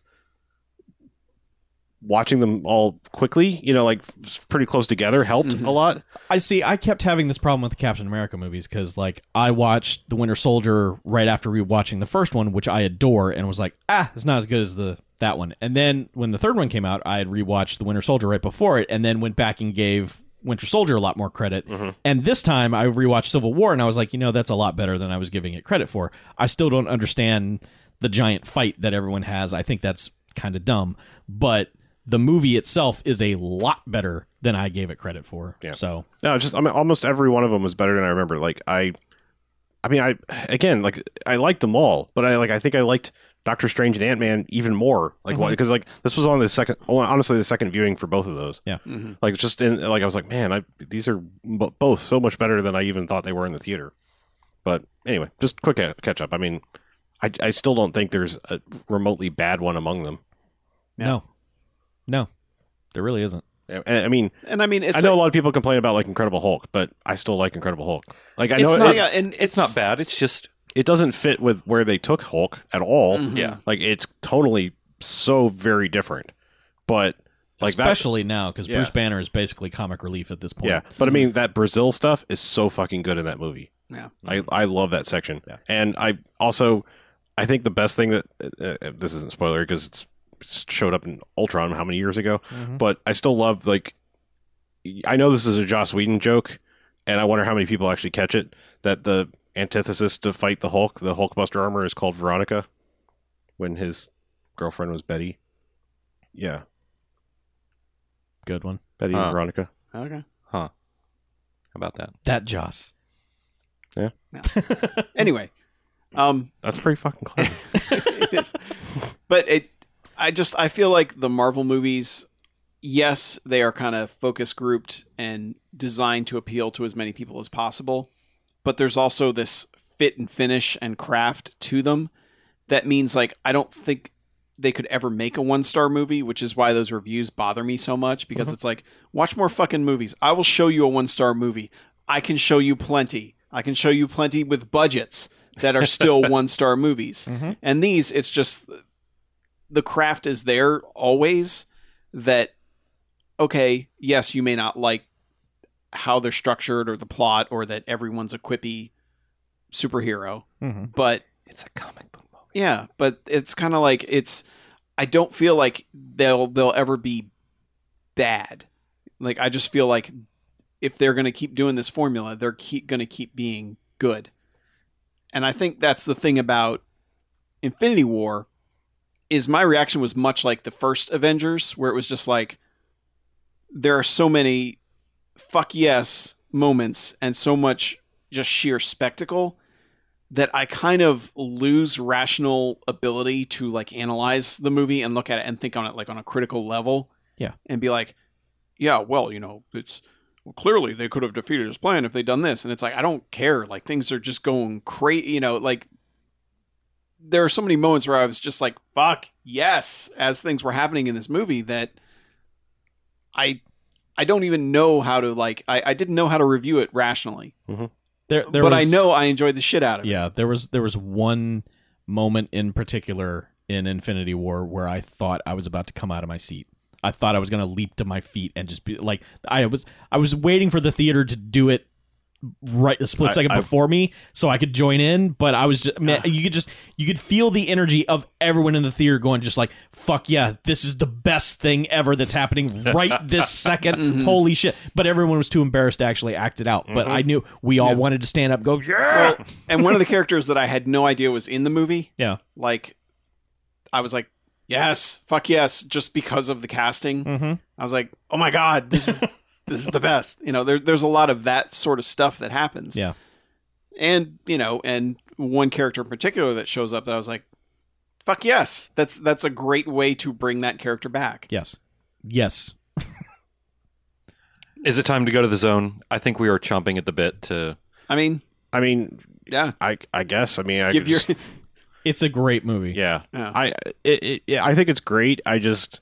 S2: watching them all quickly, you know, like f- pretty close together helped a lot.
S4: I see. I kept having this problem with the Captain America movies because, like, I watched The Winter Soldier right after rewatching the first one, which I adore, and was like, ah, it's not as good as the that one. And then when the third one came out, I had rewatched The Winter Soldier right before it, and then went back and gave Winter Soldier a lot more credit. And this time, I rewatched Civil War, and I was like, you know, that's a lot better than I was giving it credit for. I still don't understand the giant fight that everyone has. I think that's kind of dumb, but. The movie itself is a lot better than I gave it credit for.
S2: Yeah.
S4: So
S2: No, just I mean, almost every one of them was better than I remember. Like I, I mean, I again, like I liked them all, but I like I think I liked Doctor Strange and Ant Man even more. Like why? Because like this was on the second, oh, honestly, the second viewing for both of those.
S4: Yeah.
S3: Mhm.
S2: Like just in like I was like, man, I these are b- both so much better than I even thought they were in the theater. But anyway, just quick ca- catch up. I mean, I I still don't think there's a remotely bad one among them.
S4: No. No. There really isn't.
S2: I, I mean,
S3: And I mean, it's
S2: I know a
S3: like-
S2: lot of people complain about like Incredible Hulk, but I still like Incredible Hulk. Like I
S5: It's
S2: know
S5: not-
S2: it,
S3: yeah, and
S5: It's not bad. It's just
S2: it doesn't fit with where they took Hulk at all.
S4: Mm-hmm.
S5: yeah.
S2: Like it's totally so very different. But like
S4: Especially now, because
S2: Yeah.
S4: Bruce Banner is basically comic relief at this
S2: that
S4: point.
S2: Yeah. But I mean that Brazil stuff is so fucking good in that movie.
S3: Yeah.
S2: I I love that section.
S4: Yeah.
S2: And I also I think the best thing that uh, uh, this isn't spoiler because it's showed up in Ultron how many years ago, Mm-hmm.
S4: Mm-hmm.
S2: but I still love like I know this is a Joss Whedon joke, and I wonder how many people actually catch it that the antithesis to fight the Hulk, the Hulkbuster armor, is called Veronica, when his girlfriend was Betty. Yeah,
S4: Good one.
S2: Betty
S5: Huh.
S3: Oh.
S2: and Veronica.
S3: Okay.
S5: How about that?
S4: That Joss.
S3: Anyway, um,
S2: That's pretty fucking
S3: (laughs)
S2: clever.
S3: it is. but it, I just I feel like the Marvel movies, yes, they are kind of focus grouped and designed to appeal to as many people as possible, but there's also this fit and finish and craft to them that means like I don't think they could ever make a one star movie, which is why those reviews bother me so much because it's like, watch more fucking movies. I will show you a one star movie. I can show you plenty. I can show you plenty with budgets that are still one star movies. And these, it's just the craft is there always that, okay, yes, you may not like how they're structured or the plot or that everyone's a quippy superhero,
S4: Mhm.
S3: but
S5: It's a comic book movie.
S3: yeah, but it's kind of like it's. I don't feel like they'll they'll ever be bad. Like I just feel like if they're going to keep doing this formula, they're keep going to keep being good. And I think that's the thing about Infinity War is my reaction was much like the first Avengers where it was just like there are so many fuck yes moments and so much just sheer spectacle that I kind of lose rational ability to like analyze the movie and look at it and think on it like on a critical level.
S4: Yeah.
S3: And be like, yeah, well, you know, it's well, clearly they could have defeated his plan if they'd done this. And it's like, I don't care. Like things are just going crazy. You know, like there are so many moments where I was just like, fuck yes, as things were happening in this movie that I. I don't even know how to like. I, I didn't know how to review it rationally,
S4: There, there
S3: but
S4: was-
S3: I know I enjoyed the shit out of it.
S4: Yeah, there was there was one moment in particular in Infinity War where I thought I was about to come out of my seat. I thought I was going to leap to my feet and just be like I was I was waiting for the theater to do it right a split
S2: I-
S4: second
S2: I-
S4: before me so I could join in. But I was just, man, you could just you could feel the energy of everyone in the theater going just like fuck yeah, this is the best thing ever that's happening right this 2nd Holy shit! But everyone was too embarrassed to actually act it out. But I knew we all wanted to stand up, and go yeah,
S3: Well, and one of the characters that I had no idea was in the movie,
S4: yeah,
S3: like, I was like, yes, fuck yes, just because of the casting.
S4: mm-hmm.
S3: I was like, oh my god, this
S4: (laughs)
S3: is this is the best. You know, there, there's a lot of that sort of stuff that happens.
S4: Yeah.
S3: and you know, and one character in particular that shows up that I was like, fuck yes, that's that's a great way to bring that character back.
S4: yes, yes.
S5: Is it time to go to the zone? I think we are chomping at the bit to.
S3: I mean,
S2: I mean,
S3: yeah,
S2: I I guess. I mean, I
S3: give
S2: could
S3: your (laughs)
S2: just-
S4: It's a great movie.
S2: yeah.
S3: yeah.
S2: I it, it, yeah, I think it's great. I just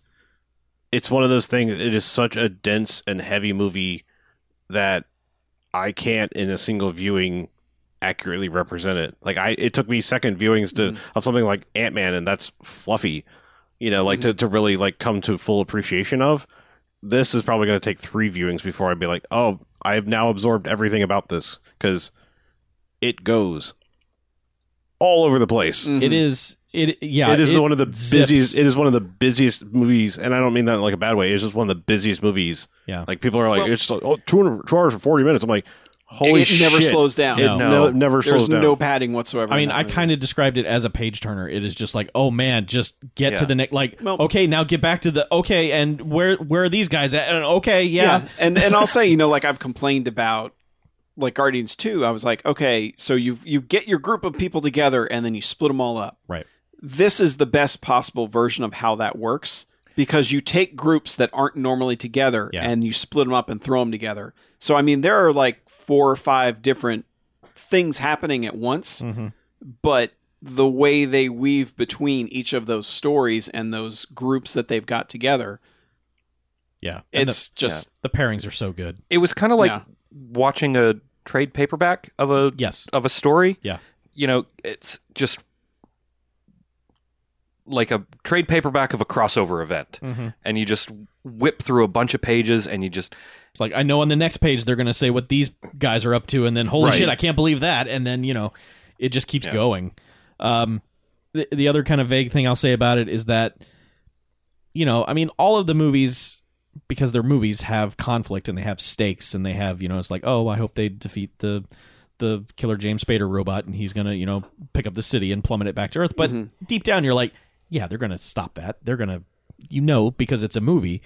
S2: it's one of those things. It is such a dense and heavy movie that I can't in a single viewing accurately represent it. Like I, it took me second viewings to of something like Ant Man, and that's fluffy. You know, like to, to really like come to full appreciation of. This is probably going to take three viewings before I'd be like, oh, I have now absorbed everything about this because it goes all over the place
S3: Mhm.
S4: It is. It yeah.
S2: it is the one of the
S4: zips.
S2: busiest. It is one of the busiest movies, and I don't mean that in like a bad way. It's just one of the busiest movies.
S4: Yeah.
S2: like people are like,
S3: Well-
S2: it's like, oh, two, and- two hours and forty minutes. I'm like, holy
S3: it
S2: shit!
S3: never slows down.
S2: It
S4: No.
S2: no- never slows
S3: There's
S2: down.
S3: no padding whatsoever.
S4: I
S3: in
S4: mean,
S3: that
S4: I
S3: movie.
S4: kind of described it as a page turner. It is just like, oh man, just get to
S5: Yeah.
S4: the next. Like,
S3: Well-
S4: okay, now get back to the okay, and where where are these guys at? And okay, yeah,
S3: and and I'll say, you know, like I've complained about like Guardians 2, I was like, okay, so you you get your group of people together and then you split them all up.
S4: Right.
S3: This is the best possible version of how that works because you take groups that aren't normally together
S4: Yeah.
S3: and you split them up and throw them together. So I mean, there are like four or five different things happening at once,
S4: Mhm.
S3: but the way they weave between each of those stories and those groups that they've got together,
S4: yeah. And
S3: it's just
S4: the, the pairings are so good.
S5: It was kind of like
S3: Yeah.
S5: watching a trade paperback of a
S4: Yes,
S5: of a story.
S4: Yeah.
S5: you know, it's just like a trade paperback of a crossover event,
S2: Mm-hmm.
S5: and you just whip through a bunch of pages, and you just
S4: it's like I know on the next page they're gonna say what these guys are up to, and then holy
S5: Right.
S4: shit, I can't believe that, and then you know, it just keeps
S5: Yeah.
S4: going. Um, the, the other kind of vague thing I'll say about it is that, you know, I mean, all of the movies because their movies have conflict and they have stakes and they have you know it's like oh I hope they defeat the the killer James Spader robot and he's gonna you know pick up the city and plummet it back to Earth. But
S3: Mhm.
S4: deep down you're like yeah they're gonna stop that they're gonna you know because it's a movie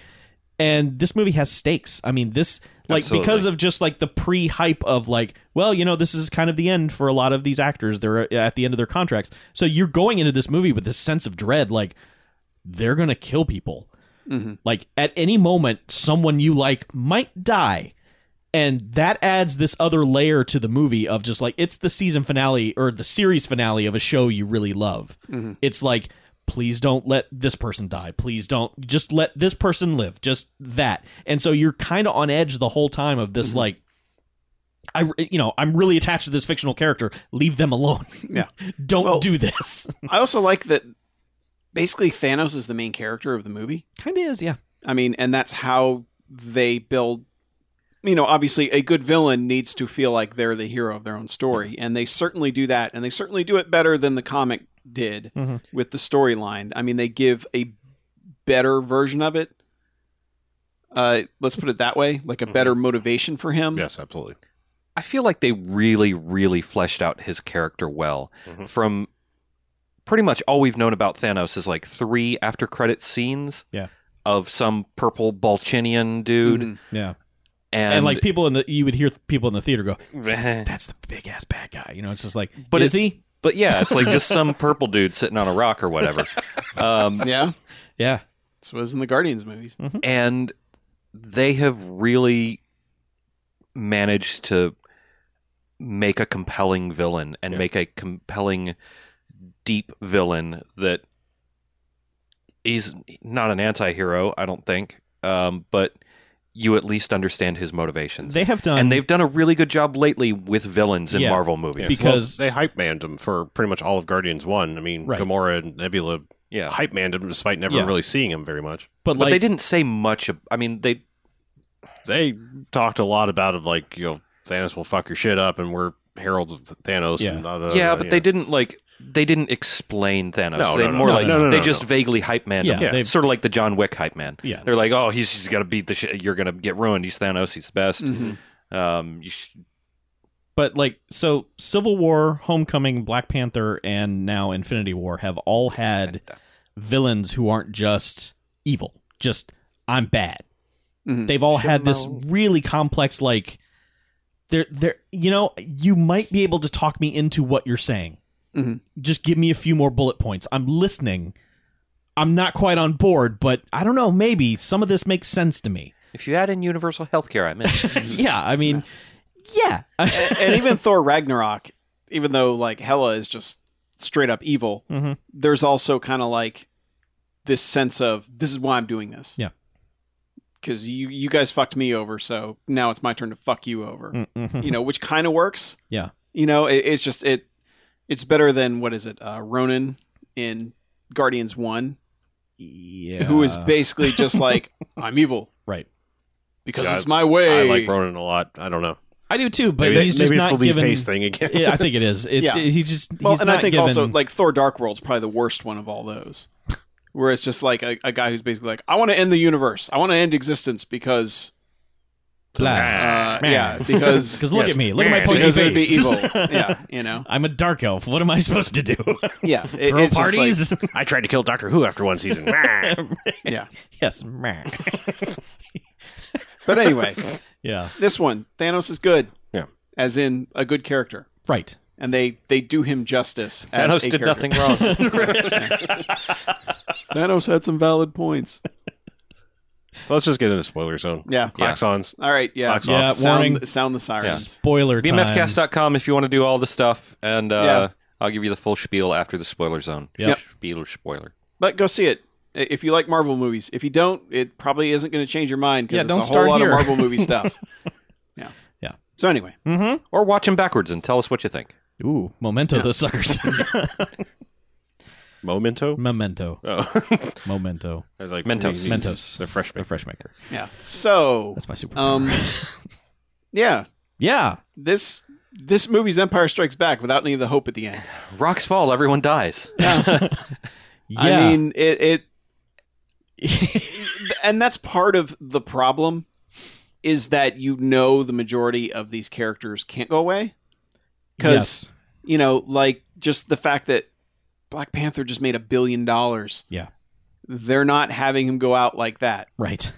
S4: and this movie has stakes. I mean this like
S5: Absolutely.
S4: because of just like the pre hype of like well you know this is kind of the end for a lot of these actors they're uh, at the end of their contracts so you're going into this movie with this sense of dread like they're gonna kill people
S3: Mhm.
S4: like at any moment someone you like might die and that adds this other layer to the movie of just like it's the season finale or the series finale of a show you really love
S3: Mhm.
S4: it's like please don't let this person die please don't just let this person live just that and so you're kind of on edge the whole time of this like I you know I'm really attached to this fictional character. Leave them alone. (laughs)
S3: Yeah.
S4: Don't
S3: Well-
S4: do this.
S3: I also like that basically Thanos is the main character of the movie.
S4: kind of is, yeah.
S3: I mean, and that's how they build you know, obviously a good villain needs to feel like they're the hero of their own story, and they certainly do that, and they certainly do it better than the comic did
S4: Mhm.
S3: with the storyline. I mean, they give a better version of it. Uh, let's put it that way, like a better motivation for him.
S2: Yes, absolutely.
S5: I feel like they really, really fleshed out his character well.
S4: Mm-hmm.
S2: Mhm.
S5: From pretty much all we've known about Thanos is like three after credit scenes
S4: Yeah.
S5: of some purple Balchinian dude.
S3: Mhm.
S4: Yeah.
S5: And,
S4: And, like people in the you would hear th- people in the theater go,
S5: Eh. (laughs)
S4: that's, that's the big ass bad guy. You know, it's just like
S5: But
S4: but is
S5: it-
S4: he?
S5: But yeah, it's like just some purple dude sitting on a rock
S4: (laughs)
S5: or whatever. Um,
S3: Yeah.
S4: Yeah.
S3: So it was in the Guardians movies.
S5: and they have really managed to make a compelling villain and make a compelling deep villain that he's not an anti-hero i don't think um, but you at least understand his motivations
S4: They have done
S5: and they've done a really good job lately with villains in
S4: Yeah.
S5: marvel movies
S4: Be- Because-
S2: Well, they hype manned him for pretty much all of Guardians One. I mean,
S4: Right.
S2: Gamora and Nebula
S5: yeah
S2: hype manned him despite never
S4: Yeah.
S2: really seeing him very much.
S4: but,
S5: but
S4: like
S5: they didn't say much ab- i mean they
S2: They talked a lot about it, like you know, Thanos will fuck your shit up, and we're heralds of Thanos.
S4: Yeah.
S2: and da, da, da,
S5: yeah,
S2: da,
S5: but
S2: you
S5: they
S2: know.
S5: didn't like they didn't explain Thanos.
S2: uh, No,
S5: they
S2: no, no,
S5: more
S4: no,
S5: like
S4: no,
S2: no,
S5: they
S2: no,
S5: just
S2: no.
S5: vaguely hype man.
S4: Yeah,
S2: Yeah.
S4: they-
S5: sort of like the John Wick hype man.
S4: Yeah.
S5: they're like, oh, he's just got to beat the shit. You're gonna get ruined. He's Thanos. He's the best.
S4: Mm.
S3: Mhm.
S5: Um, you sh-
S4: But like, so Civil War, Homecoming, Black Panther, and now Infinity War have all had villains who aren't just evil, just I'm bad.
S3: Mhm.
S4: They've all had this really complex like they're they're you know, you might be able to talk me into what you're saying.
S3: Mhm.
S4: Just give me a few more bullet points. I'm listening. I'm not quite on board, but I don't know, maybe some of this makes sense
S3: (laughs)
S4: to me.
S5: if you add in universal
S4: (laughs)
S5: healthcare, I'm in.
S4: yeah, I mean, yeah.
S3: and, and even Thor Ragnarok, even though like Hela is just straight up evil,
S4: (laughs) Mhm.
S3: there's also kind of like this sense of this is why I'm doing this.
S4: Yeah.
S3: Because you you guys fucked me over, so now it's my turn to fuck you over.
S4: Mhm.
S3: You know, which kind of works.
S4: Yeah.
S3: You know, it, it's just it it's better than what is it? Uh, Ronan in Guardians One,
S4: yeah.
S3: who is basically just like
S4: (laughs)
S3: I'm evil
S4: right.
S3: because
S2: Yeah,
S3: it's my way.
S2: I like Ronan a lot. I don't know.
S4: I do too, but
S2: Maybe, that-
S4: he's
S2: maybe
S4: just
S2: it's the
S4: not
S2: Lee
S4: given
S2: Pace thing again.
S4: (laughs) Yeah, I think it is. It's
S3: Yeah.
S4: he just
S3: Well,
S4: he's
S3: and I
S4: not
S3: think
S4: given-
S3: also like Thor: Dark World's probably the worst one of all those, (laughs) where it's just like a, a guy who's basically like, "I want to end the universe. I want to end existence because, uh,
S4: Blah.
S3: (laughs) yeah,
S4: (laughs)
S3: because
S4: Because look
S2: Yes.
S4: at me, look at my
S2: Yeah,
S4: pointy
S3: because it would be
S4: face. (laughs)
S3: evil. yeah, you know,
S4: I'm a dark elf. What am I supposed to do?
S3: yeah, (laughs) it-
S4: Throw
S3: it's just like-
S4: parties? (laughs)
S2: I tried to kill Doctor Who after one season.
S3: yeah,
S4: yes, meh.
S3: (laughs) but anyway,
S4: yeah,
S3: this one Thanos is good,
S2: Yeah.
S3: as in a good character,
S4: right.
S3: and they they do him justice. as
S5: Thanos
S3: a
S5: did
S3: character.
S5: nothing wrong.
S3: Thanos had some valid points.
S2: Let's just get into the spoiler zone.
S3: Yeah.
S2: Klaxons.
S3: All right, yeah,
S2: Box
S4: Yeah,
S2: office.
S4: warning.
S3: sound, sound the sirens.
S4: Spoiler time.
S5: BMFcast.com if you want to do all the stuff, and uh,
S3: Yeah.
S5: I'll give you the full spiel after the spoiler zone.
S4: Yep.
S5: Spiel or spoiler.
S3: But go see it I- if you like Marvel movies. If you don't, it probably isn't going to change your mind because
S4: Yeah,
S3: it's
S4: don't
S3: a
S4: start
S3: whole lot
S4: here.
S3: of Marvel movie
S4: (laughs)
S3: stuff. yeah,
S4: Yeah.
S3: So anyway,
S5: Or watch them backwards and tell us what you think.
S4: Ooh, memento those suckers. (laughs)
S2: Momento.
S3: (laughs)
S4: memento,
S2: Oh.
S4: memento.
S2: I was like
S5: Mentos.
S2: these-
S4: Mentos.
S2: They're fresh.
S4: The fresh makers.
S3: yeah. So
S4: That's my superpower.
S3: um,
S4: (laughs)
S3: yeah,
S4: yeah,
S3: this this movie's Empire Strikes Back without any of the hope at the
S4: (laughs)
S3: end.
S5: Rocks fall, everyone dies.
S4: yeah.
S3: I mean, it
S4: (laughs)
S3: it, and that's part of the problem is that you know the majority of these characters can't go away because.
S4: yes.
S3: you know, like just the fact that Black Panther just made a billion dollars.
S4: Yeah.
S3: They're not having him go out like that.
S4: right.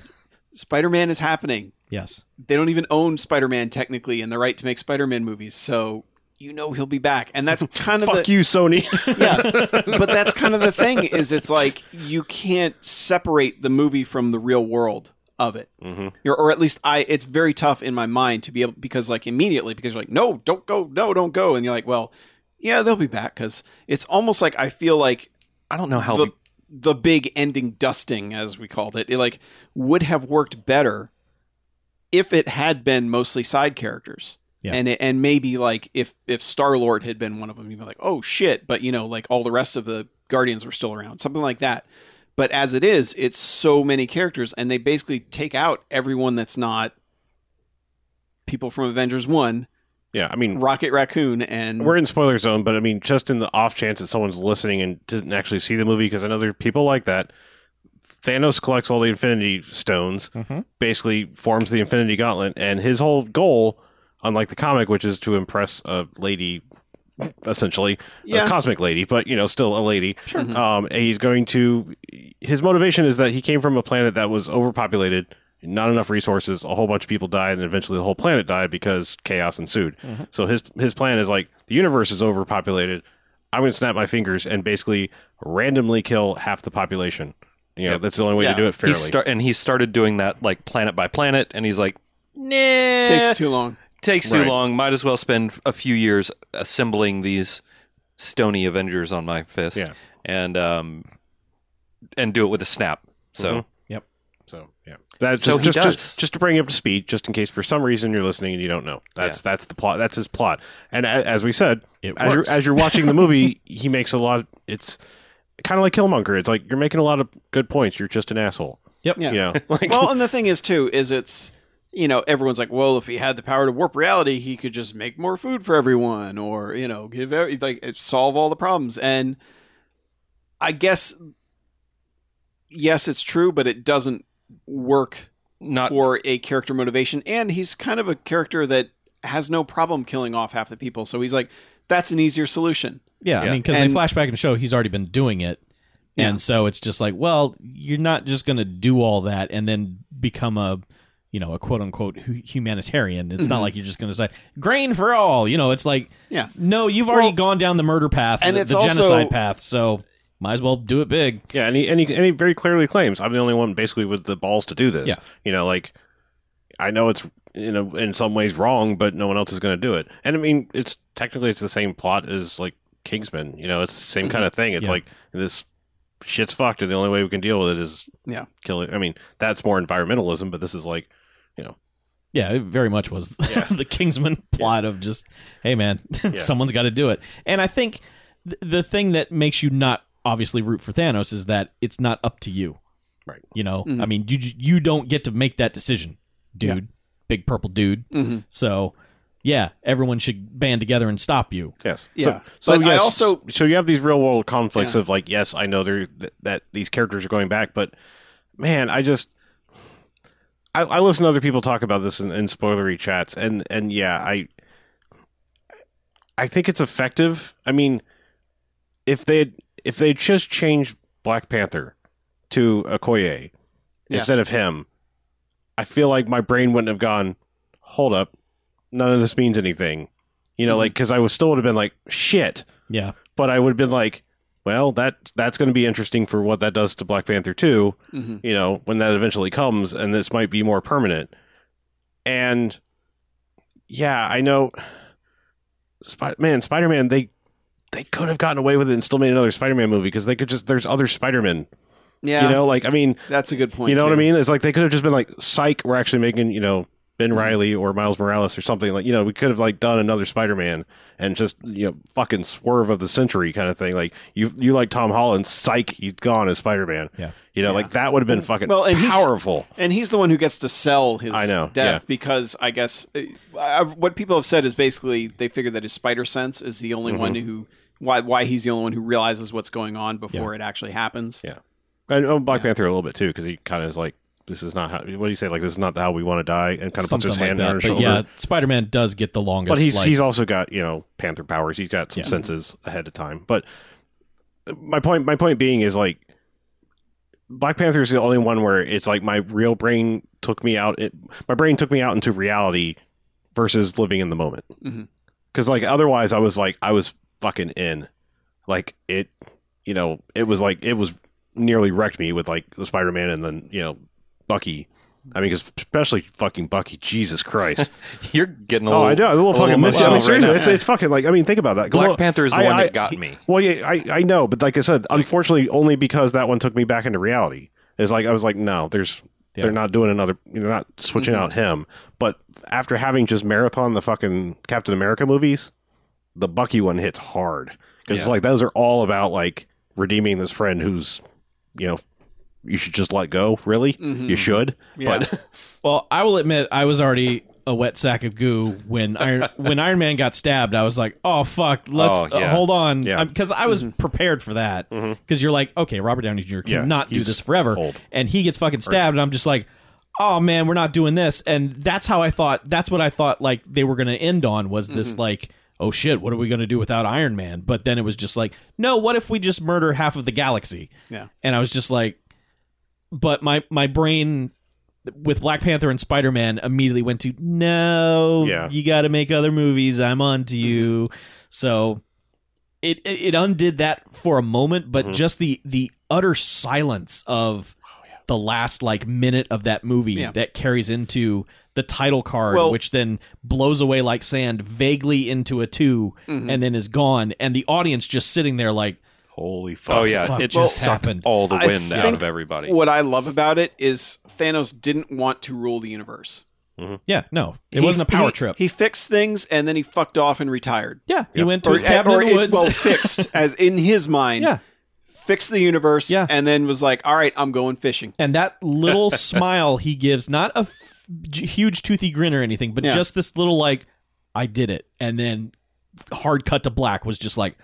S3: Spider Man is happening.
S4: Yes.
S3: They don't even own Spider Man technically and the right to make Spider Man movies. So you know he'll be back. And
S2: (laughs)
S3: that's kind of
S2: Fuck
S3: the
S2: you, Sony. (laughs)
S3: Yeah. But that's kind of the thing is it's like you can't separate the movie from the real world of it.
S2: mm-hmm.
S3: Or, or at least I it's very tough in my mind to be able because like immediately because you're like no don't go no don't go and you're like well yeah they'll be back because it's almost like I feel like
S5: I don't know how.
S3: the, the big ending dusting as we called it, it like would have worked better if it had been mostly side characters
S4: Yeah.
S3: and it, and maybe like if if Star Lord had been one of them you'd be like oh shit but you know like all the rest of the Guardians were still around something like that but as it is it's so many characters and they basically take out everyone that's not people from Avengers 1
S2: Yeah, I mean,
S3: Rocket Raccoon and
S2: we're in spoiler zone, but I mean, just in the off chance that someone's listening and didn't actually see the movie, because I know there are people like that. Thanos collects all the Infinity Stones,
S4: Mhm.
S2: basically forms the Infinity Gauntlet, and his whole goal, unlike the comic, which is to impress a lady, essentially,
S3: Yeah.
S2: a cosmic lady, but you know, still a lady. Sure.
S5: Mm-hmm.
S2: Um, and he's going to. His motivation is that he came from a planet that was overpopulated, not enough resources, a whole bunch of people died, and eventually the whole planet died because chaos ensued.
S3: Mm-hmm.
S2: So his his plan is like the universe is overpopulated. I'm going to snap my fingers and basically randomly kill half the population. You know,
S5: Yep.
S2: that's the only way
S3: Yeah.
S2: to do it
S5: He
S2: fairly.
S5: star- and he started doing that like planet by planet, and he's like, nah,
S3: takes too long
S5: takes too
S2: Right.
S5: long. Might as well spend a few years assembling these stony Avengers on my fist,
S2: Yeah.
S5: and um, and do it with a snap. So
S2: Mhm.
S4: Yep.
S2: so yeah, that's
S5: So he
S2: just,
S5: does.
S2: just just to bring you up to speed, just in case for some reason you're listening and you don't know. That's that's the plot. That's his plot. And a, as we said,
S4: It
S2: as you're,
S4: works.
S2: as you're watching the movie, (laughs) he makes a lot. It's kind of like Killmonger. It's like you're making a lot of good points. You're just an asshole.
S4: Yep. (laughs)
S2: (laughs)
S3: Yeah.
S2: You know, like
S3: well, and the thing is too is it's you know, everyone's like, well, if he had the power to warp reality, he could just make more food for everyone, or you know, give every, like it- solve all the problems. And I guess, yes, it's true, but it doesn't work
S2: Uh,
S5: Not
S3: for a character motivation. And he's kind of a character that has no problem killing off half the people, so he's like, that's an easier solution.
S4: Yeah, I
S5: Yeah.
S4: mean, because they
S3: And-
S4: flash back and show he's already been doing it,
S3: Yeah.
S4: and so it's just like, well, you're not just going to do all that and then become a, you know, a quote unquote hu- humanitarian. It's not like you're just going to say grain for all. You know, it's like,
S3: Mm-hmm. Yeah.
S4: no, you've already
S3: Well,
S4: gone down the murder path
S3: and
S4: the,
S3: it's
S4: the
S3: also-
S4: genocide path, so might as well do it big.
S2: Yeah, and he, and, he, and he very clearly claims I'm the only one basically with the balls to do this.
S4: Yeah.
S2: You know, like I know it's you know in some ways wrong, but no one else is going to do it. And I mean, it's technically it's the same plot as like Kingsman. You know, it's the same kind of thing. It's
S4: Mm-hmm. Yeah.
S2: like this shit's fucked, and the only way we can deal with it is
S3: Yeah.
S2: killing. I mean, that's more environmentalism, but this is like
S4: Yeah, it very much was (laughs)
S2: Yeah.
S4: the Kingsman plot of just, hey man, (laughs) someone's got to do it. And I think th- the thing that makes you not obviously root for Thanos is that it's not up to you.
S2: Right.
S4: You know,
S2: Mm-hmm.
S3: Mhm.
S4: I mean, you j- you don't get to make that decision, dude. Big purple dude.
S3: Mm-hmm.
S4: So, yeah, everyone should band together and stop you.
S2: Yes.
S3: Yeah.
S2: So, so
S3: But I
S2: yes,
S3: also-
S2: so you have these real world conflicts
S3: Yeah.
S2: of like, yes, I know they're th- that these characters are going back, but man, I just I, I listen to other people talk about this in, in spoilery chats, and and yeah, I I think it's effective. I mean, if they if they just changed Black Panther to Okoye
S3: Yeah.
S2: instead of him, I feel like my brain wouldn't have gone. Hold up, none of this means anything. You know, like because I was still would have been like shit,
S4: Yeah.
S2: but I would have been like, well, that that's going to be interesting for what that does to Black Panther two.
S3: Mhm.
S2: You know, when that eventually comes, and this might be more permanent. And yeah, I know. Sp- man, Spider Man, they they could have gotten away with it and still made another Spider Man movie because they could just there's other Spider Man.
S3: Yeah.
S2: You know, like I mean,
S3: that's a good point.
S2: you know what I
S3: too.
S2: mean? It's like they could have just been like, "Psych, we're actually making you know Ben
S4: Mm-hmm.
S2: Riley or Miles Morales or something." Like you know, we could have like done another Spider Man and just you know fucking swerve of the century kind of thing. Like you you like Tom Holland, psych, he's gone as Spider Man.
S4: Yeah. Mm.
S2: you know, like that would have been fucking
S3: Well, and he's-
S2: powerful.
S3: And he's the one who gets to sell his
S2: I know,
S3: death
S2: yeah.
S3: because I guess uh, I, what people have said is basically they figure that his spider sense is the only one
S2: Mm-hmm.
S3: who why why he's the only one who realizes what's going on before it actually happens.
S2: Yeah. And oh, Black Panther a little bit too because he kind of is like, "This is not how." What do you say? Like, this is not how we want to die, and kind of puts
S4: Something
S2: his
S4: like
S2: hand on
S4: that.
S2: her
S4: But
S2: shoulder.
S4: yeah, Spider Man does get the longest.
S2: But he's
S4: like-
S2: he's also got you know panther powers. He's got some senses ahead of time. But my point my point being is like Black Panther is the only one where it's like my real brain took me out. It, my brain took me out into reality versus living in the moment.
S3: Mhm.
S2: Because like otherwise, I was like I was fucking in. Like it, you know, it was like it was nearly wrecked me with like the Spider Man and then you know Bucky. I mean, 'cause especially fucking Bucky, Jesus Christ.
S5: you're getting a
S2: Oh,
S5: little.
S2: I do. A little fucking
S5: miss
S2: misty. I mean, seriously,
S5: right
S2: it's, it's fucking like I mean, think about that.
S5: Black
S2: Well,
S5: Panther is the
S2: I-
S5: one that
S2: I-
S5: got
S2: he-
S5: me.
S2: Well, yeah, I, I know, but like I said, unfortunately, only because that one took me back into reality. It's like I was like, no, there's
S4: Yeah.
S2: they're not doing another. You're not switching out him. But after having just marathon the fucking Captain America movies, the Bucky one hits hard because it's
S3: Yeah.
S2: like those are all about like redeeming this friend who's you know you should just let go. Really, you should.
S3: Yeah.
S2: But (laughs)
S4: Well, I will admit I was already a wet sack of goo
S2: (laughs)
S4: when Iron when Iron Man got stabbed. I was like, "Oh fuck, let's
S5: Oh, yeah.
S4: uh, hold on,"
S2: Yeah. Mm-hmm.
S4: because I was prepared for that. Because you're like, "Okay, Robert Downey Jr.
S2: Yeah,
S4: cannot do
S2: he's
S4: this forever,"
S2: old.
S4: and he gets fucking stabbed, and I'm just like, "Oh man, we're not doing this." And that's how I thought. That's what I thought. Like they were going to end on was this like. Oh shit! What are we gonna do without Iron Man? But then it was just like, no. What if we just murder half of the galaxy?
S3: Yeah.
S4: And I was just like, but my my brain with Black Panther and Spider Man immediately went to no,
S2: Yeah.
S4: you got to make other movies. I'm on to you. So it, it it undid that for a moment,
S3: Mm-hmm.
S4: but just the the utter silence of
S3: Oh,
S4: the last like minute of that movie
S3: Yeah.
S4: that carries into the title card,
S3: Well-
S4: which then blows away like sand vaguely into a 2
S3: Mm-hmm.
S4: and then is gone, and the audience just sitting there like.
S2: holy fuck!
S5: Oh yeah,
S4: Fuck
S5: it
S4: just
S5: just sucked
S4: happened.
S5: all the
S3: I
S5: wind out
S3: think
S5: of everybody.
S3: What I love about it is Thanos didn't want to rule the universe.
S4: Yeah, no, it
S3: He-
S4: wasn't a power
S3: he-
S4: trip.
S3: He fixed things and then he fucked off and retired.
S4: yeah, he went to his
S3: Or-
S4: cabin
S3: or
S4: in the
S3: it-
S4: woods.
S3: well, fixed as in his mind.
S4: (laughs) yeah,
S3: Fixed the universe
S4: Yeah.
S3: (laughs) and then was like, "All right, I'm going fishing."
S4: and that little smile he gives not a j- huge toothy grin or anything, but
S3: Yeah.
S4: just this little like, I did it, and then hard cut to black was just like,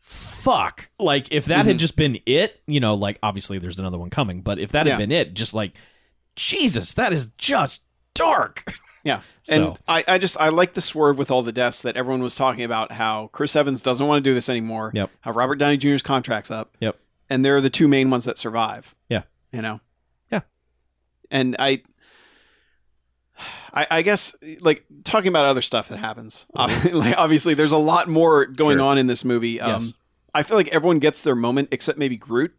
S4: fuck. Like if that had
S3: Mhm.
S4: just been it, you know, like obviously there's another one coming, but if that
S3: Yeah.
S4: had been it, just like, Jesus, that is just
S5: (laughs)
S4: dark.
S3: Yeah.
S4: So
S3: And I, I just I like the swerve with all the deaths that everyone was talking about how Chris Evans doesn't want to do this anymore.
S4: Yep.
S3: How Robert Downey Jr.'s contract's up.
S4: Yep.
S3: And they're the two main ones that survive.
S4: Yeah.
S3: You know?
S4: Yeah.
S3: And I I, I guess like talking about other stuff that happens. ob- (laughs) like obviously there's a lot more going on in this movie. Um
S4: Yes.
S3: I feel like everyone gets their moment except maybe Groot,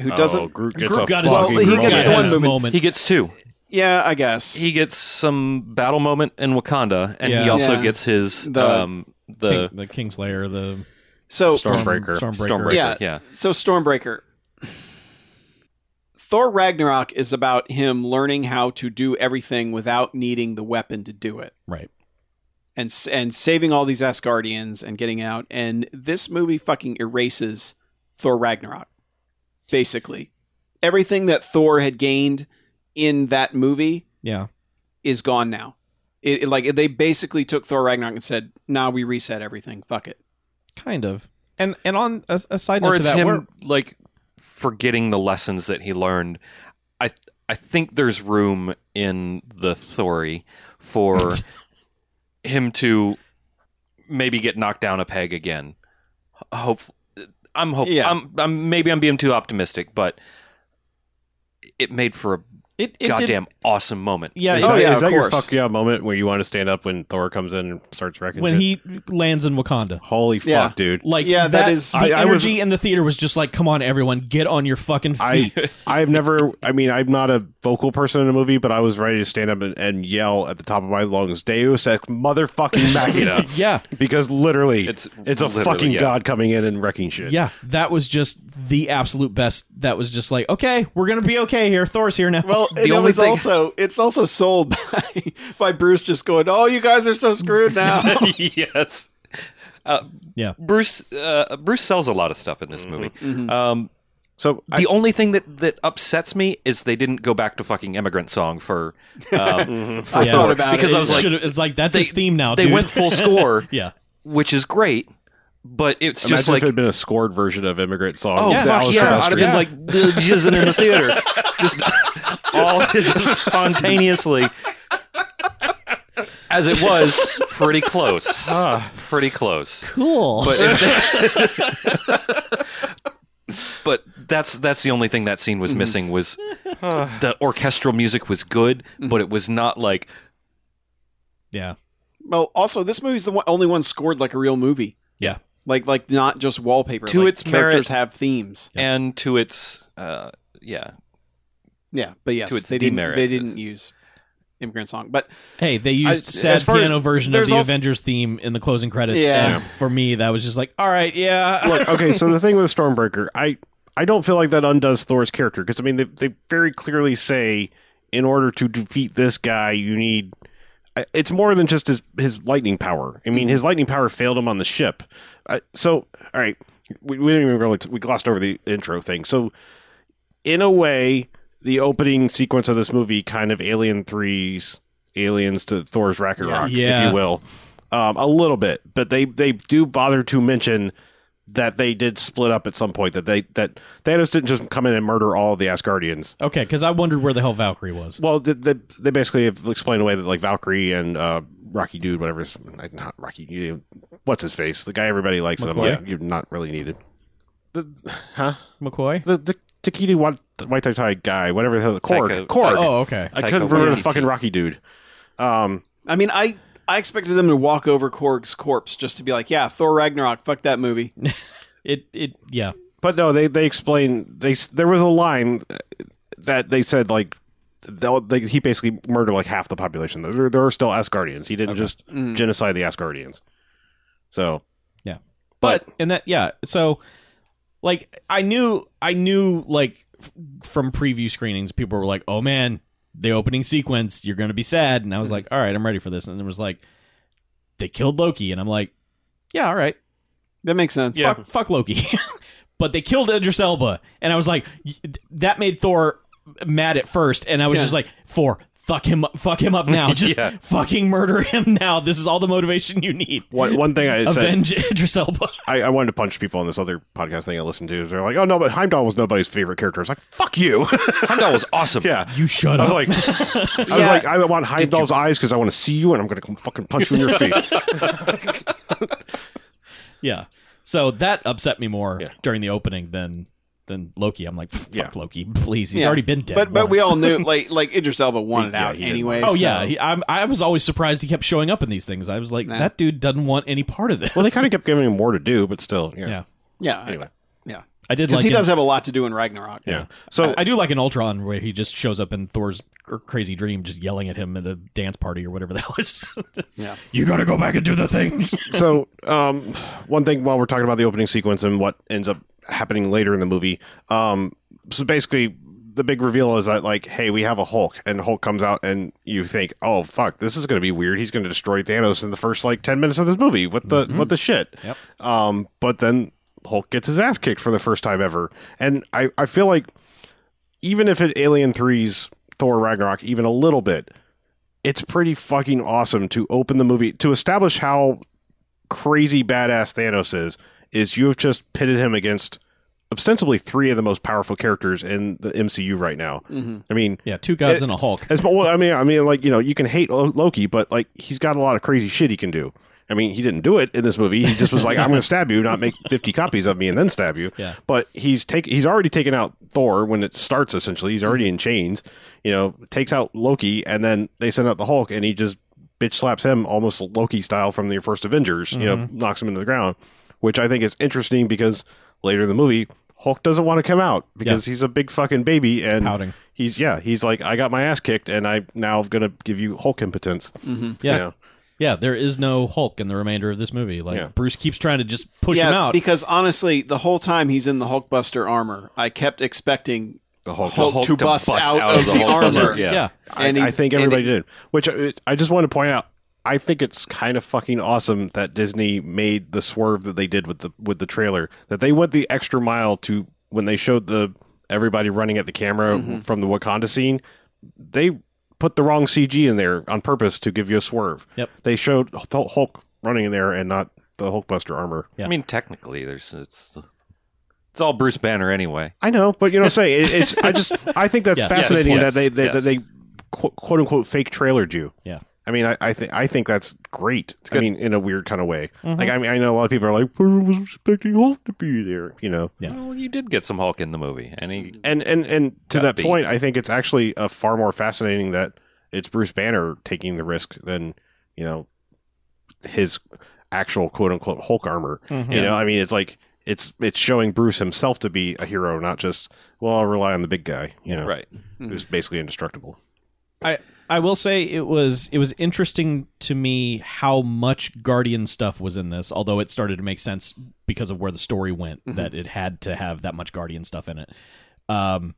S3: who
S2: Oh,
S3: doesn't
S2: Groot gets
S4: Groot
S2: a
S4: got his-
S2: fucking
S3: Well, he
S2: Groot
S3: gets
S2: moment.
S3: the one
S4: his
S3: moment.
S4: moment.
S5: He gets two.
S3: Yeah, I guess.
S5: He gets some battle moment in Wakanda, and he
S4: Yeah.
S5: also
S3: Yeah.
S5: gets his
S3: The-
S5: um, the Oh,
S4: King, the Kingslayer, the
S3: so
S5: Stormbreaker.
S4: Stormbreaker.
S5: Yeah.
S3: Yeah. So Stormbreaker. Thor Ragnarok is about him learning how to do everything without needing the weapon to do it.
S4: right.
S3: And s- and saving all these Asgardians and getting out and this movie fucking erases Thor Ragnarok. Basically, everything that Thor had gained in that movie
S4: Yeah.
S3: is gone now. It, it- like they basically took Thor Ragnarok and said, "Nah, we reset everything. Fuck it."
S4: Kind of. And and on a, a side
S5: Or
S4: note to
S5: it's
S4: that,
S5: him
S4: we're-
S5: like forgetting the lessons that he learned. I I think there's room in the Thori
S4: (laughs)
S5: for him to maybe get knocked down a peg again. Hope I'm hopeful.
S3: Yeah.
S5: I'm, I'm maybe I'm being too optimistic, but it made for a
S4: it, it did-
S5: goddamn awesome moment.
S4: yeah,
S2: Is
S3: Oh,
S2: that,
S3: yeah,
S2: is
S3: of
S2: that your
S3: course.
S2: fuck yeah moment where you want to stand up when Thor comes in and starts wrecking
S4: when
S2: shit?
S4: he lands in Wakanda.
S2: Holy fuck,
S3: Yeah.
S2: dude.
S4: Like
S3: Yeah, that
S4: that
S3: is-
S4: the
S2: I- I was-
S4: energy in the theater was just like, come on, everyone, get on your fucking
S2: I (laughs)
S4: feet.
S2: I've never I mean I'm not a vocal person in a movie but I was ready to stand up and, and yell at the top of my lungs Deus ex
S4: (laughs)
S2: motherfucking machina
S4: yeah,
S2: because literally it's
S5: It's
S2: it's a
S5: literally,
S2: fucking
S5: yeah.
S2: god coming in and wrecking shit.
S4: yeah, that was just the absolute best. That was just like, okay, we're gonna be okay here. Thor's here now.
S3: Well,
S5: The
S3: and it
S5: only
S3: was
S5: thing-
S3: also it's also sold (laughs) by by Bruce just going, "Oh, you guys are so screwed
S5: (laughs)
S3: now."
S5: (laughs) yes. Uh,
S4: (laughs) Yeah.
S5: Bruce uh, Bruce sells a lot of stuff in this movie.
S4: Mm-hmm.
S5: Um,
S2: So I,
S5: the only thing that, that upsets me is they didn't go back to fucking immigrant song for.
S2: (laughs) Mm.
S5: Um, for
S3: I
S4: Yeah.
S3: thought about
S5: because
S3: it.
S5: I was like,
S4: Should've- it's like that's
S5: they-
S4: his theme now.
S5: they
S4: dude.
S5: went
S2: (laughs)
S5: full score,
S4: (laughs) yeah,
S5: which is great, but it's
S2: imagine
S5: just
S2: if
S5: like,
S2: it had been a scored version of Immigrant Song.
S5: oh
S2: with
S5: fuck
S2: Alice
S5: yeah, I'd have
S2: Silvestri.
S5: been like jizzing in the theater,
S2: (laughs)
S5: just (laughs) all just spontaneously. As it was, pretty close, pretty close.
S4: cool.
S5: But if- but that's that's the only thing that scene
S2: Mm-hmm.
S5: was missing was the orchestral music was good,
S2: Mm-hmm.
S5: but it was not like
S4: yeah,
S3: well, also this movie's the one, only one scored like a real movie.
S4: Yeah.
S3: like like not just wallpaper.
S5: To
S3: like,
S5: its
S3: characters
S5: merit-
S3: have themes.
S5: and to its uh yeah
S3: Yeah, but yes,
S5: To its
S3: they didn't
S5: demerit.
S3: they didn't use immigrant song, but
S4: hey, they
S3: I-
S4: used
S3: as
S4: sad
S3: far-
S4: piano version of
S3: there's
S4: the
S3: also-
S4: Avengers theme in the closing credits.
S3: Yeah.
S4: and for me, that was just like, all right, yeah,
S2: Look, okay, so the thing with Stormbreaker, I I don't feel like that undoes Thor's character because I mean they they very clearly say in order to defeat this guy you need I- it's more than just his his lightning power. I mean his lightning power failed him on the ship. Uh, so all right, we, we didn't even really we glossed over the intro thing. So in a way, the opening sequence of this movie kind of Alien 3's aliens to Thor's Ragnarok,
S4: Yeah.
S2: if you will, um, a little bit. But they they do bother to mention that they did split up at some point. That they that Thanos didn't just come in and murder all of the Asgardians.
S4: (laughs) okay. Because I wondered where the hell Valkyrie was.
S2: Well, they, they, they basically have explained away that like Valkyrie and uh, Rocky Dude, whatever, his, like, not Rocky, you, what's his face, the guy everybody likes. And I'm
S4: McCoy?
S2: like, you're not really needed. The,
S4: McCoy.
S2: the the Takiti Wa- White Tai Tai guy, whatever the hell, Korg,
S5: Taika-
S2: Korg.
S4: Oh, okay.
S2: I
S5: Taika
S2: couldn't remember the
S5: Waititi.
S2: fucking Rocky dude. Um,
S3: I mean, I I expected them to walk over Korg's corpse just to be like, "Yeah, Thor Ragnarok, fuck that movie."
S4: It it yeah.
S2: but no, they they explain they s- there was a line that they said like they'll- they, he basically murdered like half the population. There, there are still Asgardians. He didn't just
S5: Hmm.
S3: Mm.
S2: genocide the Asgardians. So
S4: but and that yeah so like i knew i knew like f- from preview screenings people were like oh man the opening sequence you're gonna be sad and i was like all right i'm ready for this and it was like they killed loki and i'm like yeah all right
S3: That makes sense.
S4: fuck, fuck loki (laughs) but they killed idris elba and i was like y- that made thor mad at first and i was
S3: Yeah.
S4: just like for fuck him up fuck him up now. Just
S5: Yeah.
S4: fucking murder him now. This is all the motivation you need.
S2: One, one thing I said,
S4: Avenge Idris Elba.
S2: I, I wanted to punch people on this other podcast thing I listened to. They're like, "Oh no, but Heimdall was nobody's favorite character." I was like, "Fuck you!" (laughs)
S5: Heimdall was awesome.
S2: yeah,
S4: You shut
S2: I
S4: up.
S2: was like, I was like, I want Heimdall's eyes because I want to see you, and I'm gonna come fucking punch you in your face.
S4: yeah. So that upset me more
S2: Yeah.
S4: during the opening than than Loki. I'm like, fuck
S2: Yeah.
S4: Loki, please. He's
S3: Yeah.
S4: already been dead.
S3: But but we
S4: once.
S3: all knew like like Idris Elba wanted
S2: Yeah,
S3: out
S2: he did.
S3: anyway.
S4: Oh
S3: so-
S4: yeah, he, I'm, I was always surprised he kept showing up in these things. I was like,
S3: Nah.
S4: that dude doesn't want any part of this.
S2: well, they kind of kept giving him more to do, but still, yeah.
S4: (laughs) yeah.
S3: yeah.
S2: Anyway,
S3: yeah,
S4: I did
S3: because
S4: like
S3: he
S4: in-
S3: does have a lot to do in Ragnarok.
S2: yeah. So
S4: I, I do like an Ultron where he just shows up in Thor's cr- crazy dream, just yelling at him at a dance party or whatever the (laughs) hell. Is.
S3: Yeah.
S4: you got to go back and do
S2: (laughs)
S4: the things.
S2: so um, one thing while we're talking about the opening sequence and what ends up happening later in the movie um, so basically the big reveal is that like hey we have a hulk and hulk comes out and you think oh fuck this is going to be weird he's going to destroy thanos in the first like 10 minutes of this movie what the what the shit
S4: Yep.
S2: um, but then hulk gets his ass kicked for the first time ever and i, I feel like even if it alien 3's thor ragnarok even a little bit it's pretty fucking awesome to open the movie to establish how crazy badass Thanos is, is you have just pitted him against ostensibly three of the most powerful characters in the MCU right now. I mean,
S4: yeah, two gods and a
S2: (laughs)
S4: Hulk.
S2: as well, I mean, I mean, like you know, you can hate Lo- Loki, but like he's got a lot of crazy shit he can do. I mean, he didn't do it in this movie. He just was like, "I'm going to stab you, not make 50 copies of me, and then stab you."
S4: Yeah.
S2: But he's take he's already taken out Thor when it starts. Essentially, he's already in chains. You know, takes out Loki, and then they send out the Hulk, and he just bitch slaps him almost Loki style from the first Avengers. You know, knocks him into the ground, which I think is interesting because later in the movie, Hulk doesn't want to come out because he's a big fucking baby and
S4: pouting.
S2: Mm. he's yeah he's like i got my ass kicked and i'm now gonna give you hulk impotence
S4: Yeah,
S2: you know?
S4: yeah. There is no Hulk in the remainder of this movie. Like
S2: Yeah.
S4: Bruce keeps trying to just push
S3: yeah,
S4: him out.
S3: because honestly, the whole time he's in the Hulkbuster armor, I kept expecting
S2: the hulk,
S3: Hulk,
S5: Hulk
S3: to,
S5: to
S3: bust, out, of the,
S5: Hulk
S3: armor.
S5: buster,
S4: yeah.
S5: yeah.
S2: I,
S3: And he-
S2: I think
S3: and
S2: everybody
S3: it-
S2: did which uh, i just want to point out i think it's kind of fucking awesome that disney made the swerve that they did with the with the trailer that they went the extra mile to when they showed the everybody running at the camera
S4: Mm-hmm.
S2: from the wakanda scene they put the wrong cg in there on purpose to give you a swerve
S4: Yep.
S2: they showed Th- hulk running in there and not the hulkbuster armor
S4: Yeah.
S5: I mean, technically, there's it's it's all Bruce Banner anyway.
S2: I know, but you know, what I'm saying it, it's. I just I think that's
S4: Yes.
S2: fascinating
S5: Yes,
S2: that they
S5: yes,
S2: they, that
S5: yes.
S2: they quote, quote unquote fake trailered you.
S4: Yeah.
S2: I mean, I, I think I think that's great. I
S5: good.
S2: mean, in a weird kind of way. Like, I mean, I know a lot of people are like, "I was expecting Hulk to be there," you know.
S4: Yeah.
S5: Well, you did get some Hulk in the movie, and he
S2: And and and to
S5: Got
S2: that
S5: beat.
S2: point, I think it's actually uh, far more fascinating that it's Bruce Banner taking the risk than you know his actual quote unquote Hulk armor. You know, I mean, it's like it's it's showing Bruce himself to be a hero, not just well, I'll rely on the big guy. You know,
S5: right.
S2: who's basically indestructible.
S4: I I will say it was it was interesting to me how much Guardian stuff was in this, although it started to make sense because of where the story went
S3: Mm-hmm.
S4: that it had to have that much Guardian stuff in it. Um,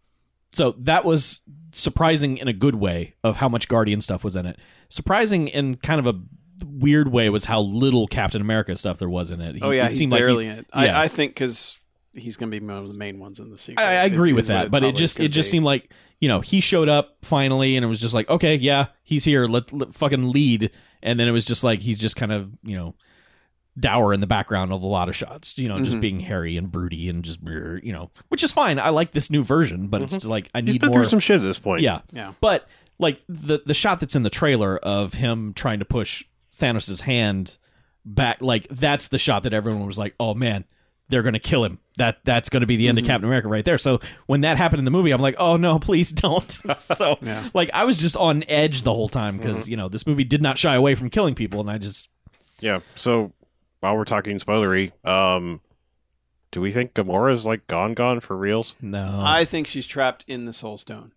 S4: so that was surprising in a good way of how much Guardian stuff was in it. Surprising in kind of a weird way was how little Captain America stuff there was in it. He-
S3: Oh yeah,
S4: it
S3: he's
S4: seemed like he-
S3: barely in it. I,
S4: yeah.
S3: I think because he's going to be one of the main ones in the sequel.
S4: I, I agree
S3: It's-
S4: with
S3: is
S4: that,
S3: what
S4: but it
S3: probably
S4: just
S3: is
S4: it just
S3: gonna
S4: seemed like you know he showed up finally, and it was just like okay, yeah, he's here. Let, let fucking lead, and then it was just like he's just kind of you know dour in the background of a lot of shots, you know, just
S2: Mm-hmm.
S3: Mhm.
S4: being hairy and broody and just brr, you know, which is fine. I like this new version, but it's like I
S2: Mm-hmm. He's
S4: need
S2: been
S4: more.
S2: through some shit at this point.
S4: yeah,
S3: be. yeah.
S4: but like the the shot that's in the trailer of him trying to push Thanos' hand back, like that's the shot that everyone was like, "Oh man, they're gonna kill him." That that's gonna be the
S3: Mm-hmm.
S4: end of Captain America right there. So when that happened in the movie, I'm like, "Oh no, please
S3: (laughs)
S4: don't." so
S3: Yeah.
S4: like um, I was just on edge the whole time because
S3: Mm-hmm.
S4: you know this movie did not shy away from killing people, and I just
S2: yeah. So while we're talking spoilery, um, do we think Gamora's like gone, gone for reals?
S4: no.
S3: I think she's trapped in the Soul Stone,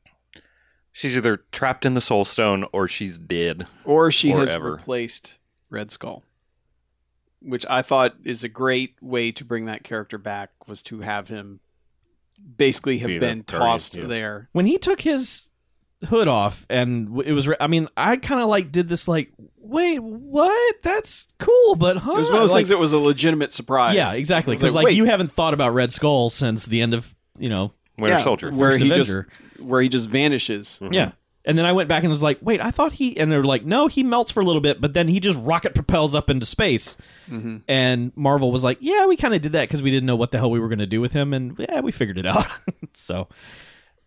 S5: She's either trapped in the Soul Stone or she's dead.
S3: or she has
S5: Forever.
S3: replaced Red Skull, which I thought is a great way to bring that character back was to have him basically have
S2: Be the
S3: been
S2: guardian,
S3: tossed
S2: yeah.
S3: there.
S4: when he took his hood off and w- it was re- i mean i kind of like did this like wait what that's cool but huh
S3: It was one of those
S4: Ah, Like-
S3: things that was a legitimate surprise.
S4: Yeah, exactly.
S3: It was
S4: Because like,
S3: wait,
S4: you haven't thought about Red Skull since the end of you know
S5: Winter
S3: yeah,
S5: Soldier.
S3: where
S4: First
S3: he
S4: Avenger.
S3: just where he just vanishes.
S2: Mhm.
S4: yeah. And then I went back and was like, wait, I thought he. And they're like, no, he melts for a little bit, but then he just rocket propels up into space.
S3: Mm-hmm.
S4: And Marvel was like, yeah, we kind of did that because we didn't know what the hell we were going to do with him, and yeah, we figured it out. (laughs) so,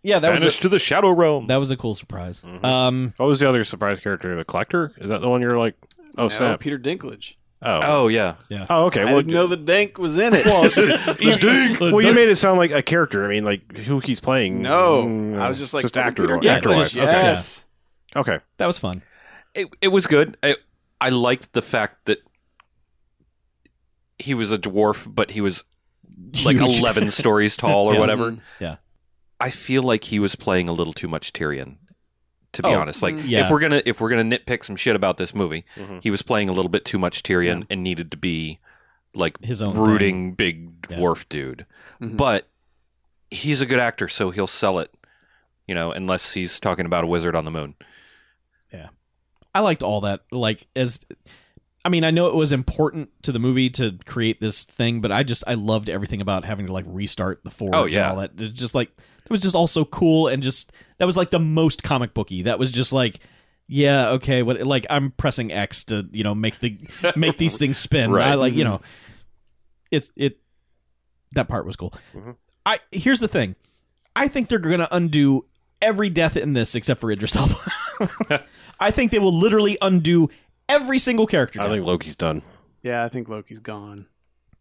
S4: yeah, that was
S5: Vanished to the shadow
S4: a,
S5: realm.
S4: that was a cool surprise. Um,
S2: What was the other surprise character? The collector? Is that the one you're like? Oh
S3: No,
S2: snap!
S3: Peter Dinklage.
S2: Oh.
S5: oh yeah,
S2: Oh, okay.
S3: I
S2: Well,
S3: didn't know the Dank was in it.
S2: you, well, you made it sound like a character. I mean, like who he's playing.
S3: (laughs) no,
S2: Mm,
S3: I was just like
S2: just
S3: "Oh,
S2: actor,
S3: Peter
S2: actor,
S3: Dinklage, Yes,
S4: actor-wise,
S2: okay.
S3: yes.
S2: Okay.
S4: that was fun.
S5: it, it was good. I, I liked the fact that he was a dwarf, but
S3: (laughs)
S5: he was
S4: (laughs)
S5: like
S4: Huge.
S5: eleven stories tall or
S4: Yeah.
S5: whatever.
S3: Mm-hmm.
S4: Yeah.
S5: I feel like he was playing a little too much Tyrion. To be
S4: Oh,
S5: honest, like
S4: yeah.
S5: if we're gonna if we're gonna nitpick some shit about this movie,
S2: Mhm.
S5: he was playing a little bit too much Tyrion and needed to be like
S4: His own
S5: brooding big
S4: Oh, Yeah.
S5: dwarf dude.
S3: Mhm.
S5: But he's a good actor, so he'll sell it. You know, unless he's talking about a wizard on the moon.
S4: I liked all that. Like as I mean, I know it was important to the movie to create this thing, but I just I loved everything about having to like restart the forge
S5: Oh,
S4: and
S5: yeah.
S4: all that. It just like that was just all so cool and just that was like the most comic booky. That was just like yeah, okay, what like I'm pressing X to, you know, make
S5: (laughs)
S4: the make these things spin.
S5: Right. Mm-hmm.
S4: I like, you know, it's it that part was cool.
S2: Mhm.
S4: I here's the thing. I think they're going to undo every death in this except for Idris Elba.
S2: (laughs)
S4: I think they will literally undo every single character.
S2: I
S4: death.
S2: think Loki's done.
S3: Yeah, I think Loki's gone.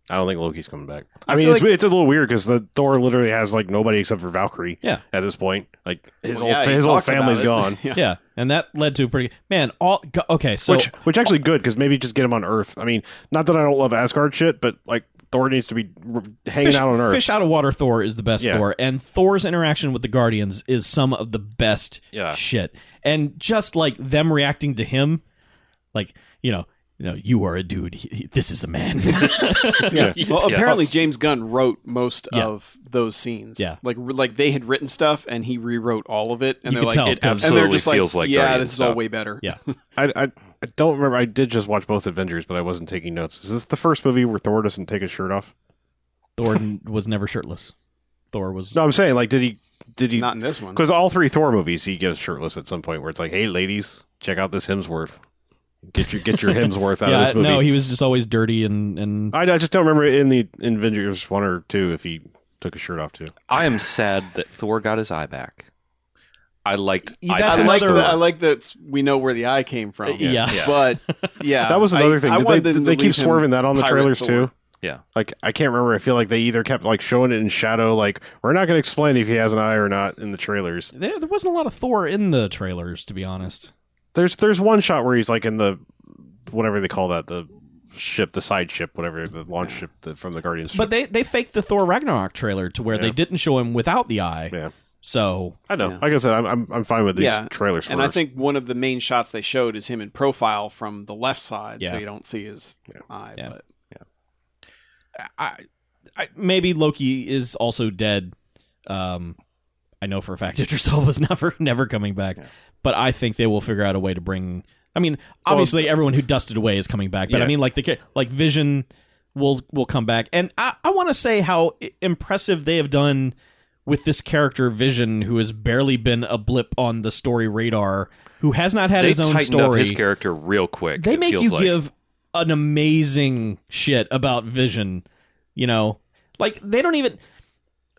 S2: I don't think Loki's coming back.
S3: I
S2: I, mean,
S3: feel
S2: it's, it's a little weird because the Thor literally has like nobody except for Valkyrie.
S4: Yeah.
S2: At this point, like his
S3: Well,
S2: whole
S3: yeah,
S2: fa-
S3: he
S2: his whole
S3: talks about
S2: family's
S3: it.
S2: gone.
S3: (laughs) yeah.
S4: yeah, and that led to a pretty man. All go- okay, so
S2: which which actually good because maybe just get him on Earth. I mean, not that I don't love Asgard shit, but like Thor needs to be r- hanging
S4: fish,
S2: out on Earth.
S4: fish out of water Thor is the best
S2: Yeah.
S4: Thor, and Thor's interaction with the Guardians is some of the best
S5: Yeah.
S4: shit. And just like them reacting to him, like you know, you know, you are a dude. He- he- this is
S2: (laughs)
S4: a man.
S2: Yeah.
S3: Well,
S5: Yeah.
S3: apparently James Gunn wrote most
S4: Yeah.
S3: of those scenes.
S4: Yeah.
S3: like like they had written stuff and he rewrote all of it. And they're
S4: You could
S3: like,
S4: tell,
S5: It
S4: 'cause-
S3: and they're
S5: Absolutely
S3: just like,
S5: feels like
S3: yeah,
S5: Guardian
S3: this is all
S5: stuff.
S3: way better.
S4: yeah,
S2: I, I I don't remember. I did just watch both Avengers, but I wasn't taking notes. Is this the first movie where Thor doesn't take his shirt off?
S4: Thor n- was never shirtless. Thor was
S2: No, I'm saying like, did he did he?
S3: not in this one.
S2: Because all three Thor movies, he gets shirtless at some point where it's like, hey, ladies, check out this Hemsworth. Get your
S3: (laughs)
S2: get your Hemsworth out
S4: yeah,
S2: of this movie.
S4: no, he was just always dirty and and
S2: I, I just don't remember in the in Avengers one or two if he took his shirt off too.
S5: I am sad that Thor got his eye back. I liked.
S4: Yeah,
S5: I
S4: that's
S3: I
S5: liked
S3: like
S4: another-
S5: Thor.
S3: that. I like that we know where the eye came from.
S4: Yeah.
S5: Yeah.
S3: but yeah,
S2: Uh, (laughs) That was another
S3: I-
S2: thing.
S3: I
S2: Did
S3: wanted
S2: they
S3: them
S2: did
S3: to
S2: they keep
S3: leave him
S2: swerving that on the
S3: pirate
S2: trailers
S3: Thor.
S2: too?
S5: Yeah.
S2: Like I can't remember. I feel like they either kept like showing it in shadow, like we're not going to explain if he has an eye or not in the trailers.
S4: there, there wasn't a lot of Thor in the trailers, to be honest.
S2: There's there's one shot where he's like in the whatever they call that the ship, the side ship, whatever the launch ship the, from the Guardians.
S4: But they they faked the Thor Ragnarok trailer to where
S2: Yeah.
S4: they didn't show him without the eye.
S2: Yeah.
S4: So
S2: I know.
S3: Yeah.
S2: Like I said, I'm I'm, I'm fine with these
S3: Yeah.
S2: trailers.
S3: And I think one of the main shots they showed is him in profile from the left side, so
S4: Yeah.
S3: you don't see his
S2: Yeah.
S3: eye.
S4: Yeah.
S3: But
S4: I, I maybe Loki is also dead. Um, I know for a fact (laughs) Idris was never never coming back, but I think they will figure out a way to bring. I mean, obviously everyone who dusted away is coming back, but
S2: Yeah.
S4: I mean like the ca- like Vision will will come back, and I I want to say how i- impressive they have done with this character Vision, who has barely been a blip on the story radar, who has not had
S5: they
S4: his own
S5: tightened
S4: story
S5: up his character real quick.
S4: they
S5: it
S4: make
S5: feels
S4: you
S5: like.
S4: give an amazing shit about vision you know like they don't even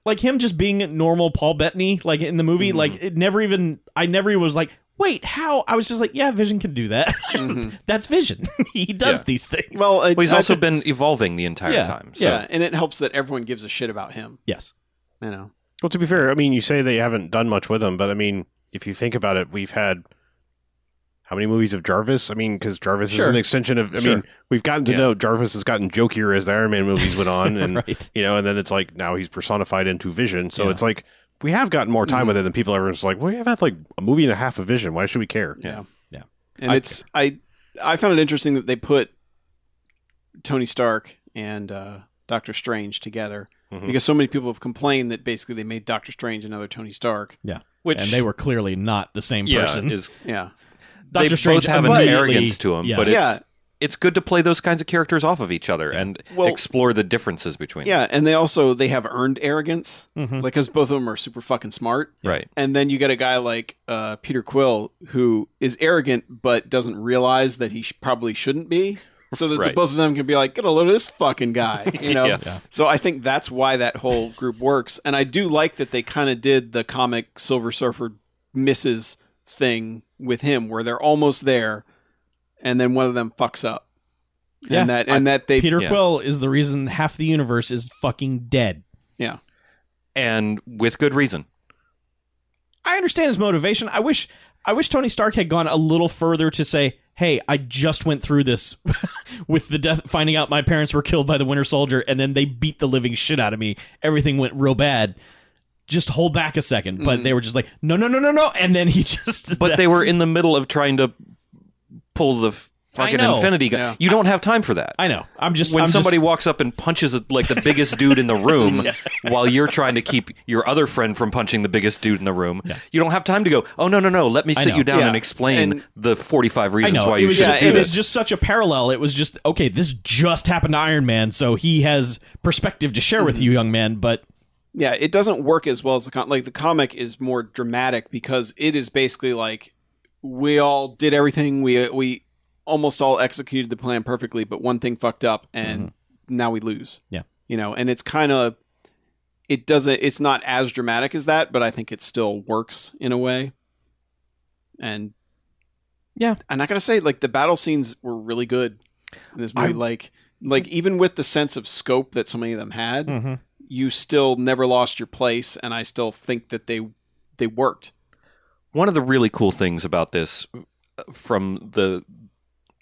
S4: like him just being normal paul bettany like in the movie
S5: Mm-hmm.
S4: like it never even i never even was like wait how i was just like yeah vision can do that (laughs)
S2: (laughs)
S4: that's vision (laughs) he does
S5: Yeah.
S4: these things
S3: mm-hmm. well, it-
S5: Well, he's
S3: I
S5: also
S3: think-
S5: been evolving the entire
S4: Yeah,
S5: time. So.
S3: yeah, and it helps that everyone gives a shit about him.
S4: yes
S3: You know,
S2: Well, to be fair, I mean, you say they haven't done much with him, but I mean, if you think about it, we've had how many movies of Jarvis? I mean, because Jarvis
S4: Sure.
S2: is an extension of. I
S4: Sure.
S2: mean, we've gotten to
S5: Yeah.
S2: know Jarvis has gotten jokier as the Iron Man movies went
S4: (laughs)
S2: on, and
S4: right
S2: you know, and then it's like now he's personified into Vision, so
S4: Yeah.
S2: it's like we have gotten more time with it than people ever was like. Well, we have had like a movie and a half of Vision. Why should we care?
S3: Yeah.
S4: Yeah.
S3: And
S4: I
S3: it's I I found it interesting that they put Tony Stark and uh, Doctor Strange together
S4: Mm-hmm.
S2: Mhm.
S3: because so many people have complained that basically they made Doctor Strange another Tony Stark.
S5: Which
S4: and they were clearly not the same
S5: yeah,
S4: person
S5: is
S3: Yeah.
S5: they
S4: Doctor Strange
S5: both have an
S4: immediately-
S5: arrogance to him,
S4: yeah.
S5: but it's
S3: yeah.
S5: it's good to play those kinds of characters off of each other and
S3: Well-
S5: explore the differences between
S3: Yeah, and they also they have earned arrogance,
S4: Mhm.
S3: like because both of them are super fucking smart.
S5: them. Mm-hmm. Right.
S3: And then you get a guy like uh, Peter Quill who is arrogant but doesn't realize that he sh- probably shouldn't be, so that the
S5: Right.
S3: both of them can be like, "Get a load of this fucking
S5: (laughs)
S3: guy," you know.
S5: Yeah.
S3: So I think that's why that whole group works, and I do like that they kind of did the comic Silver Surfer misses thing with him, where they're almost there, and then one of them fucks up.
S4: Yeah.
S3: and that and that they
S4: Peter
S5: yeah.
S4: Quill is the reason half the universe is fucking dead.
S3: yeah.
S5: And with good reason.
S4: I understand his motivation. I wish I wish Tony Stark had gone a little further to say, "Hey, I just went through this (laughs) with the death finding out my parents were killed by the Winter Soldier and then they beat the living shit out of me. Everything went real bad." Just hold back a second, but they were just like, no, no, no, no, no, and then he (laughs) just.
S5: Mm. But they were in the middle of trying to pull the fucking
S4: know.
S5: infinity gun.
S3: Yeah.
S5: You don't have time for that.
S4: I know. I'm just
S5: when
S4: I'm
S5: somebody
S4: Just,
S5: walks up and punches like the biggest
S4: (laughs)
S5: dude in the room while you're trying to keep your other friend from punching the biggest dude in the room, you don't have time to go, oh, no, no, no, let me sit
S4: know.
S5: you down
S3: Yeah.
S5: and explain
S3: And-
S5: the 45
S4: I
S5: reasons
S4: know.
S5: why
S4: it
S5: you
S4: was
S5: should
S4: just,
S5: do
S4: it was
S5: this.
S4: just such a parallel. It was just okay. This just happened to Iron Man, so he has perspective to share with
S5: Mm-hmm.
S4: you, young man. But
S3: Yeah, it doesn't work as well as the com- like the comic is more dramatic because it is basically like we all did everything we we almost all executed the plan perfectly, but one thing fucked up and now we lose.
S4: Mm-hmm. Yeah.
S3: you know, and it's kind of it doesn't it's not as dramatic as that, but I think it still works in a way. And
S4: Yeah.
S3: and I gotta say, like the battle scenes were really good in this movie.
S5: I-
S3: like like even with the sense of scope that so many of them had
S5: Mm-hmm.
S3: you still never lost your place and i still think that they they (laughs) worked
S5: one of the really cool things about this uh, from the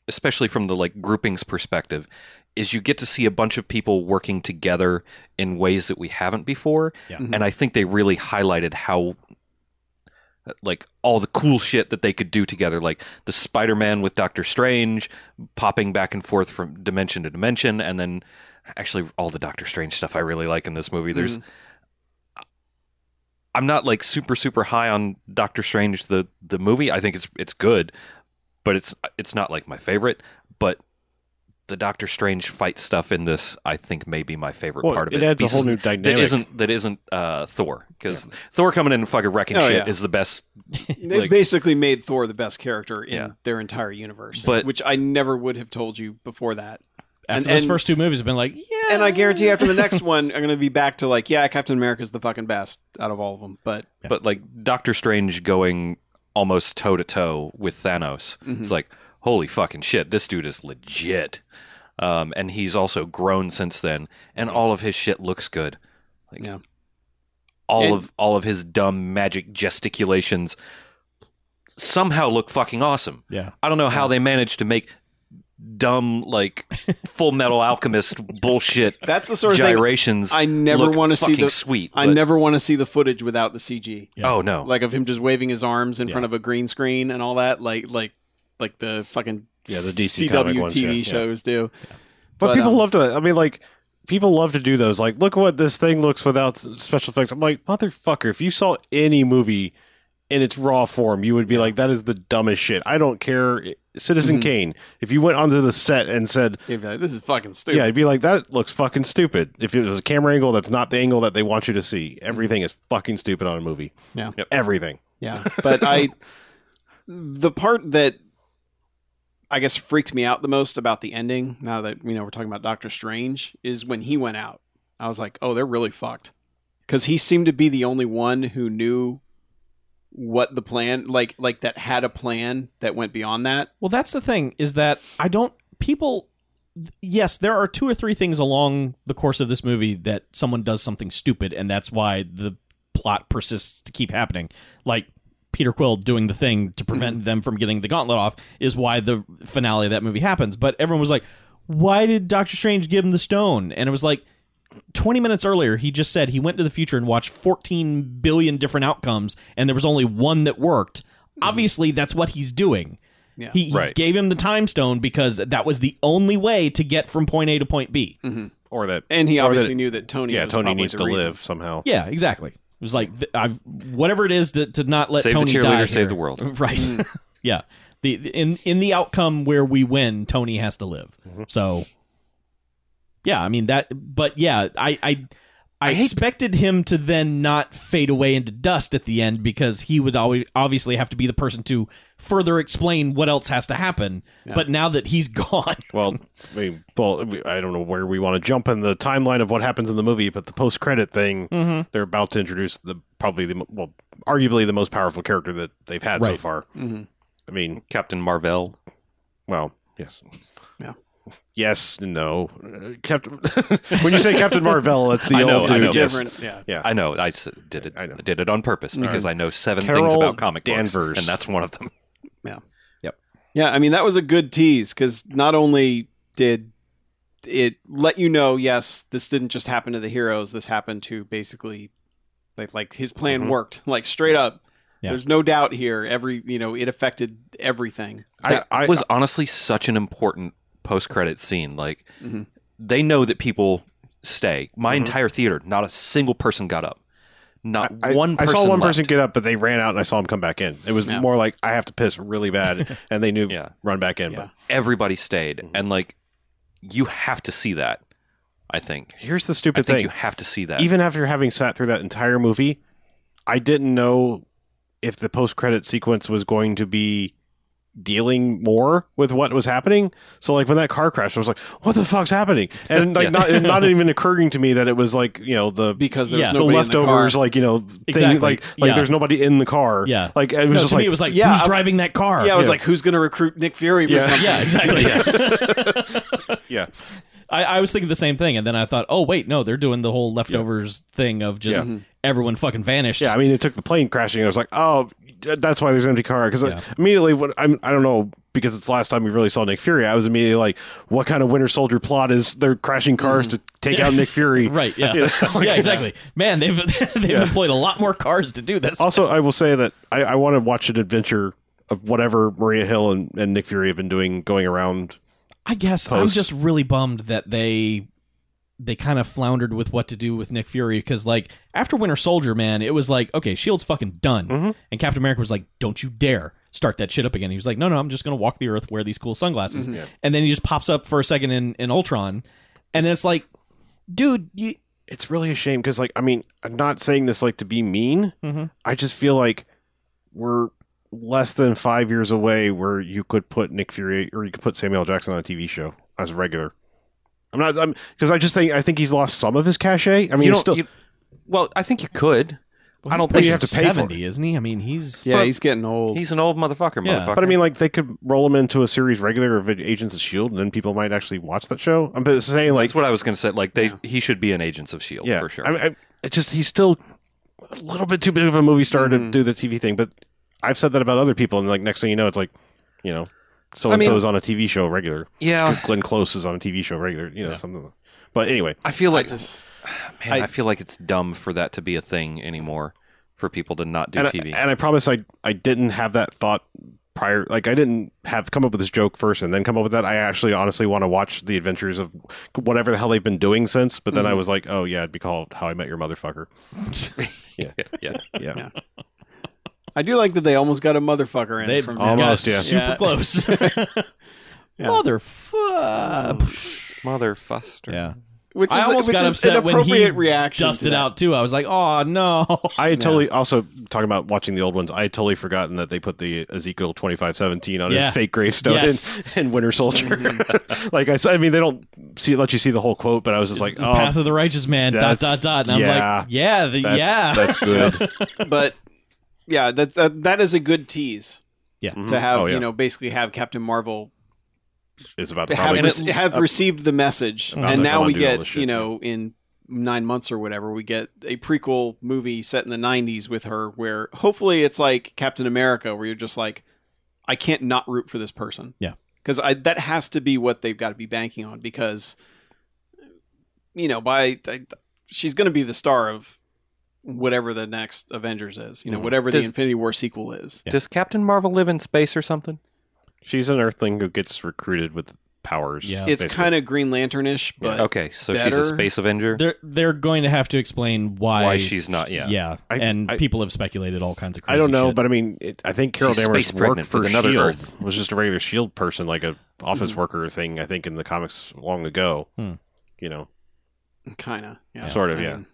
S5: especially from the like groupings perspective is you get to see a bunch of people working together in ways that we haven't before
S4: Yeah.
S5: and i think they really highlighted how uh, like all the cool shit that they could do together like the spider-man with doctor strange popping back and forth from dimension to dimension and then actually all the doctor strange stuff i really like in this movie there's I'm not like super super high on Doctor Strange the the movie. I think it's it's good, but it's it's not like my favorite. But the Doctor Strange fight stuff in this, I think, may be my favorite
S2: Well,
S5: part of
S2: it
S5: it.
S2: adds a whole new
S5: that
S2: dynamic.
S5: isn't that isn't uh, Thor because Thor coming in and fucking wrecking
S3: Oh,
S5: shit
S3: yeah.
S5: is the best.
S3: they
S5: Like-
S3: basically made thor the best character in
S5: Yeah.
S3: their entire universe
S5: But-
S3: which i never would have told you before that
S4: after
S3: And-
S4: those
S3: and-
S4: first two movies, have been like, yeah.
S3: and i guarantee after the next one i'm going to be back to like yeah captain america's the fucking best out of all of them but
S5: But like Doctor Strange going almost toe to toe with Thanos,
S2: Mm-hmm.
S5: it's like holy fucking shit, this dude is legit. Um, and he's also grown since then, and all of his shit looks good. Like,
S3: Yeah.
S5: all
S3: And-
S5: of all of his dumb magic gesticulations somehow look fucking awesome.
S4: Yeah.
S5: I don't know how they managed to make dumb like Full
S3: (laughs)
S5: Metal Alchemist bullshit
S3: that's the sort of thing
S5: gyrations.
S3: i never
S5: look
S3: want to see
S5: fucking
S3: the
S5: sweet.
S3: i
S5: but-
S3: never want to see the footage without the cg
S4: Yeah.
S5: Oh no!
S3: like of him just waving his arms in front of a green screen and all that like like like the fucking
S2: Yeah, the DC comic
S3: CW
S2: ones,
S3: TV
S2: yeah, yeah.
S3: shows do.
S2: But,
S3: But,
S2: people
S3: um,
S2: love to. I mean, like people love to do those. Like, look what this thing looks without s- special effects. I'm like, motherfucker! If you saw any movie in its raw form, you would be like, that is the dumbest shit. I don't care. eh, Citizen
S3: Mhm.
S2: Kane. If you went onto the set and said,
S3: You'd be like, this is fucking stupid.
S2: yeah, it'd be like that looks fucking stupid. If it was a camera angle, that's not the angle that they want you to see. Everything is fucking stupid on a movie.
S3: Mm-hmm. Yeah.
S5: Yep.
S2: everything. (laughs)
S3: Yeah, but I the part that I guess freaked me out the most about the ending, now that you know we're talking about Doctor Strange, is when he went out. I was like, "Oh, they're really fucked." Cuz he seemed to be the only one who knew what the plan like like that had a plan that went beyond that.
S4: Well, that's the thing is that I don't people. Yes, there are two or three things along the course of this movie that someone does something stupid, and that's why the plot persists to keep happening. Like Peter Quill doing the thing to prevent them from getting the gauntlet off is why the finale of that movie happens. But everyone was like, "Why did Doctor Strange give him the stone?" And it was like, 20 minutes earlier, he just said he went to the future and watched 14 billion different outcomes, and there was only one that worked. Obviously, that's what he's doing.
S3: Yeah.
S4: He, he
S5: Right.
S4: gave him the time stone because that was the only way to get from point A to point B.
S2: Or that.
S3: And he
S2: or
S3: obviously
S2: that-
S3: knew that Tony
S2: Yeah,
S3: was
S2: Tony
S3: probably
S2: needs
S3: the
S2: to
S3: reason.
S2: live somehow.
S4: Yeah, exactly. It was like th- I've whatever it is to, to not let
S5: Save the
S4: Tony
S5: cheerleader,
S4: die. (laughs)
S5: save
S4: here.
S3: Mm.
S5: the world.
S4: Right. yeah. the in in the outcome where we win, Tony has to live.
S3: Mm-hmm.
S4: So yeah, I mean that but yeah, I I I, expected him to then not fade away into dust at the end because he would always obviously have to be the person to further explain what else has to happen. But now that he's (laughs) gone,
S2: Well, I mean, well, I don't know where we want to jump in the timeline of what happens in the movie, but the post-credit thing,
S3: Mm-hmm.
S2: they're about to introduce the probably the mo- well, arguably the most powerful character that they've had so
S4: Right.
S2: far.
S3: Mm-hmm.
S2: I mean,
S5: Captain Marvel.
S2: well, yes,
S3: Yeah.
S2: yes, no, Uh, Captain. (laughs) when you say Captain Marvel, that's the
S5: I know,
S2: old
S5: I
S2: dude,
S5: know.
S2: yes.
S3: Different, yeah.
S2: Yeah,
S5: I know. I s- did it.
S2: I
S5: I
S2: know.
S5: did it on purpose because I know seven
S2: Carol
S5: things about comic
S2: Danvers.
S5: books, and that's one of them.
S3: Yeah.
S4: Yep.
S3: Yeah, I mean that was a good tease because not only did it let you know, yes, this didn't just happen to the heroes. This happened to basically, like, like his plan worked, like straight up.
S4: Mm-hmm. Yeah.
S3: There's no doubt here. Every you know, it affected everything.
S2: I,
S5: that
S2: I
S5: was honestly such an important post-credit scene. Like
S2: Mm-hmm.
S3: Mhm.
S5: they know that people stay. My entire theater, not a single person got up. Not
S2: I,
S5: one.
S2: I
S5: person
S2: saw one
S5: left.
S2: person get up, but they ran out, and I saw him come back in. It was
S3: Yeah.
S2: more like I have to piss really bad,
S5: (laughs)
S2: and they knew
S5: Yeah.
S2: run back in. But
S3: Yeah.
S5: Everybody stayed,
S2: Mm-hmm.
S5: and like you have to see that. I think.
S2: here's the
S5: I
S2: stupid
S5: think
S2: thing:
S5: you have to see that.
S2: even after having sat through that entire movie, I didn't know if the post credit sequence was going to be dealing more with what was happening. So like when that car crash, I was like, "What the fuck's happening?"
S4: (laughs)
S2: And like
S5: Yeah.
S2: not it not even occurring to me that it was like you know the
S3: Because there was
S4: Yeah.
S2: the
S3: nobody in the
S2: leftovers,
S3: car.
S2: like you know, thing,
S4: Exactly.
S2: like like
S4: Yeah.
S2: there's nobody in the car.
S4: Yeah.
S2: like it was
S4: (laughs) no,
S2: just
S4: to
S2: like
S4: me it was like
S3: yeah,
S4: who's
S3: I-
S4: driving that car?
S3: yeah, I was
S2: Yeah.
S3: like, who's going to recruit Nick Fury for
S2: Yeah.
S3: something?
S4: (laughs) Yeah, exactly.
S2: yeah,
S4: I, I was thinking the same thing, and then I thought, oh wait, no, they're doing the whole leftovers thing of just everyone fucking vanished.
S2: Yeah, I mean, it took the plane crashing. I was like, oh, that's why there's an empty car. Because
S4: Yeah.
S2: immediately, what I'm, I don't know, because it's the last time we really saw Nick Fury. I was immediately like, what kind of Winter Soldier plot is they're crashing cars to take out Nick Fury?
S4: Mm-hmm. (laughs) right.
S2: (laughs)
S4: Yeah,
S2: You know, like-
S4: yeah, exactly. Man, they've (laughs) they've employed a lot more cars to do this.
S2: Also, I will say that I, I want to watch an adventure of whatever Maria Hill and, and Nick Fury have been doing, going around.
S4: I guess I'm
S2: Post.
S4: just really bummed that they they kind of floundered with what to do with Nick Fury because like after Winter Soldier, man, it was like okay, Shield's fucking done,
S2: Mm-hmm.
S4: and Captain America was like, "Don't you dare start that shit up again." He was like, "No, no, I'm just gonna walk the earth, wear these cool sunglasses,"
S2: Mm-hmm.
S4: and then he just pops up for a second in in Ultron, and then it's like, dude, you
S2: It's really a shame because, like, I mean, I'm not saying this like to be mean.
S5: Mm-hmm.
S2: I just feel like we're less than five years away where you could put Nick Fury or you could put Samuel L. Jackson on a TV show as a regular. I'm not I'm because I just think I think he's lost some of his cachet. I mean, he's
S5: you don't.
S2: still
S5: you- well, I think you could. I don't
S2: pretty
S5: think
S2: have to pay for it.
S4: seventy, isn't he? I mean, he's
S3: Yeah, he's getting old.
S5: he's an old motherfucker.
S4: Yeah.
S5: motherfucker.
S2: but I mean, like they could roll him into a series regular of Agents of Shield, E and then people might actually watch that show. I'm just saying, like,
S5: that's what I was going to say. Like they, he should be an Agents of Shield
S2: yeah,
S5: E for sure.
S2: I, I, it's just he's still a little bit too big of a movie star to
S5: Mm-hmm.
S2: do the TV thing. But I've said that about other people, and like next thing you know, it's like, you know, so and so
S5: mean- uh,
S2: is on a TV show regular.
S5: yeah,
S2: Glenn Close is on a TV show regular, you know, something. But anyway,
S5: I feel like
S3: just-
S5: man, I, feel like it's dumb for that to be a thing anymore for people to not do
S2: and I,
S5: TV.
S2: and I promise I I didn't have that thought prior. Like I didn't have come up with this joke first and then come up with that. I actually honestly want to watch the adventures of whatever the hell they've been doing since. But then
S5: Mm-hmm.
S2: I was like, oh yeah, it'd be called How I Met Your Motherfucker.
S3: (laughs)
S5: (laughs) yeah,
S2: Yeah,
S3: Yeah. I do like that they almost got a motherfucker in
S4: they
S3: from
S2: Almost. yeah.
S4: super
S3: Yeah.
S4: close. (laughs) Motherfucker.
S5: motherfucker.
S4: Yeah.
S3: which is,
S4: I almost
S3: which
S4: got
S3: is
S4: upset
S3: an
S4: when he
S3: appropriate reaction to
S4: dusted
S3: that.
S4: out too. I was like, "Oh no!"
S2: I totally also talking about watching the old ones. I had totally forgotten that they put the Ezekiel twenty five seventeen on
S4: Yeah.
S2: his fake gravestone
S4: Yes.
S2: in, in Winter Soldier.
S5: Mm-hmm.
S2: (laughs) like I, saw- I mean, they don't see let you see the whole quote, but I was just like,
S4: the
S2: oh,
S4: path of the righteous man. Dot
S2: that's-
S4: dot dot. And I'm
S2: yeah.
S4: like, yeah, the,
S2: that's,
S4: yeah. (laughs)
S2: that's good.
S3: but yeah, that, that that is a good tease
S4: Yeah.
S3: to have
S2: Oh, yeah.
S3: you know basically have Captain Marvel
S2: It's about to
S3: have
S2: probably
S5: And
S3: re- (laughs) have received the message,
S2: About
S3: and
S2: the
S3: now we
S2: Colombia, all
S3: get
S2: this shit,
S3: you know in nine months or whatever we get a prequel movie set in the '90s with her, where hopefully it's like Captain America, where you're just like, I can't not root for this person,
S4: Yeah.
S3: because I that has to be what they've got to be banking on because you know by I, she's going to be the star of whatever the next Avengers is,
S2: Mm-hmm.
S3: you know, whatever
S5: Does-
S3: the Infinity War sequel is.
S5: Does Captain Marvel live in space or something?
S2: She's an Earthling who gets recruited with
S5: powers.
S4: Yeah.
S3: it's
S2: basically.
S3: kind of Green Lanternish, but
S5: Okay, so she's
S3: Better.
S5: a space Avenger.
S4: They're they're going to have to explain why
S5: Why she's not- yeah.
S4: yeah
S2: I-
S4: and
S2: I-
S4: people have speculated all kinds of crazy
S2: I don't know,
S4: shit.
S2: but I mean, it, I think Carol
S5: She's
S2: Danvers
S5: space
S2: worked
S5: pregnant
S2: for
S5: with another
S2: Shield.
S5: Earth.
S2: E Was just a regular Shield E person, like a office worker thing. I think in the comics long ago.
S4: Mm-hmm. Hmm.
S2: You know,
S3: kind of, yeah.
S2: Sort of, yeah.
S3: Um,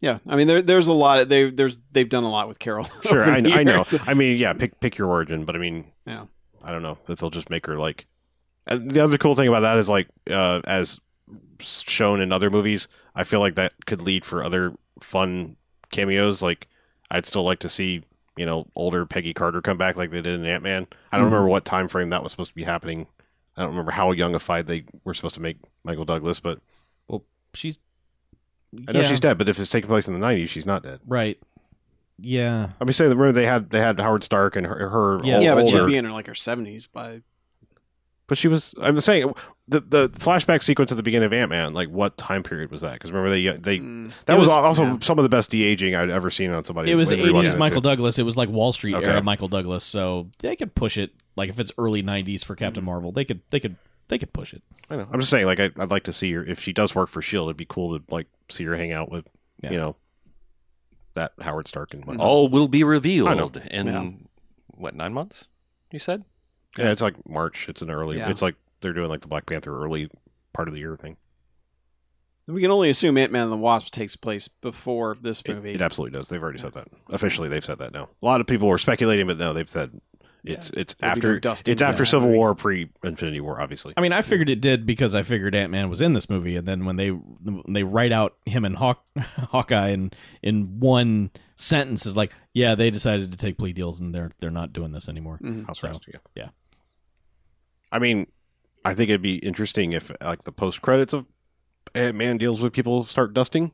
S3: yeah, I mean, there, there's a lot. Of, they there's they've done a lot with Carol. (laughs)
S2: sure,
S3: over
S2: I,
S3: the
S2: I know.
S3: years.
S2: I mean, yeah, pick pick your origin, but I mean,
S3: Yeah.
S2: I don't know if they'll just make her like. And the other cool thing about that is like, uh, as shown in other movies, I feel like that could lead for other fun cameos. Like, I'd still like to see you know older Peggy Carter come back like they did in Ant Man. I
S3: Mm-hmm.
S2: don't remember what time frame that was supposed to be happening. I don't remember how youngified they were supposed to make Michael Douglas, but
S4: she's
S2: I know
S4: yeah,
S2: she's dead. But if it's taking place in the '90s, she's not dead.
S4: right yeah
S2: I'm just saying. Remember, they had they had Howard Stark and her, her
S4: Yeah.
S2: ol-
S3: yeah, but
S2: older.
S3: she'd be in her like her seventies by
S2: But she was. I'm saying the the flashback sequence at the beginning of Ant Man. Like, what time period was that? Because remember they they
S3: mm,
S2: that
S4: Hmm. It
S2: was,
S4: was-
S2: also
S3: yeah.
S2: some of the best de aging I'd ever seen on somebody.
S4: it was
S2: when rewatching
S4: 80s
S2: it,
S4: Michael
S2: too.
S4: Douglas it was like Wall Street
S2: Okay.
S4: era Michael Douglas so they could push it like if it's early 90s for Captain Marvel they could they could they could push it
S2: I know. I'm just saying. Like, I, I'd like to see her if she does work for Shield. E It'd be cool to like see her hang out with
S4: Yeah.
S2: you know that Howard Stark and
S4: Mm-hmm.
S2: whatnot.
S5: All will be
S2: I know.
S5: revealed in
S3: Yeah.
S5: what nine months? You said
S2: Yeah, it's like March. It's an early.
S3: Yeah.
S2: It's like they're doing like the Black Panther early part of the year thing.
S3: We can only assume Ant Man and the Wasp takes place before this
S2: It,
S3: movie.
S2: it absolutely does. They've already said that. Officially, they've said that now. A lot of people were speculating, but no, they've said it's it's
S3: They'll be
S2: after
S3: doing dustings
S2: it's after
S3: of that
S2: Civil
S3: movie.
S2: War, pre Infinity War, obviously.
S4: I mean I figured it did because I figured Ant-Man was in this movie and then when they when they write out him and Hawk (laughs) Hawkeye in in one sentence is like yeah they decided to take plea deals and they're they're not doing this anymore
S3: Mhm.
S2: House
S4: So,
S2: arrest, yeah.
S4: yeah.
S2: I mean, I think it'd be interesting if like the post credits of Ant Man deals with people start dusting.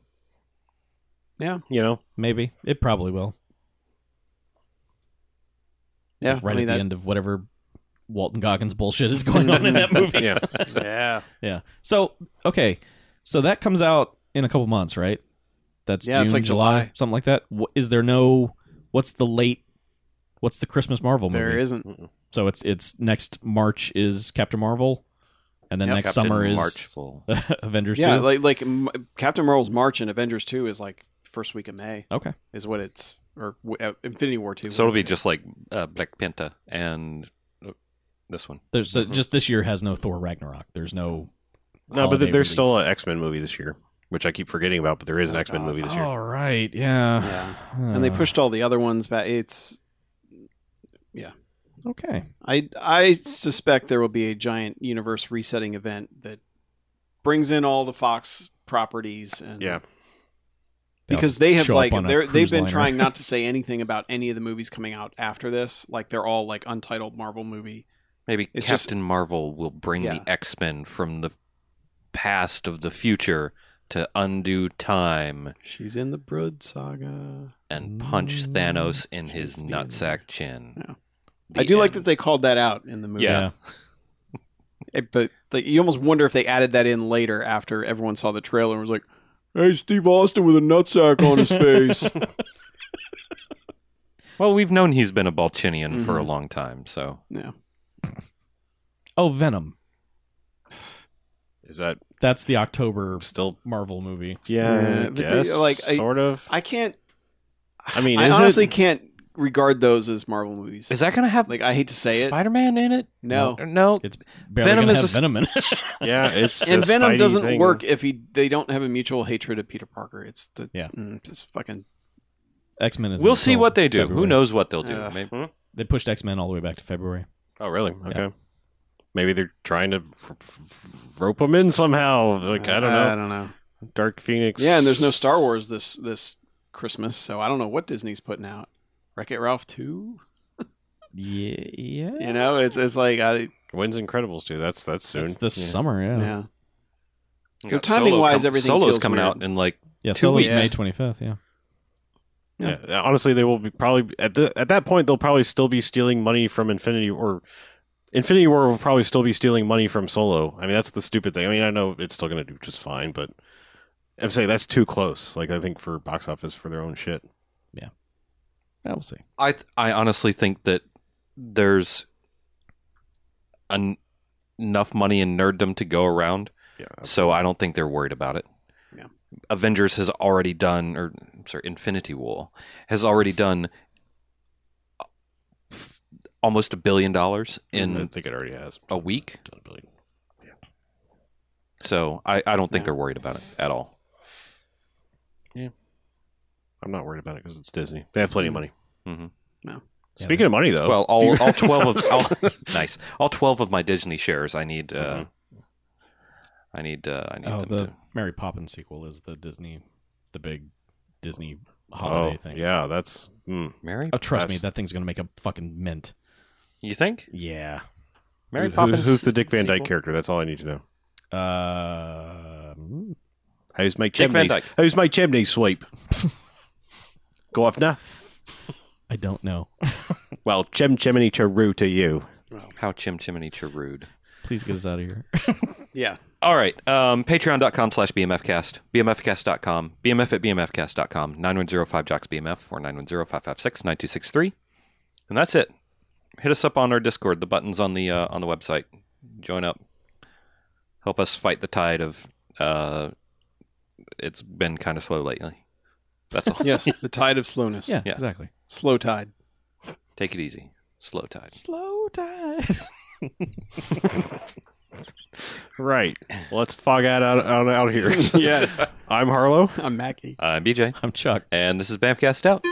S3: Yeah.
S2: You
S3: (laughs)
S2: know?
S4: maybe it probably will
S3: Yeah,
S4: right
S3: I mean,
S4: at the end of whatever Walton Goggins bullshit is going
S3: (laughs)
S4: on in that movie
S2: Yeah.
S3: that, yeah,
S4: Yeah. So okay, so that comes out in a couple months, right? That's
S3: Yeah,
S4: June,
S3: it's like
S4: July,
S3: July.
S4: something like that. Wh- Is there no? What's the late? What's the Christmas Marvel movie?
S3: there isn't.
S4: So it's it's next March is Captain Marvel, and then
S3: Yep.
S4: next
S5: Captain
S4: summer is
S5: Marchful.
S4: (laughs) Avengers.
S3: Yeah,
S4: 2.
S3: like like M- Captain Marvel's March in Avengers Two is like first week of May
S4: okay.
S3: is what it's or w- uh, Infinity War Two.
S5: So it'll be just like uh, Black Panther and uh, this one.
S4: There's so just this year has no Thor Ragnarok. There's no.
S2: No, but
S4: holiday
S2: th- there's
S4: release.
S2: still an X Men movie this year, which I keep forgetting about. But there is an
S3: Oh,
S2: X Men
S3: God.
S2: movie this year.
S4: All right. Yeah.
S3: yeah, and they
S4: Uh,
S3: pushed all the other ones back. It's
S4: (sighs) Okay.
S3: I I suspect there will be a giant universe resetting event that brings in all the Fox properties and
S2: Yeah.
S3: because they have
S4: show up
S3: like
S4: on a
S3: they're, they've
S4: cruise
S3: been
S4: liner.
S3: trying not
S4: (laughs)
S3: to say anything about any of the movies coming out after this like they're all like untitled marvel movie
S5: Maybe
S3: It's just-
S5: Captain Marvel will bring
S3: Yeah.
S5: the X Men from the past of the future to undo time
S3: she's in the brood saga
S5: and punch Thanos in his
S3: She's
S5: nutsack chin.
S3: Yeah.
S5: The
S3: i do like that
S5: end.
S3: they called that out in the movie
S5: Yeah.
S3: It- but like, you almost wonder if they added that in later after everyone saw the trailer and was like hey steve austin with a nutsack on
S4: (laughs)
S3: his (laughs) face
S5: Well, we've known he's been a Balchinian for a
S3: Mhm.
S5: long time, so
S3: yeah
S4: Oh, Venom.
S2: Is that
S4: That's the October
S2: still?
S4: Marvel movie.
S2: Yeah,
S3: Yeah,
S2: I
S3: but they-
S2: guess,
S3: like, I-
S2: sort of.
S3: i can't
S2: I mean,
S3: i
S2: is it-
S3: honestly can't regard those as marvel movies
S5: is that going to have
S3: like i hate to say it
S5: Spider Man in it?
S3: no
S5: no.
S4: It's barely
S5: Venom
S4: gonna
S5: is
S4: have
S5: a s-
S4: Venom in it.
S2: yeah, it's
S3: (laughs) and
S2: a
S3: Venom
S2: Spidey
S3: doesn't
S2: thing.
S3: work if he they don't have a mutual hatred of Peter Parker. It's the
S4: Yeah.
S3: mm, it's fucking
S4: X Men is.
S5: We'll see what they do. Who
S4: February.
S5: knows what they'll do?
S3: Uh,
S5: Maybe.
S4: They pushed X Men all the way back to February.
S2: Oh, really? Okay. Maybe they're trying to r- r- rope them in somehow. Like I don't know.
S3: uh, I don't know.
S2: Dark Phoenix.
S3: Yeah, and there's no Star Wars this this Christmas, so I don't know what Disney's putting out. Wreck It Ralph two.
S4: Yeah, yeah.
S3: You know, it's it's like I
S2: When's Incredibles too? That's that's soon.
S4: It's this
S2: Yeah.
S4: summer. Yeah, yeah.
S3: yeah. So
S5: You got
S3: timing-wise, everything
S5: Solo's
S3: feels
S5: coming
S3: weird.
S5: out in like Two
S4: so it's
S3: weeks.
S4: May twenty fifth. Yeah,
S2: Yeah. Honestly, they will be probably at the at that point they'll probably still be stealing money from Infinity or Infinity War will probably still be stealing money from Solo. I mean, that's the stupid thing. I mean, I know it's still going to do just fine, but I'm saying that's too close. Like I think for box office for their own shit.
S4: yeah we'll see.
S5: I th- I honestly think that there's an enough money and nerddom to go around.
S2: Yeah.
S5: So I don't think they're worried about it.
S3: Yeah.
S5: Avengers has already done, or I'm sorry, Infinity War has already done uh, almost a billion dollars in
S3: Mm-hmm.
S2: I think it already has.
S5: a week.
S2: Done a billion.
S5: So I, I don't think
S3: Yeah.
S5: they're worried about it at all.
S2: I'm not worried about it because it's Disney. They have plenty of money.
S5: Mhm.
S3: No.
S4: Yeah,
S2: Speaking of money,
S3: Oh.
S2: though,
S5: Well, all, all twelve
S3: (laughs)
S5: of all, nice, all twelve of my Disney shares. I need, uh,
S3: Mm-hmm.
S5: I need, uh, I need
S4: Oh,
S5: them
S4: the
S5: to.
S4: Mary Poppins sequel is the Disney, the big Disney holiday
S2: oh,
S4: thing.
S2: yeah, that's mm,
S5: Mary,
S4: Oh, trust me,
S2: That's-
S4: that thing's gonna make a fucking mint.
S5: you think
S4: Yeah.
S5: Mary
S2: who- who-
S5: Poppins?
S2: who's the Dick Van Dyke
S5: sequel?
S2: character? That's all I need to know.
S4: Uh, mm,
S2: How's my
S5: Dick
S2: chimney?
S5: Van Dyke.
S2: How's my chimney sweep? Go off now.
S4: I don't know.
S2: Well, chim chimney charoo to you.
S5: How Chim Chimney Cherud.
S4: Please get us out of here.
S3: Yeah.
S5: All right. Um, Patreon.com slash BMFcast. BMFcast.com. BMF at BMFcast.com. 9105JocksBMF or 9105569263. And that's it. Hit us up on our Discord. The button's on the uh, on the website. Join up. Help us fight the tide of uh, it's been kind of slow lately. That's
S2: (laughs)
S5: all.
S3: Yes. the tide of slowness.
S4: yeah,
S5: Yeah.
S4: exactly.
S3: Slow tide.
S5: Take it easy. Slow tide.
S4: Slow tide.
S2: Right. Let's fog out out, out,
S5: (laughs)
S2: out here.
S3: yes.
S2: I'm Harlow.
S3: I'm Mackie.
S5: I'm BJ.
S4: (laughs) I'm Chuck.
S5: And this is BAMFcast out.